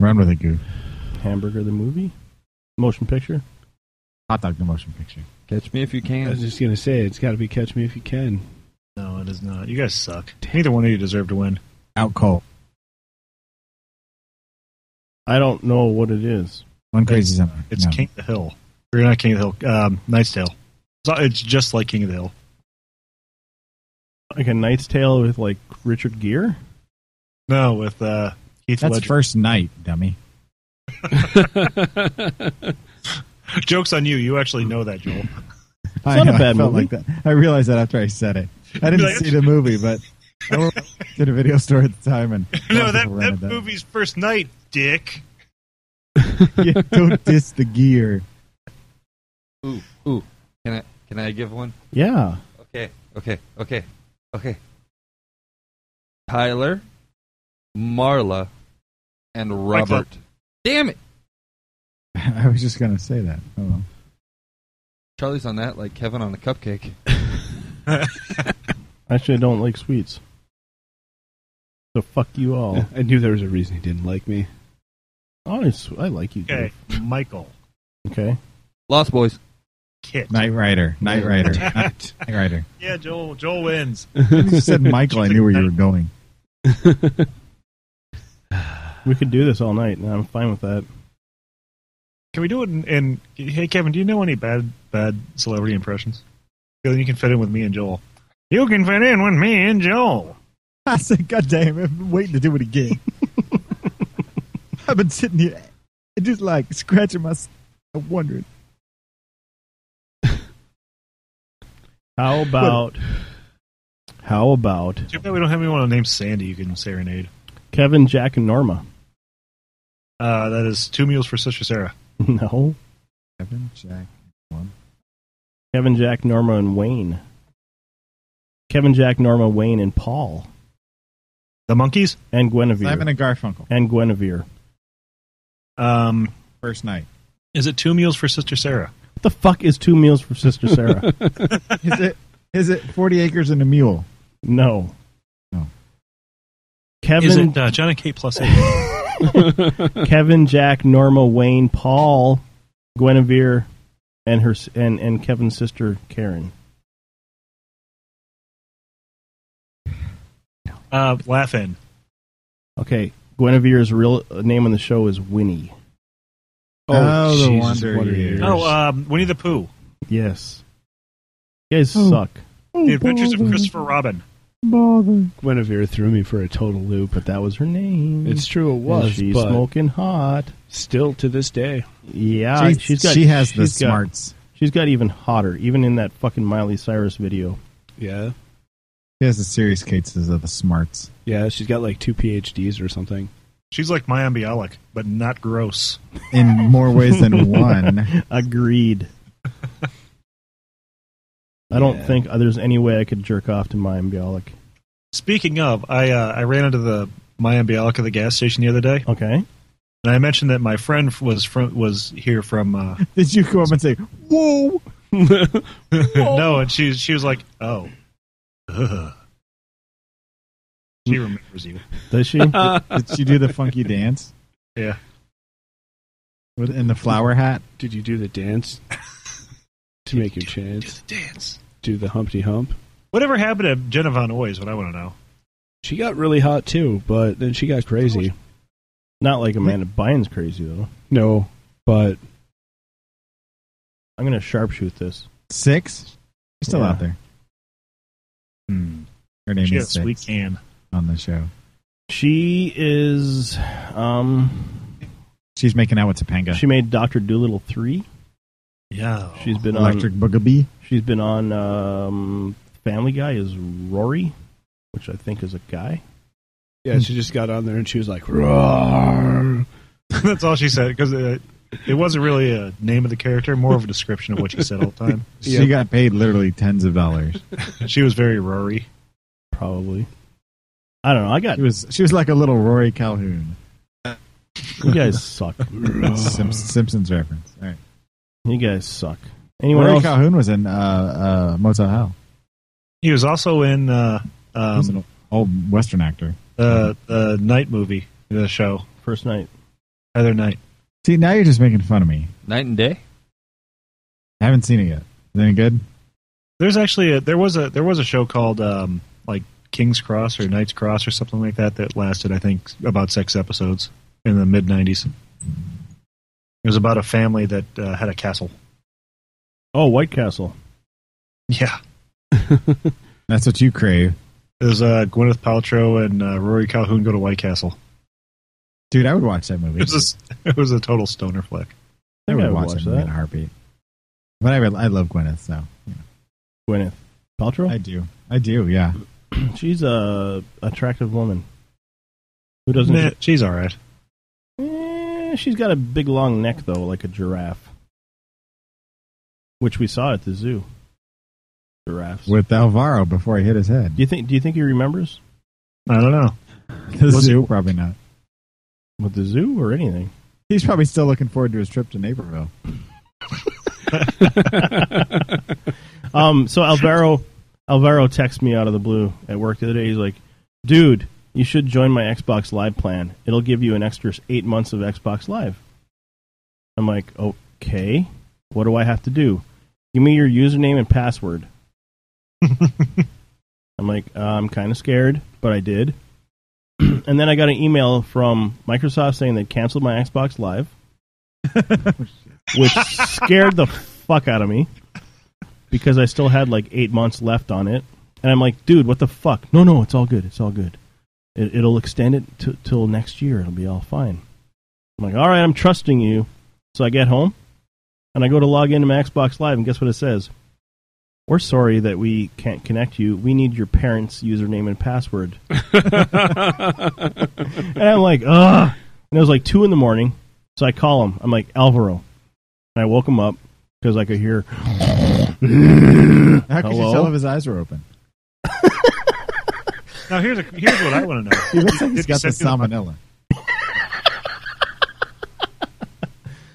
Speaker 13: Run with it, Goof.
Speaker 6: Hamburger the movie? Motion picture?
Speaker 13: Hot dog, the motion picture.
Speaker 10: Catch me if you
Speaker 14: I
Speaker 10: can.
Speaker 14: was just gonna say it's got to be Catch Me If You Can.
Speaker 8: No, it is not. You guys suck. Neither one of you deserve to win.
Speaker 13: Out cold.
Speaker 6: I don't know what it is.
Speaker 13: One crazy summer.
Speaker 8: It's King of the Hill. Or not King of the Hill. Um, Knight's Tale. So it's just like King of the Hill.
Speaker 6: Like a Knight's Tale with like Richard Gere?
Speaker 8: No, (laughs) with uh, Heath
Speaker 13: That's
Speaker 8: Ledger.
Speaker 13: first night,
Speaker 8: (laughs)
Speaker 13: dummy.
Speaker 8: Joke's on you. You actually know that, Joel.
Speaker 13: It's
Speaker 6: not a bad
Speaker 13: I felt
Speaker 6: movie.
Speaker 13: like that. I realized that after I said it. I didn't
Speaker 8: Like-
Speaker 13: see the movie, but I (laughs) worked at a video store at the time, and
Speaker 8: (laughs) no, that,
Speaker 13: people
Speaker 8: that
Speaker 13: rented
Speaker 8: movie's first night, dick.
Speaker 13: Yeah, (laughs) don't diss the gear.
Speaker 10: Ooh, ooh. Can I can I give one?
Speaker 6: Yeah.
Speaker 10: Okay, okay, okay, okay. Tyler, Marla, and
Speaker 8: Fight Club.
Speaker 10: Robert. Damn it!
Speaker 13: I was just gonna say that. Oh, well.
Speaker 10: Charlie's on that like Kevin on a cupcake.
Speaker 6: Actually, I don't like sweets. So fuck you all.
Speaker 14: (laughs) I knew there was a reason he didn't like me.
Speaker 6: Honest, I like you.
Speaker 8: Okay, Michael.
Speaker 6: Dave. Okay.
Speaker 10: Lost Boys.
Speaker 13: (laughs)
Speaker 8: Kit.
Speaker 13: Knight Rider, Knight Rider, (laughs)
Speaker 8: (laughs)
Speaker 13: Knight
Speaker 10: (laughs)
Speaker 13: Rider.
Speaker 8: Yeah, Joel. Joel wins.
Speaker 13: When (laughs) You
Speaker 8: (laughs)
Speaker 14: (laughs)
Speaker 13: said Michael. I knew where you were going.
Speaker 6: We could do this all night, and I'm fine with that.
Speaker 8: Can we do it? In, in hey, Kevin, do you know any bad bad celebrity impressions? Then you can fit in with me and Joel. You can fit in with me and Joel.
Speaker 13: (laughs) I said, God damn, I've been waiting to do
Speaker 6: (laughs)
Speaker 13: it again. I've been sitting here just like scratching my s- I'm wondering.
Speaker 6: How about how about
Speaker 8: Too bad we don't have anyone named Sandy you can serenade.
Speaker 6: Kevin, Jack, and Norma? (laughs)
Speaker 8: Uh, that is two meals for Sister Sarah.
Speaker 6: No.
Speaker 13: Kevin, Jack, one.
Speaker 6: Kevin, Jack, Norma, and Wayne. Kevin, Jack, Norma, Wayne, and Paul,
Speaker 8: The monkeys.
Speaker 6: and Guinevere,
Speaker 13: Simon and Garfunkel.
Speaker 6: and Guinevere.
Speaker 8: Um,
Speaker 13: First night.
Speaker 8: is it two meals for Sister Sarah?
Speaker 6: What the fuck is two meals for Sister
Speaker 8: (laughs)
Speaker 6: Sarah? (laughs)
Speaker 13: Is it? Is it Forty Acres and a Mule?
Speaker 6: no.
Speaker 13: No.
Speaker 6: Kevin,
Speaker 13: (laughs) Oh,
Speaker 8: Is it uh, John and Kate plus eight?
Speaker 6: (laughs) Kevin, Jack, Norma, Wayne, Paul, Guinevere, and her s- and and Kevin's sister Karen.
Speaker 8: Uh, laughing.
Speaker 6: Okay, Guinevere's real uh, name on the show is Winnie.
Speaker 8: Oh, Oh, the
Speaker 6: Jesus,
Speaker 8: Wonder
Speaker 6: what are
Speaker 8: Years.
Speaker 6: yours?
Speaker 8: Oh, um, Winnie the Pooh.
Speaker 6: yes. You guys
Speaker 8: Oh.
Speaker 6: suck.
Speaker 8: The Adventures of Christopher Robin.
Speaker 6: Bother. Guinevere threw me for a total loop, but that was her name.
Speaker 14: It's true, it
Speaker 6: And
Speaker 14: was.
Speaker 6: she's
Speaker 14: but
Speaker 6: smoking hot.
Speaker 14: Still to this day.
Speaker 6: Yeah,
Speaker 14: She's-
Speaker 6: she's got.
Speaker 14: she has the
Speaker 6: she's got-
Speaker 14: smarts.
Speaker 6: she's got even hotter, even in that fucking Miley Cyrus video.
Speaker 14: Yeah.
Speaker 13: He has the serious cases of the smarts.
Speaker 14: Yeah, she's got like two PhDs or something.
Speaker 8: She's like Maya Bialik, but not gross.
Speaker 13: In more ways than one.
Speaker 6: (laughs) Agreed. I don't
Speaker 8: Yeah.
Speaker 6: think there's any way I could jerk off to Mayim Bialik.
Speaker 8: Speaking of, I uh, I ran into the Maya Bialik at the gas station the other day.
Speaker 6: Okay.
Speaker 8: And I mentioned that my friend f- was from was here
Speaker 13: (laughs)
Speaker 8: from. Uh, (laughs)
Speaker 6: Did you come up and say, (laughs) "Whoa"?
Speaker 8: no, and she she was like, "Oh, (laughs) Ugh. she remembers you."
Speaker 6: Does she?
Speaker 13: did, did she do the funky dance
Speaker 8: Yeah.
Speaker 13: with in the flower hat?
Speaker 14: Did you do
Speaker 13: (laughs)
Speaker 14: the dance to make your chance?
Speaker 8: Do the dance.
Speaker 14: Do the Humpty Hump.
Speaker 8: Whatever happened to Jenna Von Oy is what I want to know.
Speaker 14: She got really hot too, but then she got crazy.
Speaker 6: Not like Amanda Bynes crazy though.
Speaker 14: No, but
Speaker 6: I'm gonna sharpshoot this.
Speaker 13: Six? She's still
Speaker 6: Yeah.
Speaker 13: out there. Her name
Speaker 6: She
Speaker 13: is
Speaker 6: has sweet
Speaker 13: Six
Speaker 8: can.
Speaker 13: on the show.
Speaker 6: She is. Um,
Speaker 13: She's making out with Topanga.
Speaker 6: she made Doctor Doolittle three.
Speaker 8: Yeah,
Speaker 6: she's been
Speaker 13: Electric
Speaker 6: on,
Speaker 13: Boogabee.
Speaker 6: She's been on um, Family Guy is Rory, which I think is a guy.
Speaker 14: yeah, she just got on there and she was like,
Speaker 13: Um.
Speaker 14: "Roar."
Speaker 8: (laughs) That's all she said because it, it wasn't really a name of the character, more of a description of what she said
Speaker 13: (laughs)
Speaker 8: all the time.
Speaker 13: She got paid literally tens
Speaker 6: (laughs)
Speaker 13: of dollars.
Speaker 8: she was very rory.
Speaker 6: Probably. I don't know. I got
Speaker 13: she was she was like a little Rory Calhoun.
Speaker 6: You guys
Speaker 13: (laughs)
Speaker 6: suck.
Speaker 13: Sim- Simpsons reference. All right.
Speaker 6: You guys suck. Anyone
Speaker 13: Rory
Speaker 6: else?
Speaker 13: Calhoun was in uh, uh, Motel Hell.
Speaker 8: He was also in uh,
Speaker 13: He was
Speaker 8: um,
Speaker 13: an old Western actor.
Speaker 8: the the night movie, the show
Speaker 6: First Night,
Speaker 8: Other Night.
Speaker 13: See, now you're just making fun of me.
Speaker 10: Night and day.
Speaker 13: I haven't seen it yet. Is it any good?
Speaker 8: There's actually a, there was a there was a show called um, like King's Cross or Knight's Cross or something like that that lasted I think about six episodes in the mid '90s. It was about a family that uh, had a castle.
Speaker 6: Oh, White Castle.
Speaker 8: Yeah,
Speaker 13: That's what you crave,
Speaker 8: it was uh, Gwyneth Paltrow and uh, Rory Calhoun go to White Castle.
Speaker 13: dude. I would watch that movie.
Speaker 8: It was a, (laughs) it was a total stoner flick.
Speaker 13: I,
Speaker 6: I
Speaker 13: would
Speaker 6: would
Speaker 13: watch,
Speaker 6: watch
Speaker 13: that movie
Speaker 6: that.
Speaker 13: in a heartbeat. But I, would- I love Gwyneth, so
Speaker 6: Gwyneth Paltrow.
Speaker 13: I do. I do. Yeah.
Speaker 6: (clears throat) She's a attractive woman. Who doesn't?
Speaker 8: Nah, she's all right.
Speaker 6: Eh, she's got a big long neck though, like a giraffe, which we saw at the zoo. Giraffes.
Speaker 13: With Alvaro before he hit his head.
Speaker 6: Do you think? Do you think he remembers
Speaker 8: I don't know.
Speaker 13: (laughs) The
Speaker 6: Was
Speaker 13: zoo, probably not.
Speaker 6: with the zoo or anything?
Speaker 13: He's probably still looking forward to his trip to Naperville.
Speaker 6: Um. So Alvaro, Alvaro texts me out of the blue at work the other day. He's like, "Dude, you should join my Xbox Live plan. It'll give you an extra eight months of Xbox Live." I'm like, "Okay, what do I have to do? Give me your username and password." I'm like, uh, I'm kind of scared, but I did. (clears throat) and then I got an email from Microsoft saying they canceled my Xbox Live, which scared the fuck out of me because I still had like eight months left on it. And I'm like, dude, what the fuck? No, no, it's all good. It's all good. It, it'll extend it t- till next year. It'll be all fine. I'm like, all right, I'm trusting you. So I get home and I go to log into my Xbox Live, and guess what it says? We're sorry that we can't connect you. We need your parents' username and password. and I'm like, ugh. And it was like two in the morning, so I call him. I'm like, Alvaro, and I woke him up because I could hear. (laughs)
Speaker 13: How could you
Speaker 6: Hello? (laughs)
Speaker 13: tell if his eyes were open?
Speaker 8: Now here's a, here's what I (laughs) want to know.
Speaker 13: He looks like he's
Speaker 8: Did you
Speaker 13: got the
Speaker 8: send me (laughs)
Speaker 13: salmonella.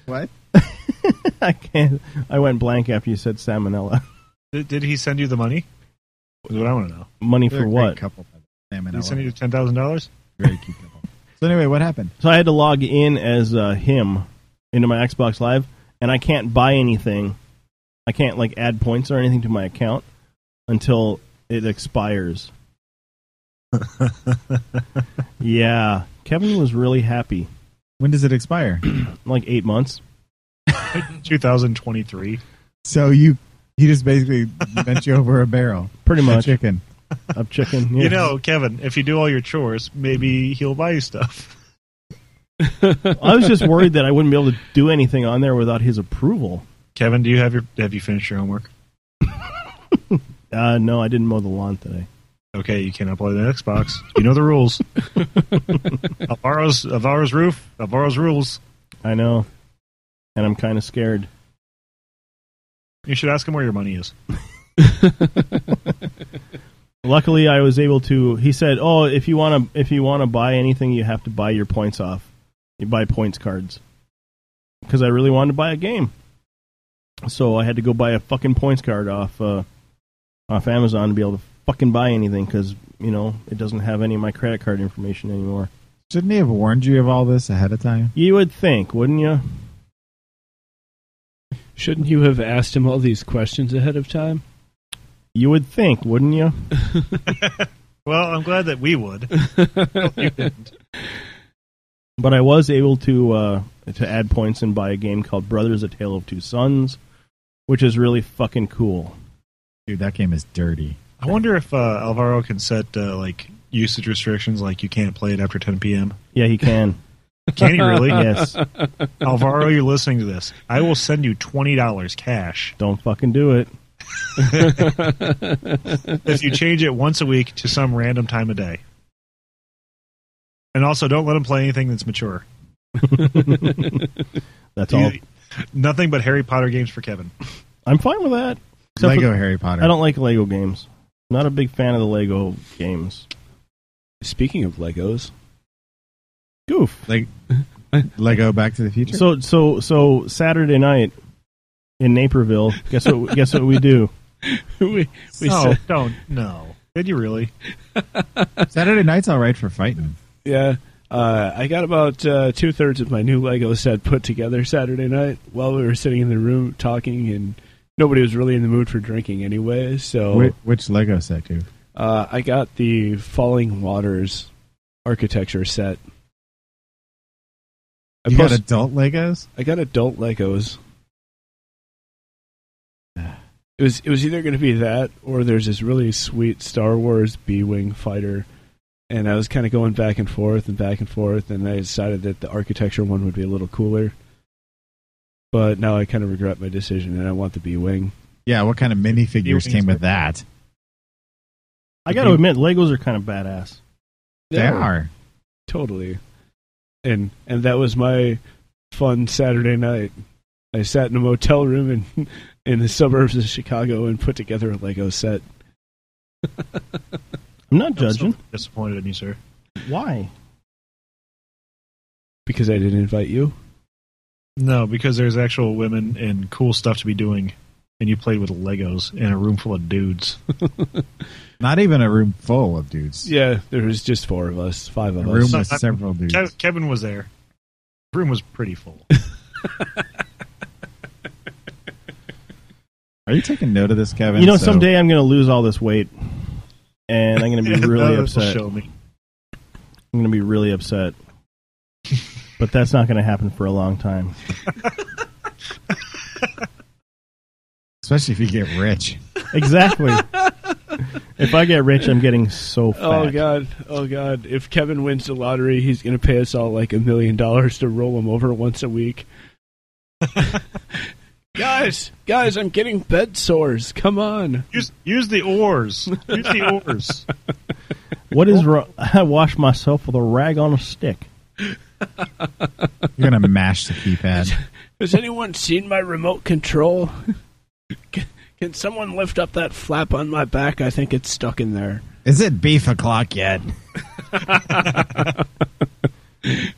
Speaker 13: what?
Speaker 6: I can't. I went blank after you said salmonella.
Speaker 8: Did, did he send you the money? Is what I want to know.
Speaker 6: Money
Speaker 13: They're a
Speaker 6: for
Speaker 13: great
Speaker 6: what?
Speaker 13: Couple, by the way.
Speaker 8: Did he
Speaker 13: salmonella.
Speaker 8: send you ten thousand dollars?
Speaker 13: Very cute couple. So anyway, what happened?
Speaker 6: So I had to log in as uh, him into my Xbox Live, and I can't buy anything. I can't like add points or anything to my account until it
Speaker 13: (laughs)
Speaker 6: expires. yeah, Kevin was really happy.
Speaker 13: When does it expire?
Speaker 6: (clears throat) like eight months.
Speaker 8: 2023.
Speaker 13: So you he just basically bent you over a barrel,
Speaker 6: pretty
Speaker 13: A
Speaker 6: much.
Speaker 13: chicken.
Speaker 6: Of
Speaker 13: (laughs)
Speaker 6: chicken.
Speaker 8: You know, Kevin, if you do all your chores, maybe he'll buy you stuff. (laughs)
Speaker 6: I was just worried that I wouldn't be able to do anything on there without his approval.
Speaker 8: Kevin, do you have your have you finished your homework?
Speaker 6: (laughs) Uh, no, I didn't mow the lawn today.
Speaker 8: Okay, you can't upload an Xbox. You know
Speaker 6: (laughs)
Speaker 8: the rules. Alvaro's Alvaro's roof. Alvaro's rules.
Speaker 6: I know, and I'm kind of scared.
Speaker 8: You should ask him where your money is.
Speaker 6: Luckily, I was able to. He said, "Oh, if you want to, if you want to buy anything, you have to buy your points off. You buy points cards because I really wanted to buy a game. So I had to go buy a fucking points card off uh, off Amazon to be able to fucking buy anything because you know it doesn't have any of my credit card information anymore.
Speaker 13: Shouldn't he have warned you of all this ahead of time?
Speaker 6: You would think, wouldn't you?
Speaker 14: Shouldn't you have asked him all these questions ahead of time?
Speaker 6: You would think, wouldn't
Speaker 14: (laughs)
Speaker 6: you?
Speaker 8: Well, I'm glad that
Speaker 6: (laughs)
Speaker 8: we would. You didn't.
Speaker 6: but I was able to uh, to add points and buy a game called Brothers: A Tale of Two Sons, which is really fucking cool.
Speaker 13: Dude, that game is dirty. (laughs)
Speaker 8: I wonder if uh, Alvaro can set uh, like usage restrictions, like you can't play it after 10 p.m.
Speaker 6: Yeah, he can.
Speaker 8: (laughs) Can he really?
Speaker 6: yes.
Speaker 8: Alvaro, you're listening to this. I will send you twenty dollars cash
Speaker 6: Don't fucking do it.
Speaker 8: if you change it once a week to some random time of day. And also, don't let him play anything
Speaker 6: (laughs)
Speaker 8: that's mature.
Speaker 6: That's all.
Speaker 8: Nothing but Harry Potter games for Kevin.
Speaker 6: I'm fine with that.
Speaker 8: Lego
Speaker 6: for-
Speaker 8: Harry Potter.
Speaker 6: I don't like Lego games. Not a big fan of the Lego games.
Speaker 14: Speaking of Legos,
Speaker 6: goof.
Speaker 13: Like (laughs) Lego Back to the Future.
Speaker 6: So so so Saturday night in Naperville. Guess what? (laughs) guess what we do?
Speaker 14: (laughs) we
Speaker 6: (laughs) we
Speaker 8: no,
Speaker 6: said-
Speaker 8: don't. No. Did you really?
Speaker 13: Saturday night's all right for fighting.
Speaker 14: Yeah, uh, I got about uh, two thirds of my new Lego set put together Saturday night while we were sitting in the room talking, and nobody was really in the mood for drinking anyway. So
Speaker 13: Which, which Lego set, dude?
Speaker 14: uh, I got the Falling Waters architecture set. I
Speaker 13: You got
Speaker 14: post-
Speaker 13: adult Legos?
Speaker 14: I got adult Legos. It was it was either going to be that or there's this really sweet Star Wars B-wing fighter, and I was kind of going back and forth and back and forth, and I decided that the architecture one would be a little cooler. But now I kind of regret my decision, and I want the B-wing.
Speaker 13: Yeah, what kind of minifigures came with that?
Speaker 6: I got to admit, Legos are kind of badass.
Speaker 13: They are.
Speaker 14: totally, and and that was my fun Saturday night. I sat in a motel room in (laughs) in the suburbs of Chicago and put together a Lego set. (laughs)
Speaker 6: I'm not
Speaker 8: judging. disappointed in you, sir.
Speaker 6: Why?
Speaker 14: Because I didn't invite you.
Speaker 8: No, because there's actual women and cool stuff to be doing, and you played with Legos in a room full
Speaker 6: (laughs)
Speaker 8: of dudes.
Speaker 13: Not even a room full of dudes.
Speaker 14: Yeah, there was just four of us, five of
Speaker 13: A
Speaker 14: us.
Speaker 13: room with several dudes.
Speaker 8: Kev- Kevin was there. The room was pretty full.
Speaker 13: Are you taking note of this, Kevin?
Speaker 6: You know,
Speaker 13: So-
Speaker 6: someday I'm going to lose all this weight, and I'm going
Speaker 13: (laughs)
Speaker 8: (laughs)
Speaker 6: to be really
Speaker 8: That'll
Speaker 6: upset.
Speaker 8: Show me.
Speaker 6: I'm going to be really upset. but that's not going to happen for a long time.
Speaker 13: (laughs) Especially if you get rich.
Speaker 6: Exactly. if I get rich, I'm getting so fat.
Speaker 14: Oh god, oh god! If Kevin wins the lottery, he's going to pay us all like a million dollars to roll him over once
Speaker 8: (laughs)
Speaker 14: a week. guys, guys, I'm getting bed sores. Come on,
Speaker 8: use use the oars. Use the oars.
Speaker 6: What is wrong? (laughs) I wash myself with a rag on a stick.
Speaker 13: You're going to mash the
Speaker 14: (laughs)
Speaker 13: keypad.
Speaker 14: (laughs) Has anyone seen my remote control? Can- Can someone lift up that flap on my back? I think it's stuck in there.
Speaker 13: Is it beef o'clock yet?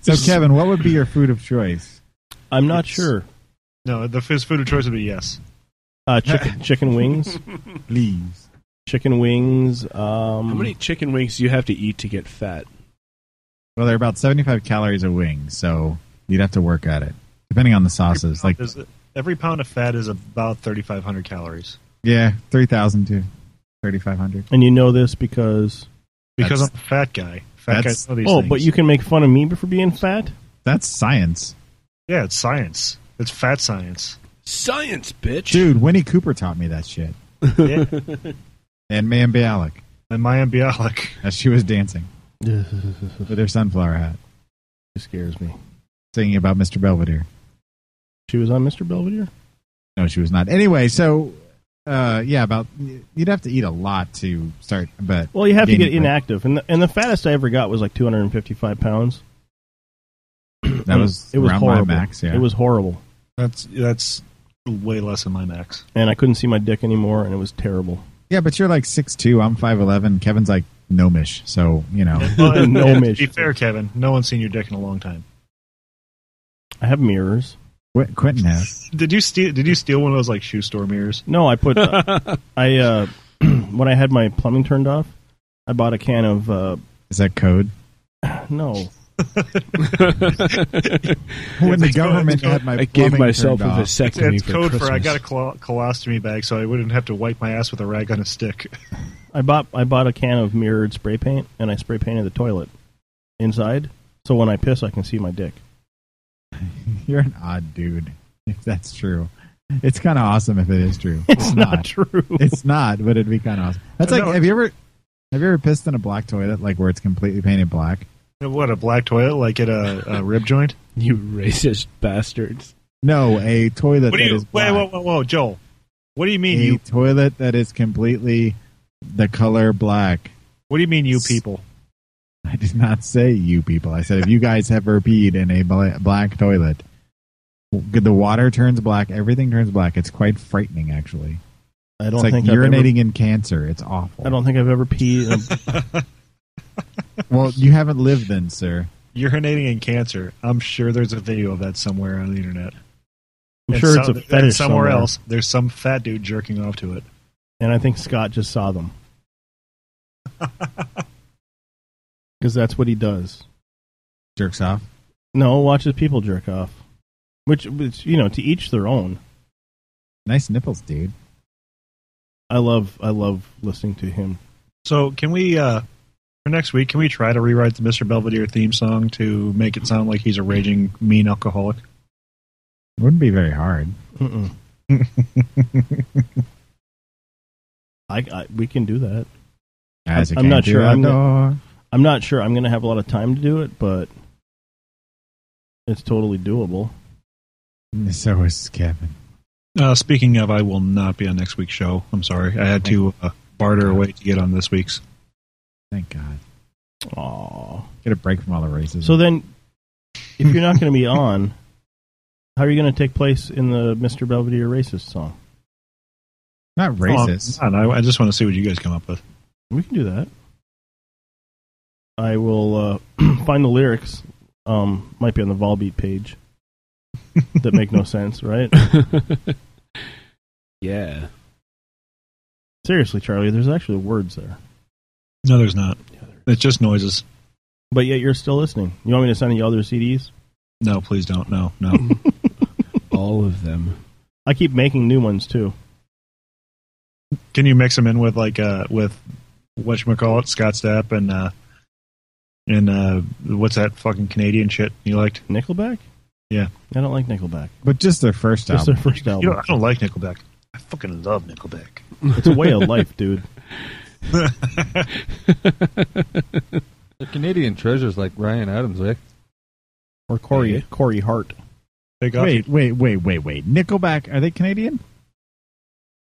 Speaker 13: so, Kevin, what would be your food of choice?
Speaker 6: I'm not sure.
Speaker 8: No, the his food of choice would be yes.
Speaker 6: Uh,
Speaker 13: (laughs)
Speaker 6: chicken, chicken wings,
Speaker 13: please.
Speaker 6: Chicken wings. Um,
Speaker 14: How many chicken wings do you have to eat to get fat?
Speaker 13: Well, they're about 75 calories a wing, so you'd have to work at it, depending on the sauces. Like,
Speaker 8: There's- every pound of fat is about 3,500 calories.
Speaker 13: yeah, 3,000 to 3,500.
Speaker 6: And you know this because
Speaker 8: Because I'm a fat guy. Fat guys know these
Speaker 6: oh,
Speaker 8: things.
Speaker 6: but you can make fun of me for being fat.
Speaker 13: That's science,
Speaker 8: Yeah, it's science. It's fat science.
Speaker 14: Science, bitch.
Speaker 13: dude. Winnie Cooper taught me that
Speaker 6: (laughs)
Speaker 13: shit,
Speaker 8: Yeah.
Speaker 13: and Mayim Bialik,
Speaker 8: and Mayim Bialik,
Speaker 13: as she was
Speaker 6: (laughs)
Speaker 13: dancing with her sunflower hat.
Speaker 6: It scares me.
Speaker 13: Singing about Mr. Belvedere.
Speaker 6: She was on Mr. Belvedere.
Speaker 13: No, she was not. Anyway, so uh, yeah, about you'd have to eat a lot to start, but
Speaker 6: Well, you have to
Speaker 13: gain
Speaker 6: get
Speaker 13: weight.
Speaker 6: inactive, and the, and the fattest I ever got was like 255 pounds.
Speaker 13: (clears throat) That was
Speaker 6: it was
Speaker 13: around my
Speaker 6: horrible.
Speaker 13: max, yeah.
Speaker 6: It was horrible,
Speaker 8: That's that's way less than
Speaker 6: (laughs)
Speaker 8: my max.
Speaker 6: and I couldn't see my dick anymore, and it was terrible.
Speaker 13: Yeah, but you're like six two. I'm five eleven. Kevin's like gnomish, so
Speaker 6: (laughs)
Speaker 13: you know.
Speaker 8: Well, and-
Speaker 6: No
Speaker 8: and to
Speaker 6: mish.
Speaker 13: (laughs)
Speaker 8: be fair, Kevin, no one's seen your dick in a long time.
Speaker 6: I have mirrors.
Speaker 13: Quentin, has.
Speaker 8: Did you steal? Did you steal one of those like shoe store mirrors?
Speaker 6: No, I
Speaker 8: (laughs)
Speaker 6: put. I uh, (clears throat) when I had my plumbing turned off, I bought a can of. Uh,
Speaker 13: Is that code?
Speaker 14: (laughs)
Speaker 6: no.
Speaker 13: When the government had my
Speaker 14: I gave
Speaker 13: plumbing
Speaker 14: myself
Speaker 13: turned
Speaker 14: a
Speaker 13: off.
Speaker 14: vasectomy
Speaker 8: It's
Speaker 14: for
Speaker 8: code
Speaker 14: Christmas.
Speaker 8: for I got a col- colostomy bag, so I wouldn't have to wipe my ass with a rag on a stick.
Speaker 6: (laughs) I bought I bought a can of mirrored spray paint and I spray painted the toilet inside, so when I piss I can see my dick.
Speaker 13: (laughs) You're an odd dude. If that's true, it's kind of awesome. If it is true, it's,
Speaker 6: not true.
Speaker 13: It's not, but it'd be kind of awesome. That's like,
Speaker 8: No.
Speaker 13: have you ever, have you ever pissed in a black toilet, like where it's completely painted black?
Speaker 8: What a black toilet, like at a, a rib joint.
Speaker 14: You racist bastards.
Speaker 13: No, a toilet
Speaker 8: What do
Speaker 13: that
Speaker 8: you?
Speaker 13: is
Speaker 8: Wait,
Speaker 13: black.
Speaker 8: whoa, whoa, whoa, Joel. What do you mean
Speaker 13: a
Speaker 8: you?
Speaker 13: toilet that is completely the color black.
Speaker 8: What do you mean you people?
Speaker 13: I did not say you people. I said if you guys ever peed in a bla- black toilet, w- the water turns black, everything turns black. It's quite frightening, actually.
Speaker 6: I don't
Speaker 13: it's like
Speaker 6: think I've
Speaker 13: urinating in cancer. It's awful.
Speaker 6: Ever, I don't think I've ever peed. In
Speaker 13: Well, you haven't lived then, sir.
Speaker 8: Urinating in cancer. I'm sure there's a video of that somewhere on the internet.
Speaker 6: I'm
Speaker 8: And
Speaker 6: sure
Speaker 8: some-
Speaker 6: it's a
Speaker 8: and
Speaker 6: fetish
Speaker 8: somewhere,
Speaker 6: somewhere.
Speaker 8: else. There's some fat dude jerking off to it.
Speaker 6: a, and I think Scott just saw them because that's what he does.
Speaker 13: Jerks off.
Speaker 6: No, watches people jerk off, which, which you know, to each their own.
Speaker 13: Nice nipples, dude.
Speaker 6: I love I love listening to him.
Speaker 8: So can we uh for next week? Can we try to rewrite the Mr. Belvedere theme song to make it sound like he's a raging mean alcoholic?
Speaker 13: It wouldn't be very hard. (laughs)
Speaker 6: Mm-mm. I, I we can do that.
Speaker 13: As
Speaker 6: I'm,
Speaker 13: it
Speaker 6: I'm not
Speaker 13: came
Speaker 6: sure.
Speaker 13: through
Speaker 6: I'm
Speaker 13: the
Speaker 6: gonna,
Speaker 13: door.
Speaker 6: I'm not sure. I'm going to have a lot of time to do it, but it's totally doable.
Speaker 13: So is Kevin.
Speaker 8: Uh, speaking of, I will not be on next week's show. I'm sorry. I had to uh, barter away to get on this week's.
Speaker 13: Thank God.
Speaker 6: Aww.
Speaker 13: Get a break from all the races.
Speaker 14: Mm-hmm.
Speaker 6: So then, if you're not going to be on, how are you going to take place in the Mr. Belvedere racist song?
Speaker 13: not racist.
Speaker 8: Oh, I'm not. I, I just want to see what you guys come up with.
Speaker 6: We can do that. I will uh, (clears throat) find the lyrics. Um, might be on the Volbeat page that make no sense, right?
Speaker 14: (laughs) Yeah.
Speaker 6: Seriously, Charlie, there's actually words there,
Speaker 8: No, there's not. It's just noises.
Speaker 6: but yet you're still listening. You want me to send you other CDs?
Speaker 8: No, please don't. No, no.
Speaker 14: All of them.
Speaker 6: I keep making new ones too.
Speaker 8: Can you mix them in with like uh with what you call it, Scott Stapp and uh and uh what's that fucking Canadian shit you liked?
Speaker 6: Nickelback?
Speaker 8: Yeah.
Speaker 6: I don't like Nickelback.
Speaker 13: but just their first
Speaker 6: Just
Speaker 13: album.
Speaker 6: their first
Speaker 8: You
Speaker 6: album.
Speaker 8: know, I don't like Nickelback. I fucking love Nickelback.
Speaker 6: It's a way of life, dude.
Speaker 10: They're Canadian treasures like Ryan Adams, eh?
Speaker 6: Or Corey Corey Hart.
Speaker 8: They got
Speaker 13: wait, wait, wait, wait, wait. Nickelback, are they Canadian?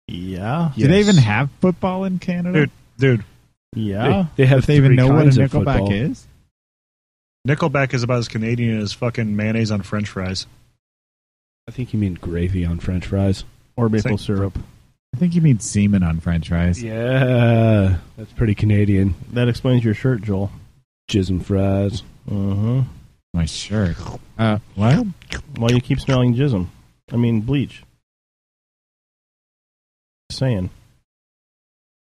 Speaker 6: Yeah.
Speaker 13: Do they even have football in Canada?
Speaker 8: dude, dude.
Speaker 6: Yeah.
Speaker 14: They, they have
Speaker 13: if they even
Speaker 14: three
Speaker 13: know what a
Speaker 14: kinds of
Speaker 13: Nickelback
Speaker 14: football.
Speaker 13: is?
Speaker 8: Nickelback is about as Canadian as fucking mayonnaise on French fries.
Speaker 14: I think you mean gravy on French fries.
Speaker 6: Or maple
Speaker 8: Same.
Speaker 6: syrup.
Speaker 13: I think you mean semen on french fries.
Speaker 14: Yeah. That's pretty Canadian.
Speaker 6: That explains your shirt, Joel.
Speaker 14: Jism fries.
Speaker 6: Mm-hmm.
Speaker 13: My shirt. Uh, what?
Speaker 6: Well, you keep smelling jism. I mean bleach. Just saying.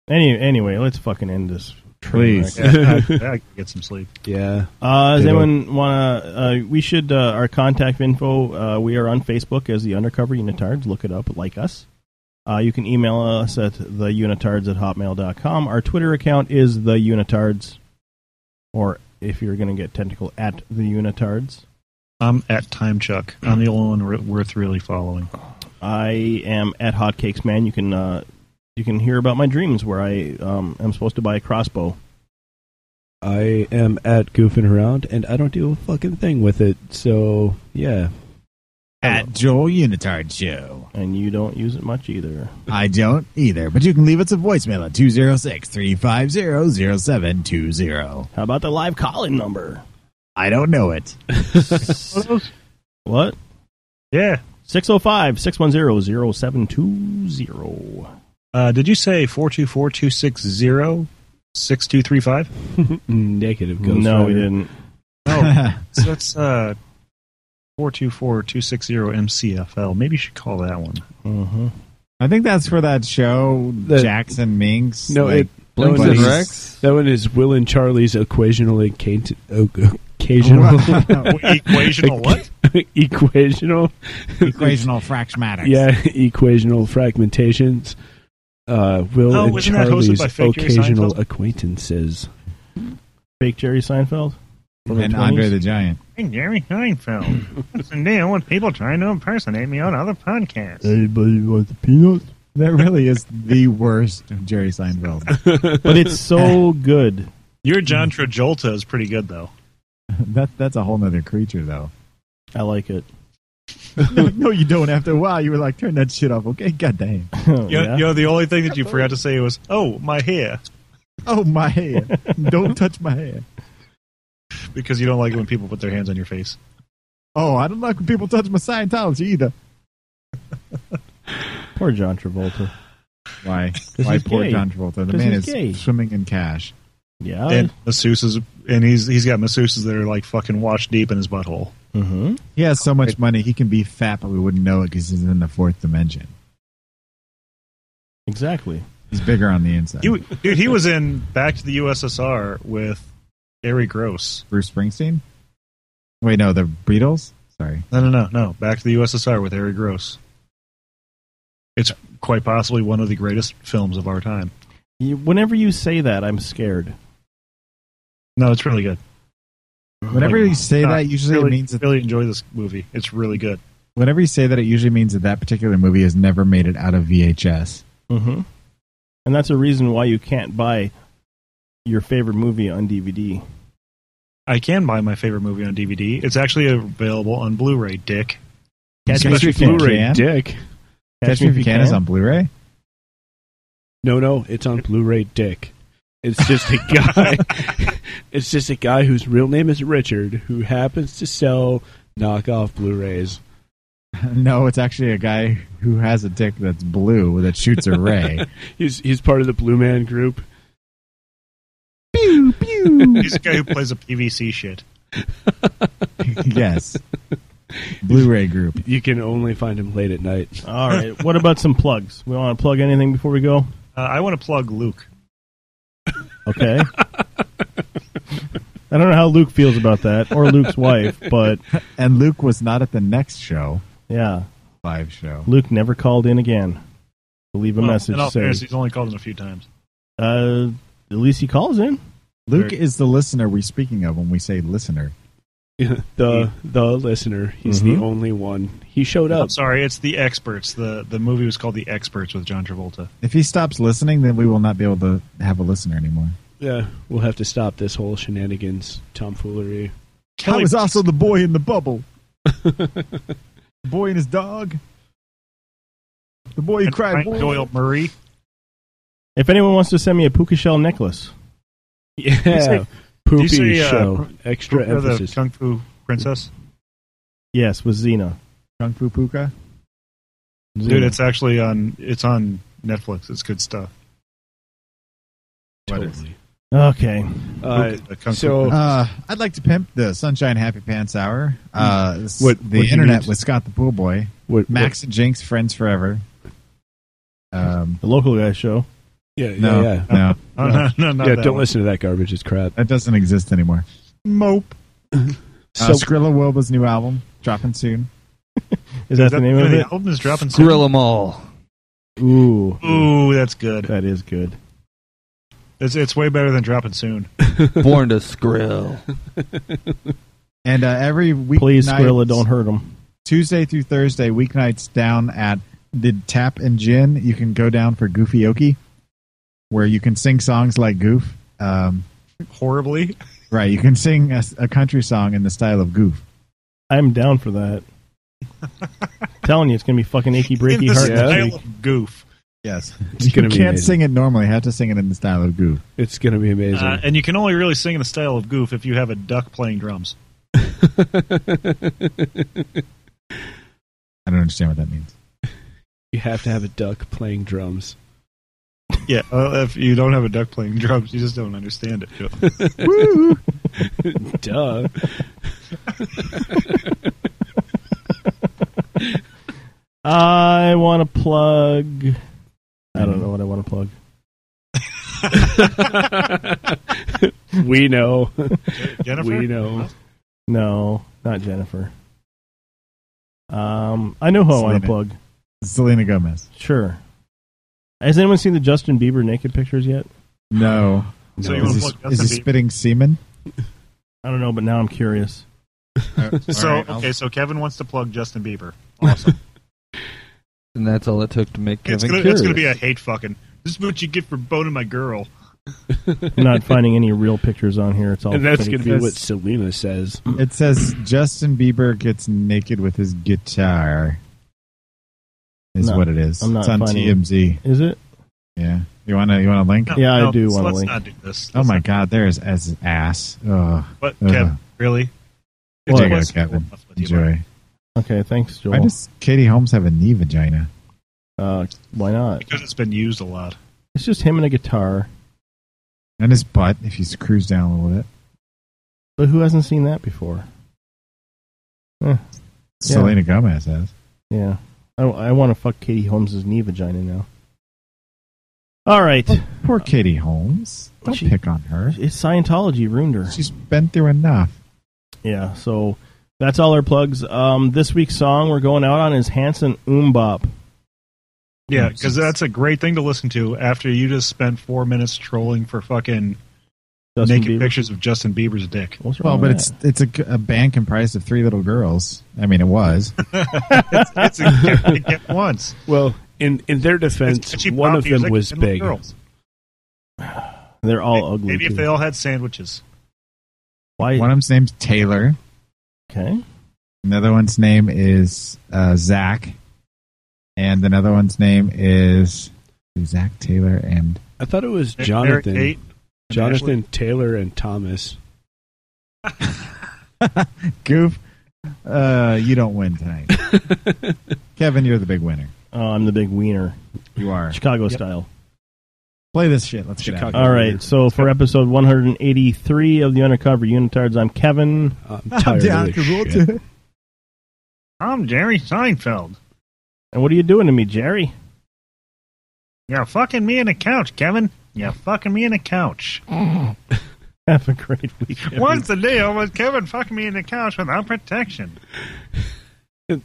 Speaker 6: Any anyway, let's fucking end this Please. (laughs)
Speaker 13: (laughs)
Speaker 8: Yeah, (laughs) I, I could get some sleep.
Speaker 14: Yeah.
Speaker 6: Uh, does
Speaker 8: Ditto.
Speaker 6: anyone want to? Uh, we should. Uh, our contact info. Uh, we are on Facebook as the Undercover Unitards. Look it up. Like us. Uh, you can email us at the Unitards at hotmail.com. Our Twitter account is the Unitards, or if you're going to get technical, at the Unitards.
Speaker 8: I'm at Time Chuck. I'm the only one re- worth really following.
Speaker 6: I am at Hotcakes Man. You can uh, you can hear about my dreams where I um, am supposed to buy a crossbow.
Speaker 14: I am at goofing around, and I don't do a fucking thing with it. So yeah,
Speaker 16: At Joel Unitard Show.
Speaker 6: And you don't use it much either.
Speaker 16: I don't either, but you can leave us a voicemail at 206 350 0720.
Speaker 6: How about the live calling number?
Speaker 16: I don't know it.
Speaker 8: (laughs)
Speaker 6: What?
Speaker 8: Yeah.
Speaker 6: 605 610 0720.
Speaker 8: Uh, did you say 424 260
Speaker 6: (laughs)
Speaker 8: 6235?
Speaker 14: Negative
Speaker 6: Ghost No, we Rider. didn't. (laughs)
Speaker 8: Oh, so that's uh, 424 260 MCFL. Maybe you should call that one.
Speaker 6: Mm-hmm.
Speaker 13: I think that's for that show, Jackson Minks.
Speaker 14: No, it, that, one is, (laughs) that one is Will and Charlie's equational equa- o-
Speaker 13: (laughs)
Speaker 14: occasional
Speaker 13: Equational what?
Speaker 14: (laughs) equational
Speaker 13: Equational Fractionatics.
Speaker 14: yeah equational fragmentations. Uh, Will
Speaker 13: Oh,
Speaker 14: and
Speaker 13: wasn't that hosted
Speaker 14: Charlie's
Speaker 13: by Fake Jerry
Speaker 14: occasional
Speaker 13: Seinfeld?
Speaker 14: acquaintances.
Speaker 6: Fake Jerry Seinfeld? From the
Speaker 13: And Andre
Speaker 6: 20s?
Speaker 13: the Giant.
Speaker 8: Hey, Jerry
Speaker 6: (laughs)
Speaker 8: Seinfeld. What's the deal with people trying to impersonate me on other podcasts?
Speaker 6: Anybody want the peanuts?
Speaker 13: That really is the worst of
Speaker 6: (laughs)
Speaker 13: Jerry Seinfeld.
Speaker 6: But it's
Speaker 13: (laughs)
Speaker 6: so good.
Speaker 8: Your John Travolta is pretty good, though.
Speaker 13: that that's a whole nother creature, though.
Speaker 6: I like it.
Speaker 13: no, (laughs) no, you don't have to. Wow, you were like, turn that shit off.
Speaker 6: (laughs)
Speaker 13: Okay, goddamn.
Speaker 6: Oh,
Speaker 8: You, you know, the only thing that you forgot to say was, oh, my hair.
Speaker 13: Oh my hair! don't touch my hair.
Speaker 8: Because you don't like it when people put their hands on your face.
Speaker 13: Oh, I don't like when people touch my Scientology either.
Speaker 6: Poor John Travolta.
Speaker 13: Why?
Speaker 6: 'Cause
Speaker 13: Why
Speaker 6: he's
Speaker 13: poor
Speaker 6: gay.
Speaker 13: John Travolta? The
Speaker 6: 'Cause
Speaker 13: man
Speaker 6: he's
Speaker 13: is
Speaker 6: gay.
Speaker 13: swimming in cash.
Speaker 6: Yeah.
Speaker 8: and masseuses, and he's he's got masseuses that are like fucking wash deep in his butthole.
Speaker 6: Mm-hmm.
Speaker 13: He has so much money, he can be fat, but we wouldn't know it because he's in the fourth dimension.
Speaker 6: Exactly.
Speaker 13: He's bigger on the inside.
Speaker 8: He, dude, he was in Back to the USSR with Gary Gross.
Speaker 13: Bruce Springsteen? Wait, no, the Beatles? Sorry.
Speaker 8: No, no, no, no. Back to the USSR with Harry Gross. It's quite possibly one of the greatest films of our time.
Speaker 6: You, whenever you say that, I'm scared.
Speaker 8: No, it's really good.
Speaker 13: Whenever you say
Speaker 8: no,
Speaker 13: that, usually
Speaker 8: really,
Speaker 13: it means that,
Speaker 8: really enjoy this movie. It's really good.
Speaker 13: whenever you say that, it usually means that that particular movie has never made it out of VHS.
Speaker 6: Mm-hmm. And that's a reason why you can't buy your favorite movie on DVD.
Speaker 8: I can buy my favorite movie on DVD. It's actually available on Blu-ray. Dick,
Speaker 6: Catch Me If You Can.
Speaker 14: Blu-ray dick.
Speaker 13: Catch Me If You Can is on Blu-ray.
Speaker 14: No, no, it's on Blu-ray dick. It's
Speaker 13: (laughs)
Speaker 14: just a guy. (laughs) it's just a guy whose real name is Richard, who happens to sell knockoff Blu-rays.
Speaker 13: (laughs) No, it's actually a guy who has a dick that's blue that shoots a
Speaker 6: (laughs)
Speaker 13: ray.
Speaker 14: (laughs) he's he's part of the Blue Man Group.
Speaker 8: He's the
Speaker 13: (laughs)
Speaker 8: guy who plays a PVC shit.
Speaker 14: (laughs)
Speaker 13: yes. Blu-ray group.
Speaker 14: You can only find him late at night.
Speaker 6: All
Speaker 8: (laughs)
Speaker 6: right. What about some plugs? We want to plug anything before we go?
Speaker 8: Uh, I want to plug Luke.
Speaker 6: Okay. I don't know how Luke feels about that or Luke's wife, but
Speaker 13: (laughs) and Luke was not at the next show.
Speaker 6: yeah,
Speaker 13: Live show.
Speaker 6: Luke never called in again. To leave a
Speaker 8: Well,
Speaker 6: message
Speaker 8: In all
Speaker 6: saying,
Speaker 8: fairness, he's only called him a few times.
Speaker 6: uh, at least he calls in.
Speaker 13: Luke is the listener we're speaking of when we say listener.
Speaker 14: (laughs) the the listener. He's
Speaker 13: Mhm.
Speaker 14: the only one. He showed up.
Speaker 8: I'm sorry, it's the experts. the The movie was called The Experts with John Travolta.
Speaker 13: If he stops listening, then we will not be able to have a listener anymore.
Speaker 8: (laughs)
Speaker 14: Yeah, we'll have to stop this whole shenanigans, tomfoolery.
Speaker 13: I was also the boy in the
Speaker 6: (laughs)
Speaker 13: bubble. the boy and his dog. The boy who cried
Speaker 8: Frank
Speaker 13: wolf.
Speaker 8: Doyle Murray.
Speaker 6: If anyone wants to send me a puka shell
Speaker 8: (laughs)
Speaker 6: necklace,
Speaker 14: Yeah,
Speaker 8: say-
Speaker 14: poopy
Speaker 8: Did you say, uh,
Speaker 14: show.
Speaker 8: Pr-
Speaker 14: Extra
Speaker 8: Puka the
Speaker 14: emphasis.
Speaker 8: Kung Fu Princess.
Speaker 6: yes, with Xena.
Speaker 13: Kung Fu Puka.
Speaker 6: Xena.
Speaker 8: Dude, it's actually on. It's on Netflix. It's good stuff.
Speaker 13: What is-
Speaker 14: Totally.
Speaker 6: okay.
Speaker 14: Uh,
Speaker 8: Puka the Kung Fu
Speaker 14: so
Speaker 13: Uh, I'd like to pimp the Sunshine Happy Pants Hour. Uh, s-
Speaker 14: Mm. What-
Speaker 13: the
Speaker 14: what you
Speaker 13: internet
Speaker 14: need-
Speaker 13: with Scott the Pool Boy.
Speaker 14: what,
Speaker 13: Max and Jinx, friends forever. Um,
Speaker 6: The local guy show.
Speaker 14: Yeah,
Speaker 13: No,
Speaker 14: yeah,
Speaker 13: no.
Speaker 14: yeah.
Speaker 13: Oh,
Speaker 14: (laughs)
Speaker 13: no, no, not
Speaker 14: yeah,
Speaker 13: that
Speaker 14: don't
Speaker 13: one.
Speaker 14: listen to that garbage. It's crap.
Speaker 13: That doesn't exist anymore. Mope. uh,
Speaker 14: So-
Speaker 13: Skrilla Wilba's new album dropping
Speaker 14: (laughs)
Speaker 13: soon.
Speaker 6: Is that the name of it?
Speaker 8: album is dropping soon?
Speaker 6: Grill 'em all. Ooh.
Speaker 8: Ooh, that's good.
Speaker 6: That is good.
Speaker 8: It's it's way better than dropping soon.
Speaker 10: Born to Skrill.
Speaker 13: And uh, every week,
Speaker 6: Please, Skrilla, don't hurt them.
Speaker 13: Tuesday through Thursday, weeknights down at the Tap and Gin. You can go down for Goofy Okie, where you can sing songs like Goof. Um,
Speaker 8: Horribly.
Speaker 13: Right, you can sing a, a country song in the style of Goof.
Speaker 6: I'm down for that. telling you, it's gonna be fucking achy breaky
Speaker 13: the
Speaker 6: heart.
Speaker 13: style
Speaker 6: next
Speaker 13: of
Speaker 6: week.
Speaker 8: Goof.
Speaker 13: Yes.
Speaker 6: It's
Speaker 13: you
Speaker 6: gonna
Speaker 13: can't
Speaker 6: be amazing.
Speaker 13: sing it normally. You have to sing it in the style of Goof.
Speaker 14: It's going to be amazing.
Speaker 8: Uh, and you can only really sing in the style of Goof if you have a duck playing drums.
Speaker 13: I don't understand what that means.
Speaker 14: You have to have a duck playing drums.
Speaker 8: Yeah, uh, if you don't have a duck playing drums, you just don't understand it.
Speaker 14: Duh.
Speaker 6: I want to plug. I don't know what I want to plug.
Speaker 14: we know.
Speaker 8: Jennifer?
Speaker 14: We know.
Speaker 6: No, not Jennifer. Um, I know who I want
Speaker 13: Selena.
Speaker 6: to plug.
Speaker 13: Selena Gomez.
Speaker 6: Sure. Has anyone seen the Justin Bieber naked pictures yet?
Speaker 13: No.
Speaker 6: So you wanna
Speaker 13: is
Speaker 6: plug
Speaker 13: he, is
Speaker 6: Justin
Speaker 13: he
Speaker 6: Bieber?
Speaker 13: spitting semen?
Speaker 6: I don't know, but now I'm curious. Uh,
Speaker 8: so
Speaker 6: Alright, I'll-
Speaker 8: okay, so Kevin wants to plug Justin Bieber. Awesome.
Speaker 10: And that's all it took to make
Speaker 8: it's,
Speaker 10: Kevin
Speaker 8: gonna, it's gonna
Speaker 10: curious.
Speaker 8: be a hate fucking. This is what you get for boning my girl.
Speaker 6: I'm not finding any real pictures on here. It's all
Speaker 14: And that's
Speaker 6: fake.
Speaker 14: going to be what Selena says.
Speaker 13: It says Justin Bieber gets naked with his guitar. Is
Speaker 6: No,
Speaker 13: what it is.
Speaker 6: I'm not
Speaker 13: it's on
Speaker 6: finding-
Speaker 13: TMZ.
Speaker 6: Is it?
Speaker 13: Yeah. You want to? You want a link?
Speaker 8: No, Yeah, I no, do so wanna let's link. not do this.
Speaker 13: Oh
Speaker 8: Let's
Speaker 13: my
Speaker 8: not-
Speaker 13: God! There is as ass. Ugh.
Speaker 8: What,
Speaker 13: Ugh.
Speaker 8: Kevin? Really?
Speaker 13: There
Speaker 8: What?
Speaker 13: you go,
Speaker 8: What's-
Speaker 13: Kevin.
Speaker 8: what's with you,
Speaker 13: Enjoy.
Speaker 6: Okay, thanks, Joel.
Speaker 13: Why does Katie Holmes have a knee vagina?
Speaker 6: Uh, why not?
Speaker 8: Because it's been used a lot.
Speaker 6: It's just him and a guitar.
Speaker 13: And his butt, if you cruise down a little bit.
Speaker 6: But who hasn't seen that before? Huh.
Speaker 13: Selena Gomez has.
Speaker 6: Yeah. I, want to fuck Katie Holmes's knee vagina now. All right.
Speaker 13: Oh, Poor Katie Holmes. Don't
Speaker 6: She-
Speaker 13: pick on her.
Speaker 6: It's Scientology ruined her.
Speaker 13: She's been through enough.
Speaker 6: Yeah, so that's all our plugs. Um, this week's song we're going out on is Hanson Umbop. Mm-hmm.
Speaker 8: Yeah, because that's a great thing to listen to after you just spent four minutes trolling for fucking
Speaker 6: Justin
Speaker 8: naked
Speaker 6: Bieber.
Speaker 8: pictures of Justin Bieber's dick.
Speaker 13: Well, but it's it's a, g- a band comprised of three little girls. I mean, it was.
Speaker 8: (laughs) it's, it's
Speaker 6: (laughs)
Speaker 8: a gift to
Speaker 14: (laughs)
Speaker 8: get once.
Speaker 14: Well, in, in their
Speaker 8: It's
Speaker 14: defense,
Speaker 8: catchy
Speaker 14: one
Speaker 8: pop
Speaker 14: of them
Speaker 8: music
Speaker 14: was
Speaker 8: and little
Speaker 14: big.
Speaker 8: girls.
Speaker 6: They're all ugly.
Speaker 8: Maybe if
Speaker 6: too.
Speaker 8: they all had sandwiches.
Speaker 6: Why?
Speaker 13: One of them's name's Taylor.
Speaker 6: Okay.
Speaker 13: Another one's name is uh, Zach, and another one's name is Zach Taylor. And
Speaker 14: I thought it was
Speaker 8: They're-
Speaker 14: Jonathan.
Speaker 8: they're
Speaker 14: (laughs)
Speaker 8: eight.
Speaker 14: Jonathan Taylor
Speaker 13: (laughs)
Speaker 14: and Thomas.
Speaker 13: Goof, uh, you don't win tonight. Kevin, you're the big winner.
Speaker 6: (laughs) Oh, I'm the big wiener.
Speaker 13: You are
Speaker 6: Chicago
Speaker 13: Yep.
Speaker 6: style.
Speaker 13: Play this shit. Let's get out. of here.
Speaker 6: All right. So for episode 183 of the Undercover Unitards, I'm Kevin.
Speaker 14: I'm tired of this shit.
Speaker 8: I'm Jerry Seinfeld.
Speaker 6: And what are you doing to me, Jerry?
Speaker 8: You're fucking me in a couch, Kevin. You're fucking me in a couch.
Speaker 6: Have a great weekend.
Speaker 8: Once the deal was Kevin fucking me in the couch without protection.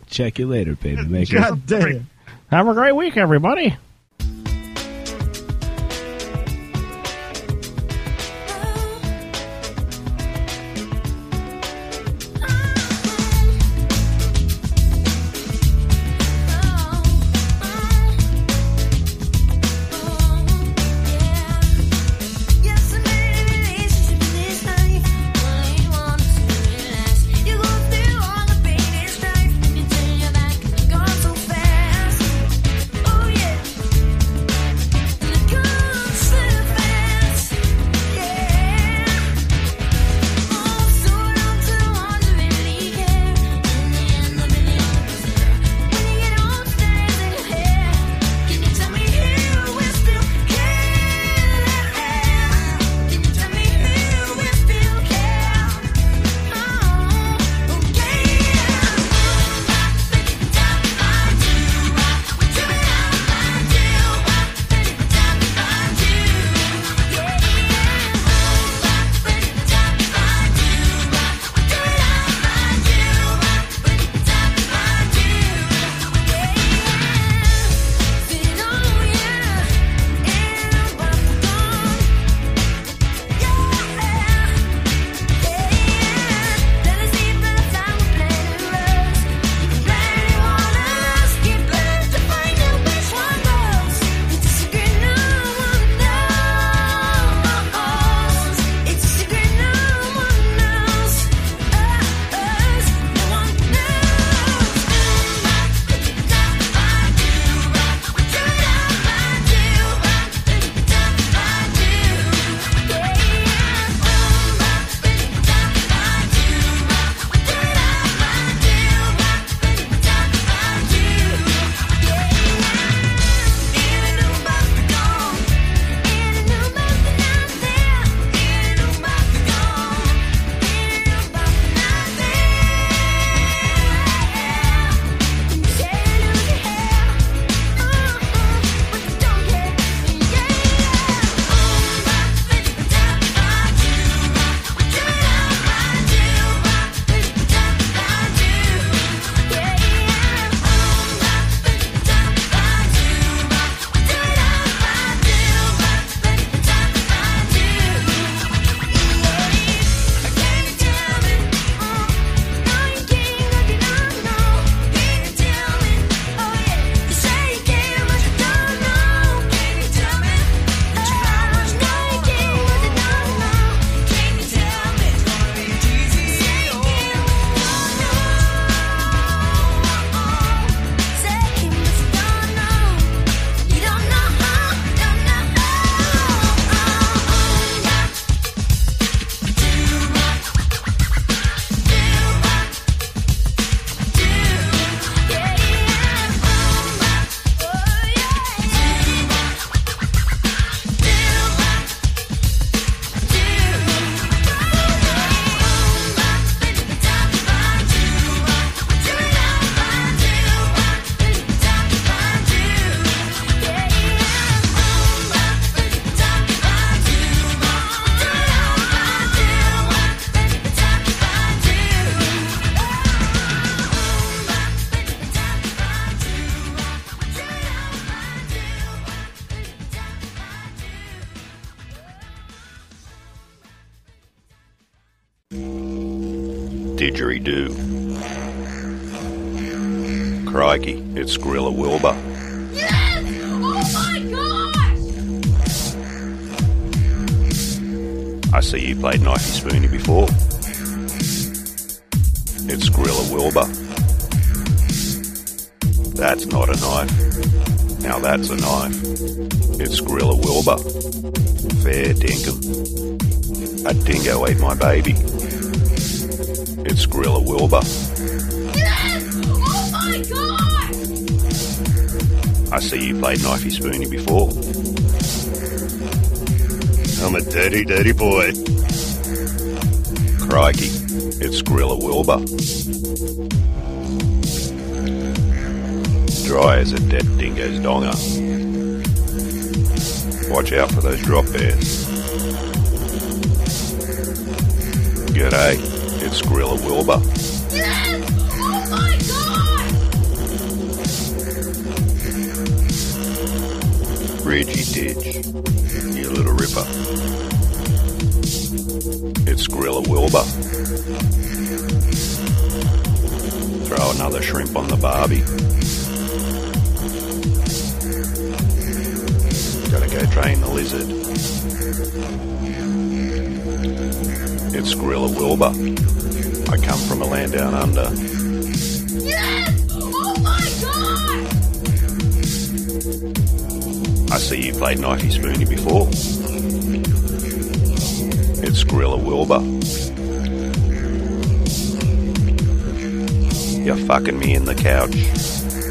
Speaker 14: Check you later, baby. Make it.
Speaker 8: God damn.
Speaker 6: Have a great week, everybody.
Speaker 4: Gone so fast. Oh yeah.
Speaker 17: didgeridoo. Crikey, it's Gorilla Wilbur. I see you played Knifey Spoony before. It's Gorilla Wilbur. That's not a knife. Now that's a knife. It's Gorilla Wilbur. Fair dinkum. A dingo ate my baby. It's Gorilla Wilbur.
Speaker 4: Oh
Speaker 17: I see you played Knifey Spoony before. I'm a dirty, dirty boy. Crikey, it's Gorilla Wilbur. Dry as a dead dingo's donger. Watch out for those drop bears. G'day, it's Gorilla
Speaker 4: Oh
Speaker 17: Wilbur. Reggie Ditch, you little ripper. It's Gorilla Wilbur. Throw another shrimp on the barbie. Gotta go train the lizard. It's Gorilla Wilbur. I come from a land down under.
Speaker 4: Oh
Speaker 17: I see you played Knifey Spoony before. It's Gorilla Wilbur. You're fucking me in the couch.